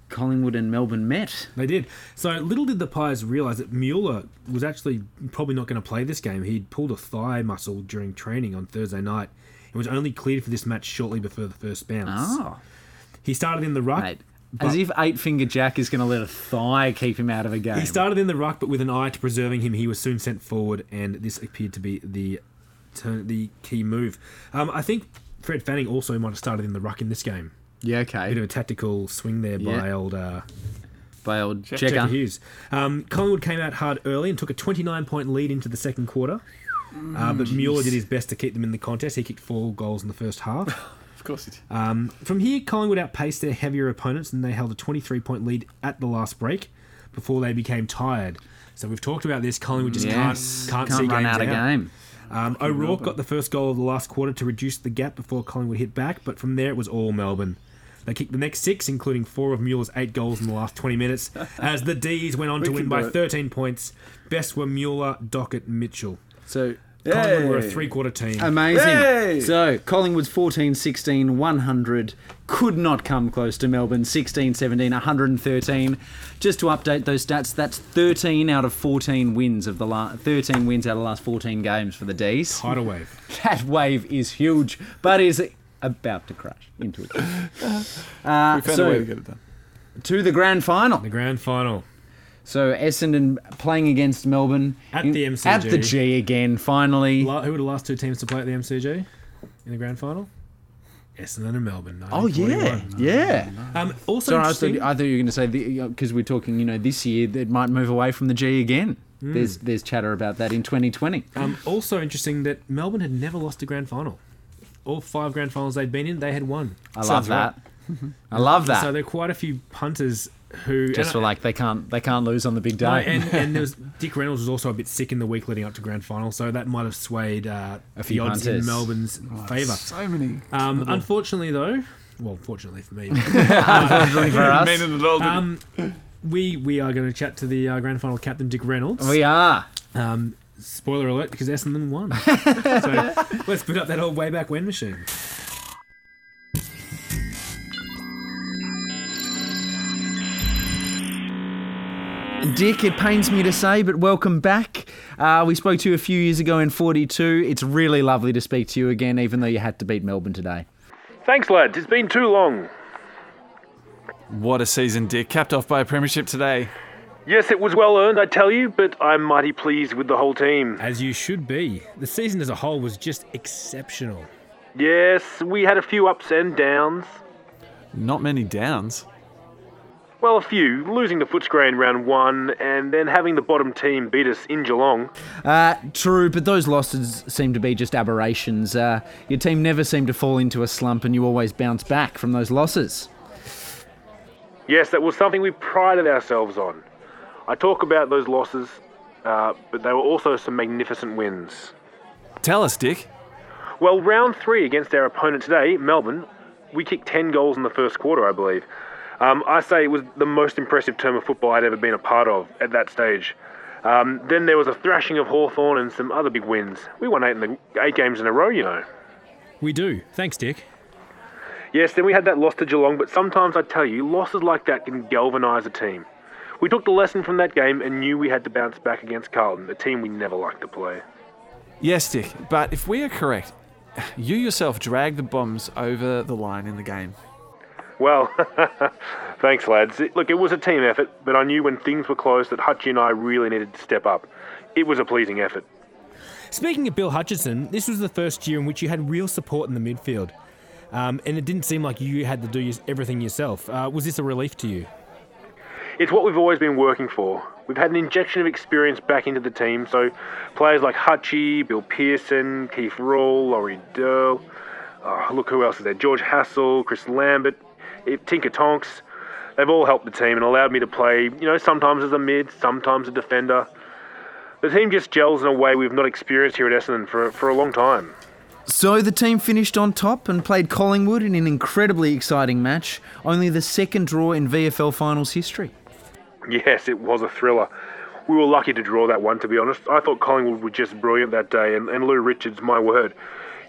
[SPEAKER 4] Collingwood and Melbourne met.
[SPEAKER 1] They did. So little did the Pies realise that Mueller was actually probably not going to play this game. He'd pulled a thigh muscle during training on Thursday night and was only cleared for this match shortly before the first bounce.
[SPEAKER 4] Oh,
[SPEAKER 1] He started in the ruck.
[SPEAKER 4] mate. As if Eight Finger Jack is going to let a thigh keep him out of a game.
[SPEAKER 1] He started in the ruck, but with an eye to preserving him, he was soon sent forward, and this appeared to be the turn the key move. Um, I think Fred Fanning also might have started in the ruck in this game.
[SPEAKER 4] Yeah,
[SPEAKER 1] Bit of
[SPEAKER 4] okay.
[SPEAKER 1] a tactical swing there by
[SPEAKER 4] Yeah.
[SPEAKER 1] old uh,
[SPEAKER 4] By old Checker.
[SPEAKER 1] Jack Hughes. Um, Collingwood came out hard early and took a 29 point lead into the second quarter. Uh,
[SPEAKER 4] Mm.
[SPEAKER 1] but Mueller did his best to keep them in the contest. He kicked four goals in the first half.
[SPEAKER 2] Of course it is.
[SPEAKER 1] Um, from here, Collingwood outpaced their heavier opponents and they held a 23 point lead at the last break before they became tired. So we've talked about this. Collingwood just
[SPEAKER 4] Mm, Yes.
[SPEAKER 1] can't, can't see
[SPEAKER 4] run
[SPEAKER 1] games
[SPEAKER 4] out of game.
[SPEAKER 1] Um, O'Rourke got the first goal of the last quarter to reduce the gap before Collingwood hit back, but from there it was all Melbourne. They kicked the next six, including four of Mueller's eight goals in the last 20 minutes, as the D's went on to win
[SPEAKER 2] can
[SPEAKER 1] by
[SPEAKER 2] do it.
[SPEAKER 1] 13 points. Best were Mueller, Dockett, Mitchell.
[SPEAKER 4] So
[SPEAKER 1] Collingwood were a three-quarter team.
[SPEAKER 4] Amazing.
[SPEAKER 2] Yay!
[SPEAKER 4] So Collingwood's 14 16 100 could not come close to Melbourne 16 17 113. Just to update those stats, that's 13 out of 14 wins of the last 13 wins out of the last 14 games for the D's.
[SPEAKER 1] Tidal wave.
[SPEAKER 4] That wave is huge, but is about to crash into it. Uh,
[SPEAKER 2] We found
[SPEAKER 4] so
[SPEAKER 2] a way to get it done.
[SPEAKER 4] to the grand final.
[SPEAKER 1] The grand final.
[SPEAKER 4] So Essendon playing against Melbourne
[SPEAKER 1] At the MCG.
[SPEAKER 4] At the G again, finally.
[SPEAKER 1] La- who were the last two teams to play at the MCG in the grand final? Essendon and Melbourne.
[SPEAKER 4] Oh yeah,
[SPEAKER 1] 1941.
[SPEAKER 4] yeah.
[SPEAKER 1] Um, also
[SPEAKER 4] So I
[SPEAKER 1] interesting-
[SPEAKER 4] thought, I thought you were going to say because we're talking, you know, this year it might move away from the G again.
[SPEAKER 1] Hmm.
[SPEAKER 4] There's there's chatter about that in 2020.
[SPEAKER 1] Um, also interesting that Melbourne had never lost a grand final. All five grand finals they'd been in, they had won.
[SPEAKER 4] I love
[SPEAKER 2] Sounds
[SPEAKER 4] that. I love that.
[SPEAKER 1] So there are quite a few punters who
[SPEAKER 4] Just for
[SPEAKER 1] and,
[SPEAKER 4] like they can't they can't lose on the big day.
[SPEAKER 1] no, and, and there was Dick Reynolds was also a bit sick in the week leading up to grand final, so that might have swayed uh,
[SPEAKER 4] A few
[SPEAKER 1] the odds
[SPEAKER 4] punters.
[SPEAKER 1] in Melbourne's favour.
[SPEAKER 2] So many.
[SPEAKER 1] Um, unfortunately, though, well, fortunately for me,
[SPEAKER 4] Unfortunately
[SPEAKER 2] Mean
[SPEAKER 4] for us,
[SPEAKER 2] it at all, didn't
[SPEAKER 1] um, we we are going to chat to the uh, grand final captain Dick Reynolds.
[SPEAKER 4] we are.
[SPEAKER 1] Um, spoiler alert, because Essendon won. so let's boot up that old way back when machine.
[SPEAKER 4] Dick, it pains me to say, but welcome back. Uh, we spoke to you a few years ago in 42. It's really lovely to speak to you again, even though you had to beat Melbourne today.
[SPEAKER 1] Thanks, lads. It's been too long.
[SPEAKER 2] What a season, Dick. Capped off by a premiership today.
[SPEAKER 1] Yes, it was well earned, I tell you, but I'm mighty pleased with the whole team. As you should be. The season as a whole was just exceptional. Yes, we had a few ups and downs.
[SPEAKER 2] Not many downs.
[SPEAKER 1] Well, a few. Losing the Footscray in round one, and then having the bottom team beat us in Geelong.
[SPEAKER 4] Uh, true, but those losses seem to be just aberrations. Uh, your team never seemed to fall into a slump, and you always bounce back from those losses.
[SPEAKER 6] Yes, that was something we prided ourselves on. I talk about those losses, uh, but they were also some magnificent wins.
[SPEAKER 2] Tell us, Dick.
[SPEAKER 6] Well, round three against our opponent today, Melbourne, we kicked 10 goals in the first quarter, I believe. Um, I say it was the most impressive term of football I'd ever been a part of at that stage. Um, then there was a thrashing of Hawthorn and some other big wins. We won eight, in the, eight games in a row, you know.
[SPEAKER 1] We do. Thanks, Dick.
[SPEAKER 6] Yes, then we had that loss to Geelong, but sometimes I tell you, losses like that can galvanise a team. We took the lesson from that game and knew we had to bounce back against Carlton, a team we never liked to play.
[SPEAKER 2] Yes, Dick. But if we are correct, you yourself dragged the bombs over the line in the game.
[SPEAKER 6] Well, thanks, lads. It- Look, it was a team effort, but I knew when things were close that Hutchie and I really needed to step up. It was a pleasing effort.
[SPEAKER 1] Speaking of Bill Hutchinson, this was the first year in which you had real support in the midfield. Um, and it didn't seem like you had to do your- everything yourself. Uh, was this a relief to you?
[SPEAKER 6] It's what we've always been working for. We've had an injection of experience back into the team, so players like Hutchie, Bill Pearson, Keith Rawl, Laurie Durl, oh, look who else is there, George Hassel, Chris Lambert, eh, Tinker Tonks, they've all helped the team and allowed me to play, you know, sometimes as a mid, sometimes a defender. The team just gels in a way we've not experienced here at Essendon for, for a long time.
[SPEAKER 4] So the team finished on top and played Collingwood in an incredibly exciting match, only the second draw in VFL finals history.
[SPEAKER 6] Yes, it was a thriller. We were lucky to draw that one, to be honest. I thought Collingwood were just brilliant that day, and, and Lou Richards, my word,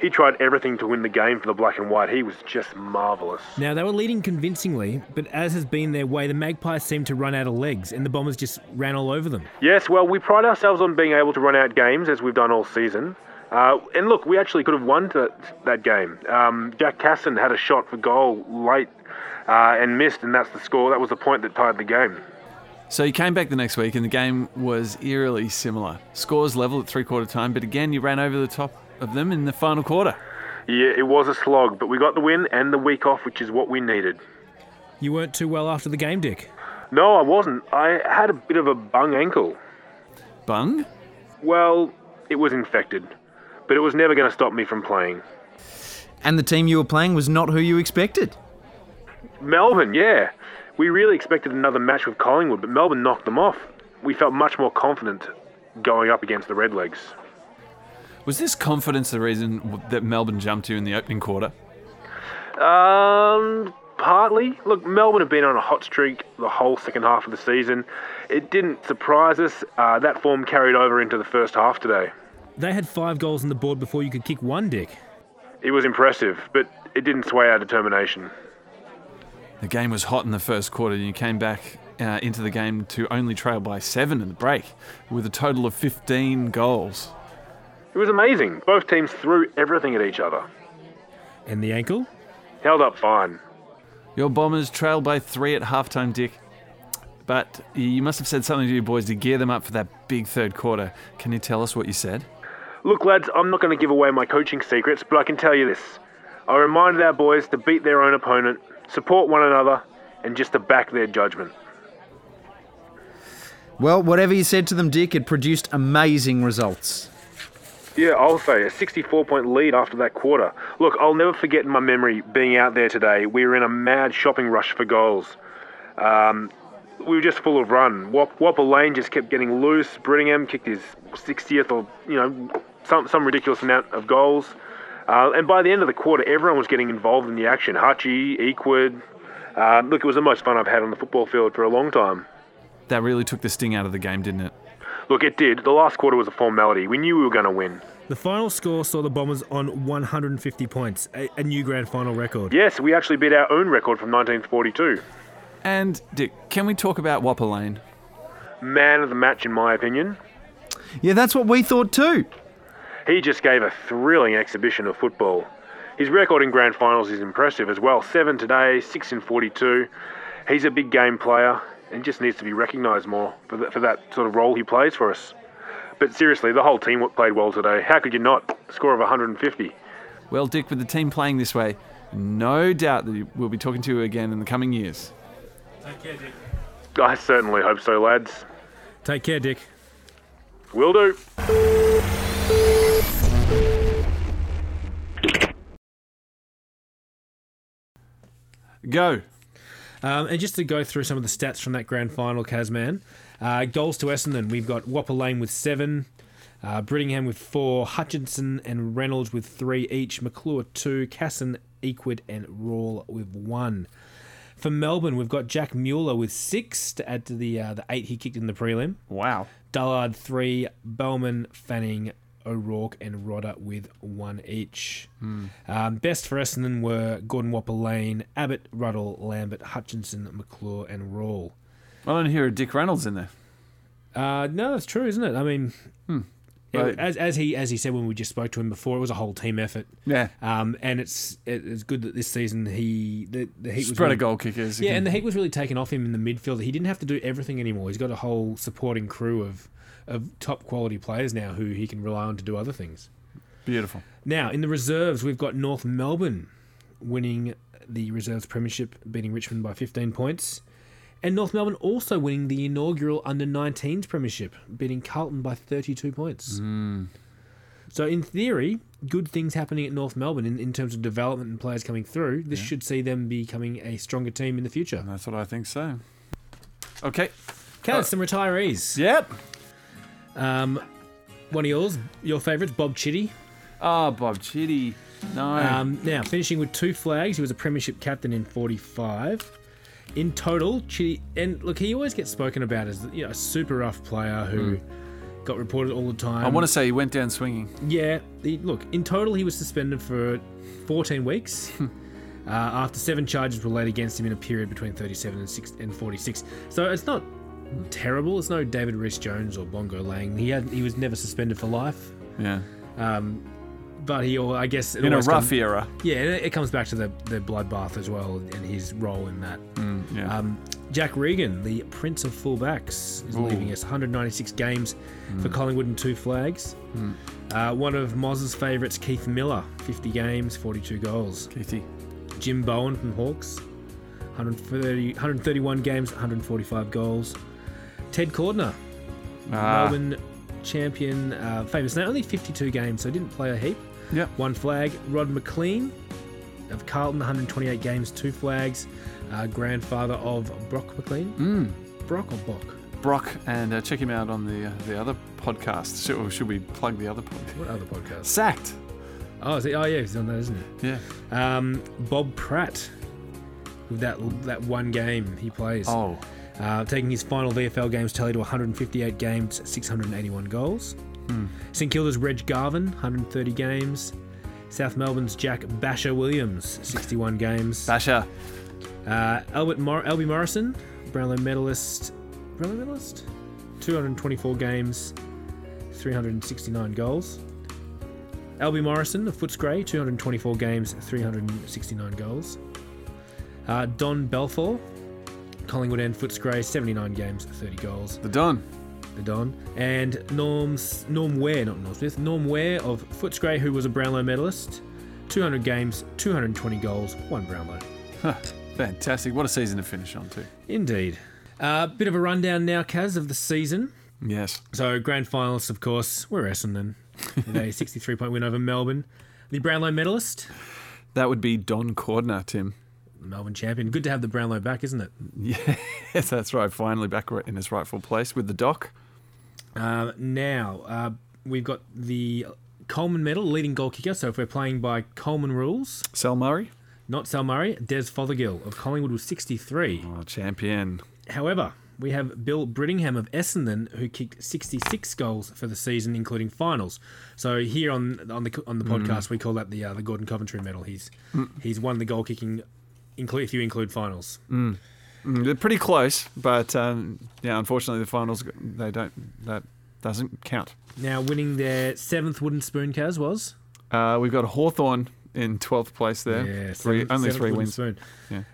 [SPEAKER 6] he tried everything to win the game for the black and white. He was just marvellous.
[SPEAKER 1] Now, they were leading convincingly, but as has been their way, the Magpies seemed to run out of legs and the Bombers just ran all over them.
[SPEAKER 6] Yes, well, we pride ourselves on being able to run out games, as we've done all season. Uh, and look, we actually could have won that, that game. Um, Jack Casson had a shot for goal late uh, and missed, and that's the score. That was the point that tied the game.
[SPEAKER 2] So you came back the next week and the game was eerily similar. Scores level at three quarter time, but again, you ran over the top of them in the final quarter.
[SPEAKER 1] Yeah, it was a slog, but we got the win and the week off, which is what we needed.
[SPEAKER 9] You weren't too well after the game, Dick.
[SPEAKER 1] No, I wasn't. I had a bit of a bung ankle.
[SPEAKER 2] Bung?
[SPEAKER 1] Well, it was infected, but it was never going to stop me from playing.
[SPEAKER 4] And the team you were playing was not who you expected.
[SPEAKER 1] Melbourne, yeah. We really expected another match with Collingwood, but Melbourne knocked them off. We felt much more confident going up against the Redlegs.
[SPEAKER 2] Was this confidence the reason w- that Melbourne jumped you in the opening quarter?
[SPEAKER 1] Um, partly. Look, Melbourne have been on a hot streak the whole second half of the season. It didn't surprise us. Uh, that form carried over into the first half today.
[SPEAKER 9] They had five goals on the board before you could kick one, Dick.
[SPEAKER 1] It was impressive, but it didn't sway our determination.
[SPEAKER 2] The game was hot in the first quarter, and you came back uh, into the game to only trail by seven in the break, with a total of 15 goals.
[SPEAKER 1] It was amazing. Both teams threw everything at each other.
[SPEAKER 9] And the ankle?
[SPEAKER 1] Held up fine.
[SPEAKER 2] Your Bombers trailed by three at halftime, Dick. But you must have said something to your boys to gear them up for that big third quarter. Can you tell us what you said?
[SPEAKER 1] Look, lads, I'm not going to give away my coaching secrets, but I can tell you this. I reminded our boys to beat their own opponent, support one another, and just to back their judgment.
[SPEAKER 4] Well, whatever you said to them, Dick, it produced amazing results.
[SPEAKER 1] Yeah, I'll say a 64 point lead after that quarter. Look, I'll never forget in my memory being out there today. We were in a mad shopping rush for goals. Um, we were just full of run. Wop, Whopper Lane just kept getting loose. Brittingham kicked his 60th or, you know, some, some ridiculous amount of goals. Uh, and by the end of the quarter, everyone was getting involved in the action. Hutchie, Equid. Uh, look, it was the most fun I've had on the football field for a long time.
[SPEAKER 2] That really took the sting out of the game, didn't it?
[SPEAKER 1] Look, it did. The last quarter was a formality. We knew we were going to win.
[SPEAKER 9] The final score saw the Bombers on 150 points, a, a new grand final record.
[SPEAKER 1] Yes, we actually beat our own record from 1942.
[SPEAKER 2] And Dick, can we talk about Whopper Lane?
[SPEAKER 1] Man of the match, in my opinion.
[SPEAKER 4] Yeah, that's what we thought too.
[SPEAKER 1] He just gave a thrilling exhibition of football. His record in grand finals is impressive as well 7 today, 6 in 42. He's a big game player and just needs to be recognised more for, th- for that sort of role he plays for us. But seriously, the whole team played well today. How could you not? Score of 150.
[SPEAKER 2] Well, Dick, with the team playing this way, no doubt that we'll be talking to you again in the coming years.
[SPEAKER 1] I certainly hope so, lads.
[SPEAKER 9] Take care, Dick.
[SPEAKER 1] Will do.
[SPEAKER 2] Go.
[SPEAKER 9] Um, and just to go through some of the stats from that grand final, Kazman. Uh, goals to Essendon, we've got Whopper Lane with seven, uh, Brittingham with four, Hutchinson and Reynolds with three each, McClure two, Casson, Equid, and Rawl with one. For Melbourne, we've got Jack Mueller with six to add to the uh, the eight he kicked in the prelim.
[SPEAKER 2] Wow.
[SPEAKER 9] Dullard three, Bellman, Fanning, O'Rourke, and Rodder with one each.
[SPEAKER 2] Hmm.
[SPEAKER 9] Um, best for Essendon were Gordon Whopper Lane, Abbott, Ruddle, Lambert, Hutchinson, McClure, and Rawl.
[SPEAKER 2] I don't hear a Dick Reynolds in there.
[SPEAKER 9] Uh, no, that's true, isn't it? I mean, it-
[SPEAKER 2] Hmm. Right.
[SPEAKER 9] as as he as he said when we just spoke to him before, it was a whole team effort.
[SPEAKER 2] Yeah.
[SPEAKER 9] Um, and it's it, it's good that this season he the, the heat was
[SPEAKER 2] Spread
[SPEAKER 9] really-
[SPEAKER 2] of goal kickers.
[SPEAKER 9] Yeah, and the heat was really taken off him in the midfield. He didn't have to do everything anymore. He's got a whole supporting crew of of top quality players now who he can rely on to do other things.
[SPEAKER 2] Beautiful.
[SPEAKER 9] Now, in the reserves, we've got North Melbourne winning the reserves premiership, beating Richmond by 15 points. And North Melbourne also winning the inaugural under 19s premiership, beating Carlton by 32 points. So, in theory, good things happening at North Melbourne in, in terms of development and players coming through. This should see them becoming a stronger team in the future.
[SPEAKER 2] That's what I think so. Okay.
[SPEAKER 9] Kaz, some retirees. Um,
[SPEAKER 2] Yep.
[SPEAKER 9] One of yours, your favourites, Bob Chitty.
[SPEAKER 2] Ah, Bob Chitty. No.
[SPEAKER 9] Um, now, finishing with two flags, he was a premiership captain in 45. In total, Chitty, and look, he always gets spoken about as you know, a super rough player who got reported all the time.
[SPEAKER 2] I want to say he went down swinging.
[SPEAKER 9] Yeah, he, look, in total, he was suspended for 14 weeks. Uh, after seven charges were laid against him in a period between 37 and, six, and 46, so it's not terrible. It's no David Reese Jones or Bongo Lang. He had he was never suspended for life,
[SPEAKER 2] Yeah.
[SPEAKER 9] but he or I guess it
[SPEAKER 2] In a
[SPEAKER 9] always
[SPEAKER 2] rough
[SPEAKER 9] comes-
[SPEAKER 2] era.
[SPEAKER 9] yeah, and it it comes back to the, the bloodbath as well and his role in that.
[SPEAKER 2] Mm, Yeah.
[SPEAKER 9] Um, Jack Regan, the Prince of Fullbacks, is leaving us 196 games for
[SPEAKER 2] Mm.
[SPEAKER 9] Collingwood and two flags. Uh, one of Moz's favourites, Keith Miller, 50 games, 42 goals.
[SPEAKER 2] Keithy.
[SPEAKER 9] Jim Bowen from Hawks, 130, 131 games, 145 goals. Ted Cordner,
[SPEAKER 2] Ah,
[SPEAKER 9] Melbourne champion, uh, famous now, only 52 games, so didn't play a heap.
[SPEAKER 2] Yep.
[SPEAKER 9] One flag. Rod McLean of Carlton, 128 games, two flags. Uh, grandfather of Brock McLean. Brock or Bock?
[SPEAKER 2] Brock, and uh, check him out on the uh, the other podcast. Should, or should we plug the other podcast?
[SPEAKER 9] What other podcast?
[SPEAKER 2] Sacked.
[SPEAKER 9] Oh, is he, oh yeah, he's on that, isn't he?
[SPEAKER 2] Yeah.
[SPEAKER 9] Um, Bob Pratt. With that that one game he plays.
[SPEAKER 2] Oh,
[SPEAKER 9] uh, taking his final VFL games tally to 158 games, 681 goals. St Kilda's Reg Garvin, 130 games. South Melbourne's Jack Basher Williams, 61 games.
[SPEAKER 2] Basher.
[SPEAKER 9] Uh, Albert Mor- Albie Morrison, Brownlow medalist, Brownlow medalist, 224 games, 369 goals. Albie Morrison of Footscray, 224 games, 369 goals. Uh, Don Belfort, Collingwood and Footscray, 79 games, 30 goals.
[SPEAKER 2] The Don.
[SPEAKER 9] The Don and Norm S- Norm Ware, not Norm Smith, Norm Ware of Footscray, who was a Brownlow medalist, 200 games, 220 goals, one Brownlow.
[SPEAKER 2] Huh. Fantastic. What a season to finish on, too.
[SPEAKER 9] Indeed. A uh, bit of a rundown now, Kaz, of the season.
[SPEAKER 2] Yes.
[SPEAKER 9] So, grand finalists, of course, were Essendon with a 63 point win over Melbourne. The Brownlow medalist,
[SPEAKER 2] That would be Don Cordner, Tim.
[SPEAKER 9] Melbourne champion. Good to have the Brownlow back, isn't it?
[SPEAKER 2] Yes, that's right. Finally back ri- in his rightful place with the Doc.
[SPEAKER 9] Um, now, uh, we've got the Coleman medal, leading goal kicker. So, if we're playing by Coleman rules,
[SPEAKER 2] Sal Murray.
[SPEAKER 9] not Sal Murray, Des Fothergill of Collingwood was 63.
[SPEAKER 2] Oh, champion.
[SPEAKER 9] However, we have Bill Brittingham of Essendon, who kicked 66 goals for the season, including finals. So here on on the on the
[SPEAKER 2] Mm.
[SPEAKER 9] podcast, we call that the uh, the Gordon Coventry Medal. He's he's won the goal kicking, include if you include finals.
[SPEAKER 2] Mm, They're pretty close, but um, yeah, unfortunately, the finals they don't that doesn't count.
[SPEAKER 9] Now winning their seventh wooden spoon, Kaz was
[SPEAKER 2] Uh, we've got Hawthorn in twelfth place there. three,
[SPEAKER 9] seventh-
[SPEAKER 2] only
[SPEAKER 9] seventh
[SPEAKER 2] three
[SPEAKER 9] wooden
[SPEAKER 2] wins.
[SPEAKER 9] Spoon.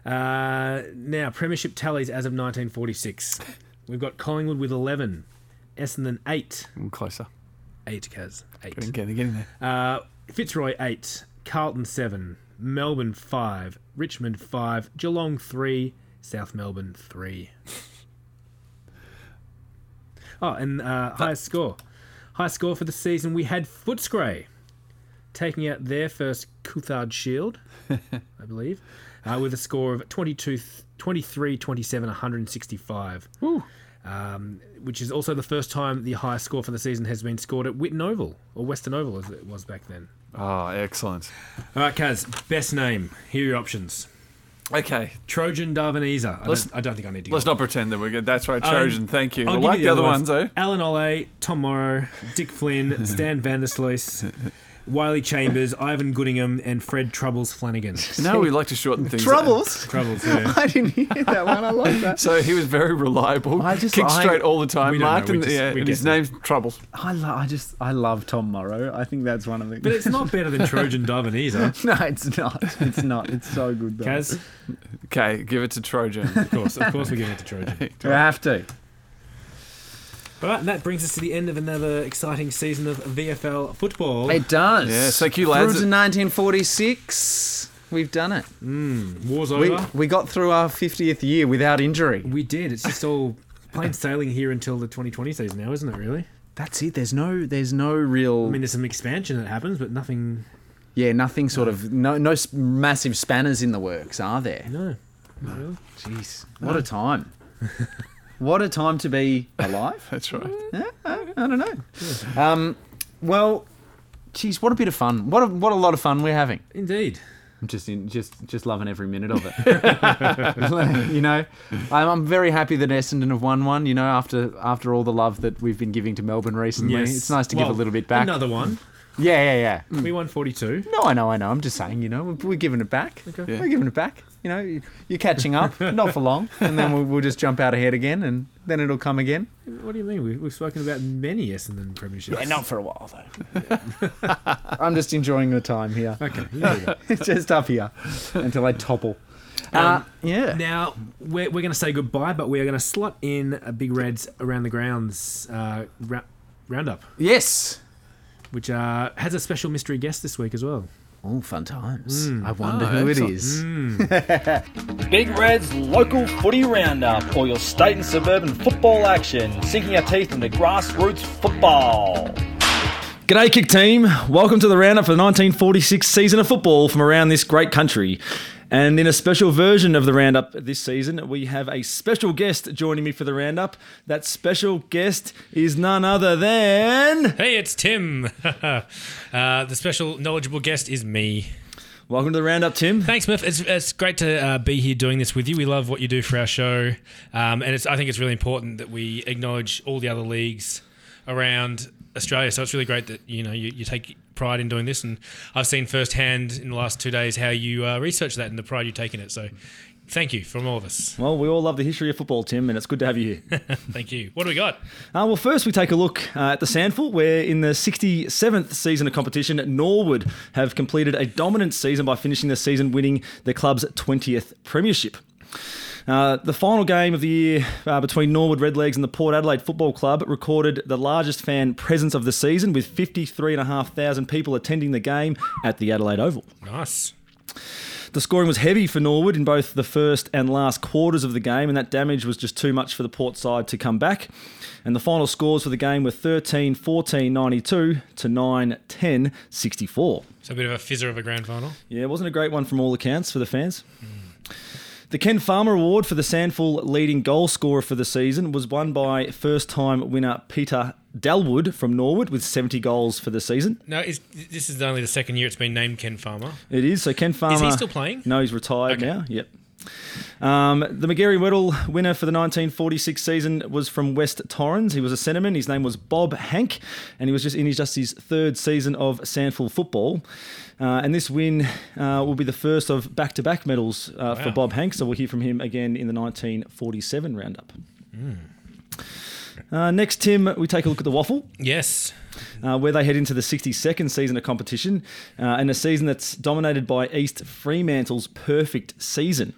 [SPEAKER 9] Uh, now premiership tallies as of 1946. We've got Collingwood with 11, Essendon eight,
[SPEAKER 2] Mm, Closer.
[SPEAKER 9] eight Kaz eight.
[SPEAKER 2] Getting, getting, getting there.
[SPEAKER 9] Uh, Fitzroy eight, Carlton seven, Melbourne five, Richmond five, Geelong three, South Melbourne three. oh, and uh, highest score, highest score for the season we had Footscray, taking out their first Couthard Shield, I believe, uh, with a score of 22, 23, 27, 165. Um, which is also the first time the highest score for the season has been scored at Witten Oval, or Western Oval as it was back then.
[SPEAKER 2] Oh, excellent.
[SPEAKER 9] All right, Kaz, best name. Here are your options.
[SPEAKER 2] Okay,
[SPEAKER 9] Trojan Darvanese. I,
[SPEAKER 2] Let's-
[SPEAKER 9] don't, I don't think I need to go.
[SPEAKER 2] let's not pretend that we're good. That's right,
[SPEAKER 9] Um,
[SPEAKER 2] Trojan. thank you.
[SPEAKER 9] I'll
[SPEAKER 2] I
[SPEAKER 9] give
[SPEAKER 2] like
[SPEAKER 9] you
[SPEAKER 2] the other ones, though.
[SPEAKER 9] Alan Ole, Tom Morrow, Dick Flynn, Stan Vandersloot, Wiley Chambers, Ivan Goodingham, and Fred Troubles Flanagan.
[SPEAKER 2] Now we like to shorten things.
[SPEAKER 4] Troubles?
[SPEAKER 9] Troubles, yeah.
[SPEAKER 4] I didn't hear that one. I like that.
[SPEAKER 2] So he was very reliable.
[SPEAKER 4] I just-
[SPEAKER 2] kicked
[SPEAKER 4] I-
[SPEAKER 2] straight all the time.
[SPEAKER 9] We don't
[SPEAKER 2] Marked
[SPEAKER 9] know,
[SPEAKER 2] in
[SPEAKER 9] we
[SPEAKER 2] the
[SPEAKER 9] just-
[SPEAKER 2] air,
[SPEAKER 9] we
[SPEAKER 2] and his
[SPEAKER 9] guessed it.
[SPEAKER 2] name's Troubles.
[SPEAKER 4] I, lo- I just I love Tom Morrow. I think that's one of the.
[SPEAKER 9] But it's not better than Trojan Darvanese,
[SPEAKER 4] no, it's not. It's not. It's so good though.
[SPEAKER 9] Kaz.
[SPEAKER 2] Okay, give it to Trojan.
[SPEAKER 9] Of course, of course, we're giving it to Trojan.
[SPEAKER 4] You have to.
[SPEAKER 9] All right, and that brings us to the end of another exciting season of VFL football.
[SPEAKER 4] It does.
[SPEAKER 2] Yeah, thank you, lads.
[SPEAKER 4] Through to 1946, we've done it.
[SPEAKER 9] War's
[SPEAKER 4] We,
[SPEAKER 9] over.
[SPEAKER 4] we got through our 50th year without injury.
[SPEAKER 9] We did. It's just all plain sailing here until the 2020 season now, isn't it, really?
[SPEAKER 4] That's it. There's no there's no
[SPEAKER 9] I
[SPEAKER 4] real
[SPEAKER 9] mean, there's some expansion that happens, but nothing.
[SPEAKER 4] yeah nothing sort of no no s- massive spanners in the works are there.
[SPEAKER 9] No.
[SPEAKER 4] Jeez, what a time. what a time to be alive.
[SPEAKER 2] That's right.
[SPEAKER 4] I don't know. Um, well, geez, what a bit of fun. What a, what a lot of fun we're having.
[SPEAKER 9] Indeed.
[SPEAKER 4] I'm just in, just just loving every minute of it. you know, I'm, I'm very happy that Essendon have won one. You know, after after all the love that we've been giving to Melbourne recently, it's nice to give
[SPEAKER 9] Well,
[SPEAKER 4] a little bit back. Hmm.
[SPEAKER 9] Another one.
[SPEAKER 4] Yeah, yeah, yeah.
[SPEAKER 9] We won 42.
[SPEAKER 4] No, I know, I know. I'm just saying. You know, we're, we're giving it back.
[SPEAKER 2] Yeah.
[SPEAKER 4] We're giving it back. You know, you- you're catching up, not for long, and then we'll, we'll just jump out ahead again, and then it'll come again.
[SPEAKER 9] What do you mean? We, we've spoken about many Essendon premierships.
[SPEAKER 4] for a while though. I'm just enjoying the time here.
[SPEAKER 9] Okay. you do that.
[SPEAKER 4] just up here until I topple.
[SPEAKER 9] Um,
[SPEAKER 4] Uh, yeah.
[SPEAKER 1] Now we're, we're going to say goodbye, but we are going to slot in
[SPEAKER 9] uh,
[SPEAKER 1] a big reds around the grounds uh, ra- roundup,
[SPEAKER 4] yes.
[SPEAKER 1] which uh, has a special mystery guest this week as well.
[SPEAKER 4] Oh, fun times. I wonder
[SPEAKER 10] Ah,
[SPEAKER 4] who it is.
[SPEAKER 10] Hmm.
[SPEAKER 11] Big Red's local footy roundup, all your state and suburban football action, sinking our teeth into grassroots football.
[SPEAKER 10] G'day, Kick Team. Welcome to the roundup for the 1946 season of football from around this great country. And in a special version of the roundup this season, we have a special guest joining me for the roundup. That special guest is none other than.
[SPEAKER 9] Hey, it's Tim. uh, the special knowledgeable guest is me.
[SPEAKER 10] Welcome to the roundup, Tim.
[SPEAKER 9] Thanks, Miff. It's, it's great to uh, be here doing this with you. We love what you do for our show, um, and it's, I think it's really important that we acknowledge all the other leagues around Australia. So it's really great that you know you, you take pride in doing this, and I've seen firsthand in the last two days how you uh, research that and the pride you take in it. So thank you from all of us.
[SPEAKER 10] Well, we all love the history of football, Tim, and it's good to have you here.
[SPEAKER 9] Thank you. What do we got?
[SPEAKER 10] Uh, well, first we take a look uh, at the Sandful, where in the 67th season of competition, Norwood have completed a dominant season by finishing the season winning the club's 20th premiership. Uh, the final game of the year uh, between Norwood Redlegs and the Port Adelaide Football Club recorded the largest fan presence of the season, with 53,500 people attending the game at the Adelaide Oval.
[SPEAKER 9] Nice.
[SPEAKER 10] The scoring was heavy for Norwood in both the first and last quarters of the game, and that damage was just too much for the port side to come back. And the final scores for the game were 13 14 92 to 9 10 64.
[SPEAKER 9] So a bit of a fizzer of a grand final.
[SPEAKER 10] Yeah, it wasn't a great one from all accounts for the fans. The Ken Farmer Award for the Sandful leading goal scorer for the season was won by first time winner Peter Dalwood from Norwood with 70 goals for the season.
[SPEAKER 9] No, is, this is only the second year it's been named Ken Farmer.
[SPEAKER 10] It is. So Ken Farmer.
[SPEAKER 9] still playing?
[SPEAKER 10] No, he's retired
[SPEAKER 9] Okay.
[SPEAKER 10] now. Yep. Um, the McGarry Weddell winner for the 1946 season was from West Torrens. He was a centreman. His name was Bob Hank, and he was just in his, just his third season of Sandful football. Uh, and this win uh, will be the first of back-to-back medals uh, for
[SPEAKER 9] Wow.
[SPEAKER 10] Bob Hank. So we'll hear from him again in the 1947 roundup.
[SPEAKER 9] Hmm.
[SPEAKER 10] Uh, next, Tim, we take a look at the waffle
[SPEAKER 9] Yes.
[SPEAKER 10] uh, where they head into the 62nd season of competition, uh, and a season that's dominated by East Fremantle's perfect season.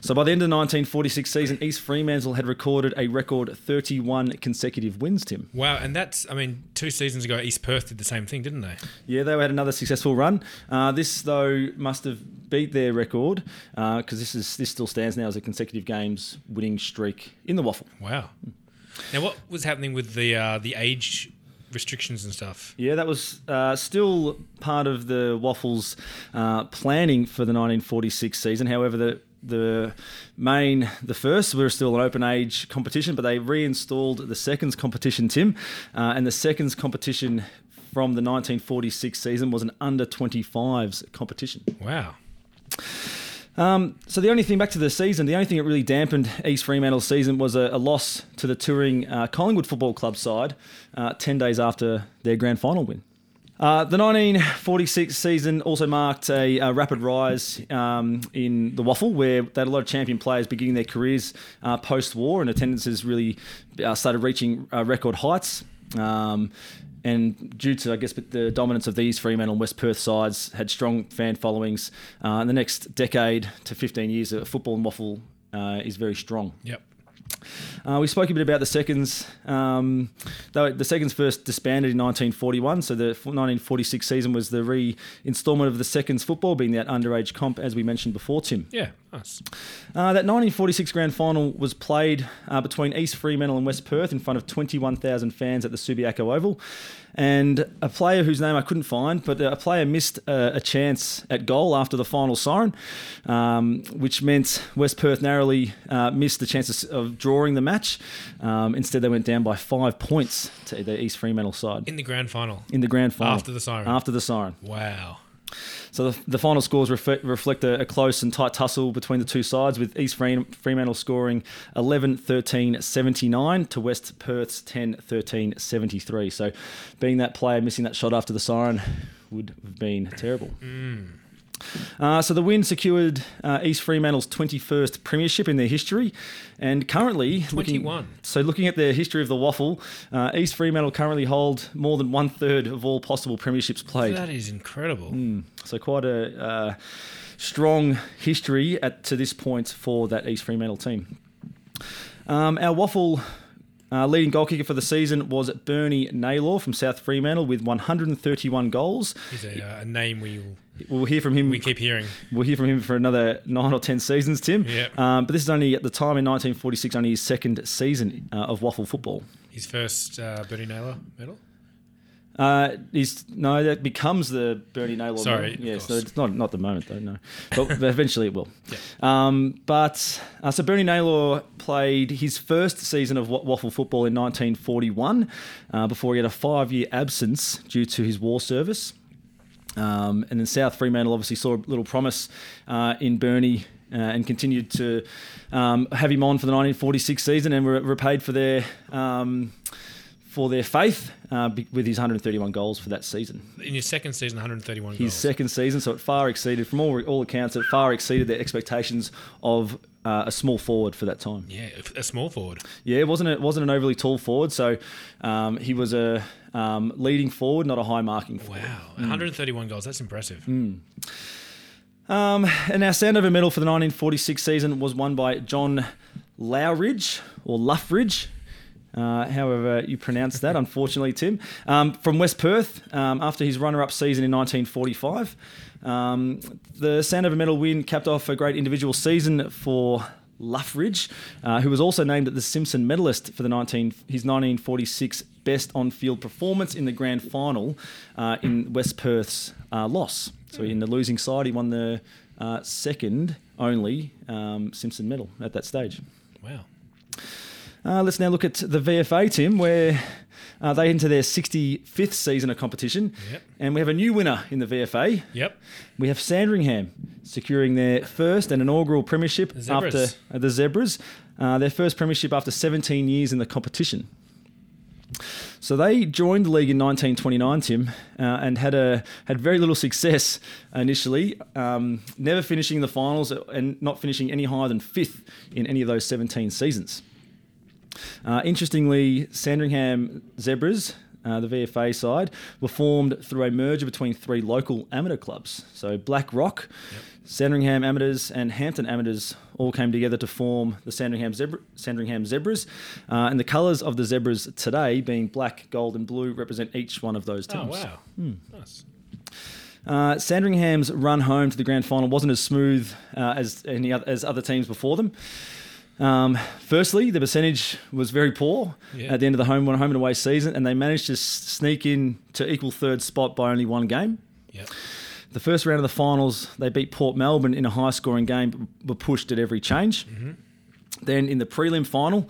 [SPEAKER 10] So by the end of the 1946 season, East Fremantle had recorded a record 31 consecutive wins, Tim.
[SPEAKER 9] Wow, and that's, I mean, two seasons ago, East Perth did the same thing, didn't they?
[SPEAKER 10] Yeah, they had another successful run. Uh, this, though, must have beat their record because this, is this still stands now as a consecutive games winning streak in the waffle.
[SPEAKER 9] Wow. Now, what was happening with the uh, the age restrictions and stuff?
[SPEAKER 10] Yeah, that was uh, still part of the Waffles' uh, planning for the 1946 season. However, the the main, the first, were still an open age competition, but they reinstalled the seconds competition, Tim, uh, and the seconds competition from the 1946 season was an under 25s competition.
[SPEAKER 9] Wow.
[SPEAKER 10] So the only thing back to the season, the only thing that really dampened East Fremantle's season was a, a loss to the touring uh, Collingwood Football Club side uh, ten days after their grand final win. Uh, the 1946 season also marked a, uh rapid rise um, in the waffle, where they had a lot of champion players beginning their careers uh, post-war, and attendances really uh, started reaching uh, record heights. Um, and due to, I guess, the dominance of these Fremantle and West Perth sides, had strong fan followings. Uh, in the next decade to 15 years, uh, football and waffle uh, is very strong.
[SPEAKER 9] Yep.
[SPEAKER 10] Uh, we spoke a bit about the seconds. Um, though the seconds first disbanded in 1941, so the 1946 season was the re-installment of the seconds football, being that underage comp, as we mentioned before, Tim.
[SPEAKER 9] Yeah. Nice.
[SPEAKER 10] Uh, that 1946 grand final was played uh, between East Fremantle and West Perth in front of 21,000 fans at the Subiaco Oval. And a player whose name I couldn't find, but a player missed uh, a chance at goal after the final siren, um, which meant West Perth narrowly uh, missed the chances of drawing the match. Um, instead, they went down by five points to the East Fremantle side
[SPEAKER 9] In the grand final.
[SPEAKER 10] in the grand final.
[SPEAKER 9] After the siren.
[SPEAKER 10] After the siren.
[SPEAKER 9] Wow.
[SPEAKER 10] So the, the final scores reflect, reflect a, a close and tight tussle between the two sides, with East Frem- Fremantle scoring 11 13 79 to West Perth's 10 13 73. So being that player missing that shot after the siren would have been terrible. Uh, so the win secured uh, East Fremantle's 21st premiership in their history, and currently looking-
[SPEAKER 9] 21.
[SPEAKER 10] so looking at the history of the waffle, uh, East Fremantle currently hold more than one third of all possible premierships played.
[SPEAKER 9] That is incredible.
[SPEAKER 10] So quite a uh, strong history at to this point for that East Fremantle team. Um, our waffle uh, leading goal kicker for the season was Bernie Naylor from South Fremantle with 131 goals.
[SPEAKER 9] He's a, uh, a name we'll
[SPEAKER 10] We'll hear from him.
[SPEAKER 9] we keep hearing.
[SPEAKER 10] We'll hear from him for another nine or ten seasons, Tim.
[SPEAKER 9] Yep.
[SPEAKER 10] Um, but this is only at the time in 1946, only his second season uh, of waffle football.
[SPEAKER 9] His first uh, Bernie Naylor medal.
[SPEAKER 10] Uh, he's, no, that becomes the Bernie Naylor.
[SPEAKER 9] Sorry,
[SPEAKER 10] moment.
[SPEAKER 9] of
[SPEAKER 10] yes, so
[SPEAKER 9] course.
[SPEAKER 10] it's not not the moment though. No, but but eventually it will. Um, but uh, so Bernie Naylor played his first season of wa- waffle football in 1941, uh, before he had a five-year absence due to his war service. Um, and then South Fremantle obviously saw a little promise uh, in Bernie uh, and continued to um, have him on for the 1946 season and were repaid for their um, for their faith uh, be- with his 131 goals for that season.
[SPEAKER 9] In his second season, 131
[SPEAKER 10] His
[SPEAKER 9] goals.
[SPEAKER 10] second season, so it far exceeded from all all accounts, it far exceeded their expectations of uh, a small forward for that time.
[SPEAKER 9] Yeah, a small forward.
[SPEAKER 10] Yeah, it wasn't it wasn't an overly tall forward, so um, he was a um, leading forward, not a high marking forward.
[SPEAKER 9] Wow, 131 goals. That's impressive.
[SPEAKER 10] Mm. Um, and our Sandover medal for the 1946 season was won by John Lowridge or Luffridge. Uh, however, you pronounce that, unfortunately, Tim, um, from West Perth um, after his runner up season in 1945. Um, the Sandover medal win capped off a great individual season for Luffridge, uh, who was also named the Simpson medalist for the 19, his 1946 best on field performance in the grand final uh, in West Perth's uh, loss. So in the losing side, he won the uh, second only um, Simpson medal at that stage.
[SPEAKER 9] Wow.
[SPEAKER 10] Uh, let's now look at the VFA, Tim, where uh, they enter their 65th season of competition.
[SPEAKER 9] Yep.
[SPEAKER 10] And we have a new winner in the VFA.
[SPEAKER 9] Yep.
[SPEAKER 10] We have Sandringham securing their first and inaugural premiership
[SPEAKER 9] The Zebras.
[SPEAKER 10] after uh, the Zebras, uh, their first premiership after 17 years in the competition. So they joined the league in 1929, Tim, uh, and had a had very little success initially, um, never finishing the finals and not finishing any higher than fifth in any of those 17 seasons. Uh, interestingly, Sandringham Zebras, uh, the VFA side, were formed through a merger between three local amateur clubs. So Black Rock, Sandringham Amateurs, and Hampton Amateurs all came together to form the Sandringham, Zebra- Sandringham Zebras. Uh, and the colours of the Zebras today, being black, gold, and blue, represent each one of those teams.
[SPEAKER 9] Oh wow.
[SPEAKER 10] Mm.
[SPEAKER 9] Nice.
[SPEAKER 10] Uh, Sandringham's run home to the grand final wasn't as smooth uh, as any other, as other teams before them. Um, firstly, the percentage was very poor
[SPEAKER 9] Yeah.
[SPEAKER 10] at the end of the home home and away season, and they managed to s- sneak in to equal third spot by only one game.
[SPEAKER 9] Yep.
[SPEAKER 10] The first round of the finals, they beat Port Melbourne in a high scoring game, but were pushed at every change. Then in the prelim final,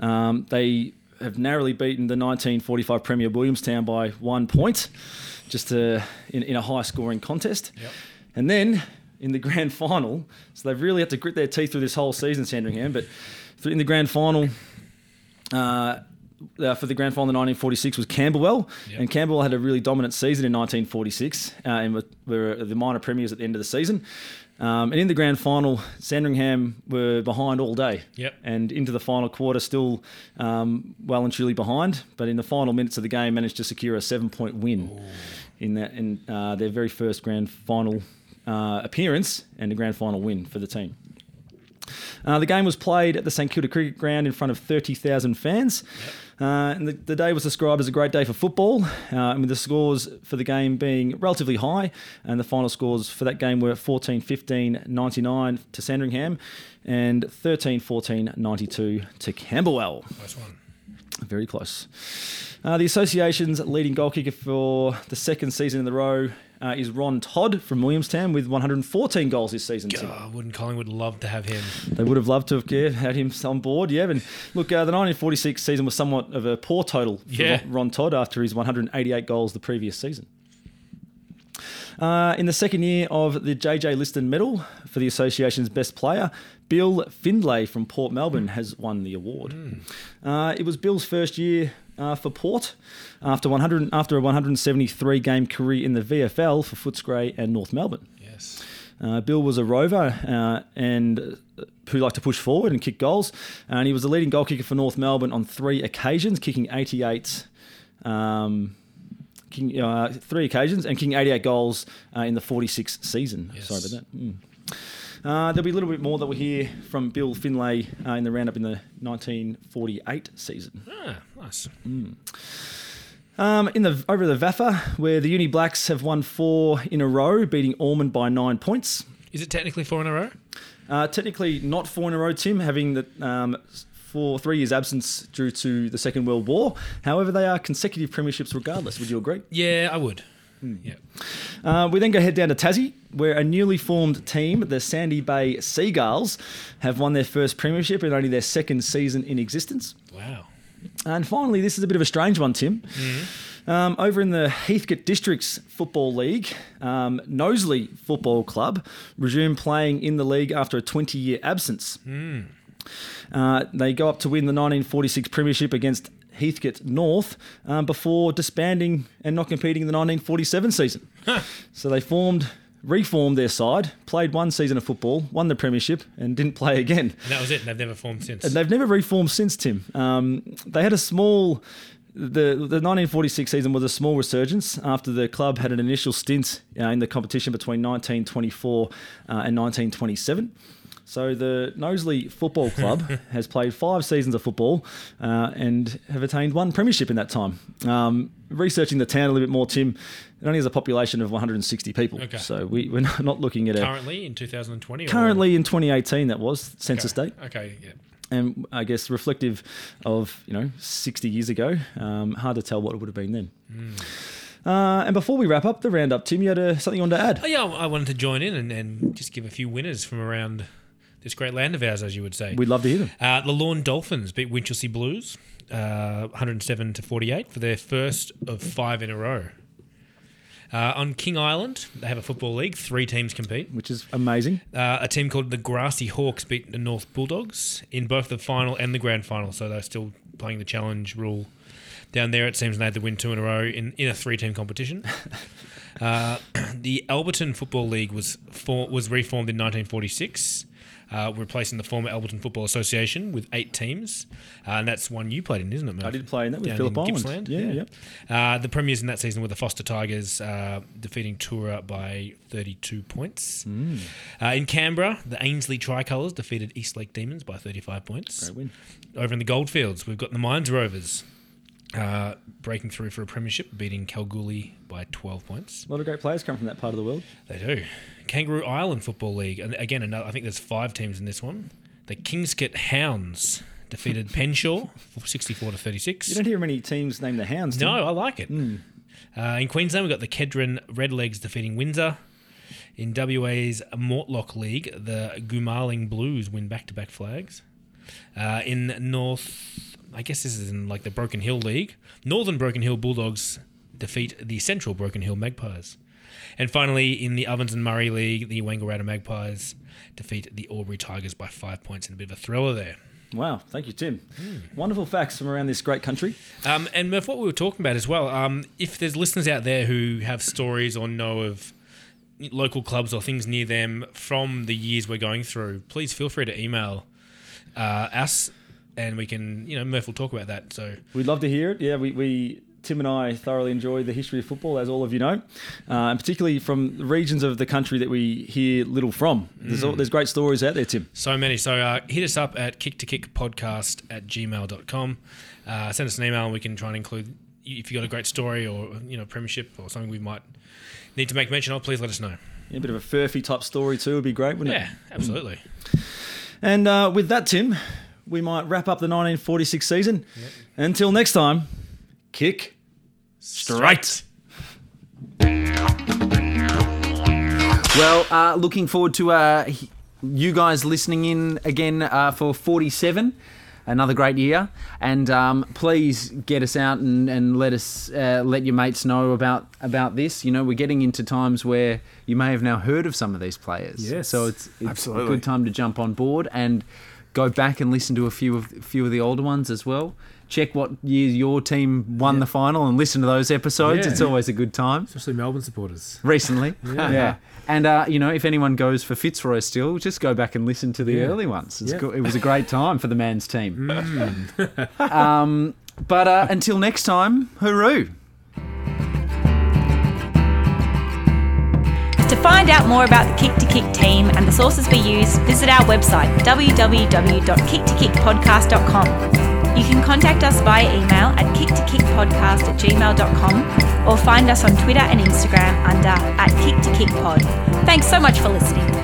[SPEAKER 10] um, they have narrowly beaten the 1945 Premier Williamstown by one point, just to, in, in a high scoring contest.
[SPEAKER 9] Yep.
[SPEAKER 10] And then in the grand final, so they've really had to grit their teeth through this whole season, Sandringham, but th- in the grand final, uh, uh, for the grand final in 1946 was Camberwell,
[SPEAKER 9] Yep.
[SPEAKER 10] and Camberwell had a really dominant season in 1946, uh, and were, were the minor premiers at the end of the season. Um, and in the grand final, Sandringham were behind all day,
[SPEAKER 9] Yep.
[SPEAKER 10] and into the final quarter still um, well and truly behind. But in the final minutes of the game, managed to secure a seven-point win in that in uh, their very first grand final uh, appearance and a grand final win for the team. Uh, the game was played at the St Kilda Cricket Ground in front of 30,000 fans. Uh, and the, the day was described as a great day for football, uh, and with the scores for the game being relatively high. And the final scores for that game were 14 15 99 to Sandringham and 13 14 92 to Camberwell.
[SPEAKER 9] Nice one.
[SPEAKER 10] Very close. Uh, the association's leading goal kicker for the second season in a row uh, is Ron Todd from Williamstown with 114 goals this season. Tim.
[SPEAKER 9] Oh, wouldn't Collingwood love to have him?
[SPEAKER 10] They would have loved to have yeah, had him on board, yeah. And look, uh, the 1946 season was somewhat of a poor total for
[SPEAKER 9] Yeah.
[SPEAKER 10] Ron- Ron Todd after his 188 goals the previous season. Uh, in the second year of the JJ Liston Medal for the association's best player, Bill Findlay from Port Melbourne has won the award. Uh, it was Bill's first year uh, for Port after 100 after a 173 game career in the VFL for Footscray and North Melbourne.
[SPEAKER 9] Yes.
[SPEAKER 10] Uh, Bill was a rover uh, and uh, who liked to push forward and kick goals, Uh, and he was the leading goal kicker for North Melbourne on three occasions, kicking 88, um, kicking, uh, three occasions and kicking 88 goals uh, in the 46 season.
[SPEAKER 9] Yes.
[SPEAKER 10] Sorry about that. Mm. Uh, there'll be a little bit more that we'll hear from Bill Finlay uh, in the roundup in the 1948 season.
[SPEAKER 9] Ah, nice.
[SPEAKER 10] Mm. Um, in the over to the Vaffa, where the Uni Blacks have won four in a row, beating Ormond by nine points.
[SPEAKER 9] Is it technically four in a row?
[SPEAKER 10] Uh, technically, not four in a row, Tim, having the um, four three years absence due to the Second World War. However, they are consecutive premierships regardless. Would you agree?
[SPEAKER 9] Yeah, I would.
[SPEAKER 10] Mm.
[SPEAKER 9] Yeah.
[SPEAKER 10] Uh, we then go head down to Tassie, where a newly formed team, the Sandy Bay Seagulls, have won their first premiership in only their second season in existence.
[SPEAKER 9] Wow.
[SPEAKER 10] And finally, this is a bit of a strange one, Tim. Um, over in the Heathcote Districts Football League, um, Knowsley Football Club resumed playing in the league after a 20 year absence.
[SPEAKER 9] Mm.
[SPEAKER 10] Uh, they go up to win the 1946 Premiership against Heathcote North um, before disbanding and not competing in the 1947 season. so they formed, reformed their side, played one season of football, won the Premiership, and didn't play again.
[SPEAKER 9] And that was it. They've never formed since.
[SPEAKER 10] And they've never reformed since, Tim. Um, they had a small. The, the 1946 season was a small resurgence after the club had an initial stint uh, in the competition between 1924 uh, and 1927. So the Knowsley Football Club has played five seasons of football uh, and have attained one premiership in that time. Um, researching the town a little bit more, Tim, it only has a population of 160 people.
[SPEAKER 9] Okay.
[SPEAKER 10] So we, we're not not looking at a
[SPEAKER 9] Currently in 2020. or-
[SPEAKER 10] currently in 2018 that was census
[SPEAKER 9] Okay.
[SPEAKER 10] date
[SPEAKER 9] Okay. Yeah.
[SPEAKER 10] and I guess reflective of you know 60 years ago. Um, hard to tell what it would have been then. Uh, and before we wrap up the roundup, Tim, you had uh, something you wanted to add.
[SPEAKER 9] Oh, yeah, I I wanted to join in and, and just give a few winners from around this great land of ours, as you would say.
[SPEAKER 10] We'd love to hear them.
[SPEAKER 9] Uh, the Lawn Dolphins beat Winchelsea Blues uh, 107 to 48 for their first of five in a row. Uh, on King Island, they have a football league. Three teams compete.
[SPEAKER 10] Which is amazing.
[SPEAKER 9] Uh, a team called the Grassy Hawks beat the North Bulldogs in both the final and the grand final, so they're still playing the challenge rule down there. It seems they had to win two in a row in, in a three-team competition. uh, the Alberton Football League was for, was reformed in 1946, uh, replacing the former Alberton Football Association with eight teams, uh, and that's one you played in, isn't it? Murph?
[SPEAKER 10] I did play in that with
[SPEAKER 9] Down
[SPEAKER 10] Phillip
[SPEAKER 9] in
[SPEAKER 10] Island.
[SPEAKER 9] Gippsland?
[SPEAKER 10] Yeah, yeah.
[SPEAKER 9] Uh, the premiers in that season were the Foster Tigers, uh, defeating Tura by 32 points.
[SPEAKER 10] Mm.
[SPEAKER 9] Uh, in Canberra, the Ainsley Tricolours defeated Eastlake Demons by 35 points.
[SPEAKER 10] Great win.
[SPEAKER 9] Over in the Goldfields, we've got the Mines Rovers uh, breaking through for a premiership, beating Kalgoorlie by 12 points.
[SPEAKER 10] A lot of great players come from that part of the world.
[SPEAKER 9] They do. Kangaroo Island Football League, and again, another, I think there's five teams in this one. The Kingscote Hounds defeated Penshaw 64 to 36.
[SPEAKER 10] You don't hear many teams name the Hounds. do you?
[SPEAKER 9] No, I like it. Uh, in Queensland, we've got the Kedron Redlegs defeating Windsor. In WA's Mortlock League, the Gumarling Blues win back to back flags. Uh, in North, I guess this is in like the Broken Hill League, Northern Broken Hill Bulldogs defeat the Central Broken Hill Magpies. And finally, in the Ovens and Murray League, the Wangaratta Magpies defeat the Albury Tigers by five points in a bit of a thriller there.
[SPEAKER 10] Wow, thank you, Tim. Wonderful facts from around this great country.
[SPEAKER 9] Um, and Murph, what we were talking about as well, um, if there's listeners out there who have stories or know of local clubs or things near them from the years we're going through, please feel free to email uh, us and we can, you know, Murph will talk about that. So,
[SPEAKER 10] We'd love to hear it. Yeah, we, we Tim and I thoroughly enjoy the history of football, as all of you know, uh, and particularly from the regions of the country that we hear little from. There's, all, there's great stories out there, Tim.
[SPEAKER 9] so many. So uh, hit us up at kick to kick podcast at gmail.com. Uh, send us an email and we can try and include if you got a great story or, you know, premiership or something we might need to make mention of, please let us know.
[SPEAKER 10] Yeah, a bit of a furphy type story too would be great, wouldn't
[SPEAKER 9] Yeah,
[SPEAKER 10] it?
[SPEAKER 9] absolutely.
[SPEAKER 10] And uh, with that, Tim, we might wrap up the 1946 season. Until next time, kick
[SPEAKER 9] Straight.
[SPEAKER 4] Well, uh, looking forward to uh, he- you guys listening in again uh, for 47, another great year. And um, please get us out and, and let us uh, let your mates know about about this. You know, we're getting into times where you may have now heard of some of these players.
[SPEAKER 1] Yes.
[SPEAKER 4] so it's, it's
[SPEAKER 2] Absolutely.
[SPEAKER 4] a good time to jump on board and go back and listen to a few of few of the older ones as well. Check what year your team won the final and listen to those episodes.
[SPEAKER 1] Yeah.
[SPEAKER 4] It's always a good time
[SPEAKER 1] Especially Melbourne supporters.
[SPEAKER 4] recently.
[SPEAKER 1] Yeah.
[SPEAKER 4] Yeah. And uh, you know, if anyone goes for Fitzroy still, just go back and listen to the
[SPEAKER 1] Yeah.
[SPEAKER 4] early ones. It's
[SPEAKER 1] Yeah.
[SPEAKER 4] go- it was a great time for the man's team.
[SPEAKER 1] Mm.
[SPEAKER 4] um, but uh, until next time, hooroo!
[SPEAKER 8] To find out more about the Kick to Kick team and the sources we use, visit our website www.kicktokickpodcast.com. You can contact us via email at kicktokickpodcast at gmail.com or find us on Twitter and Instagram under at kicktokickpod. Thanks so much for listening.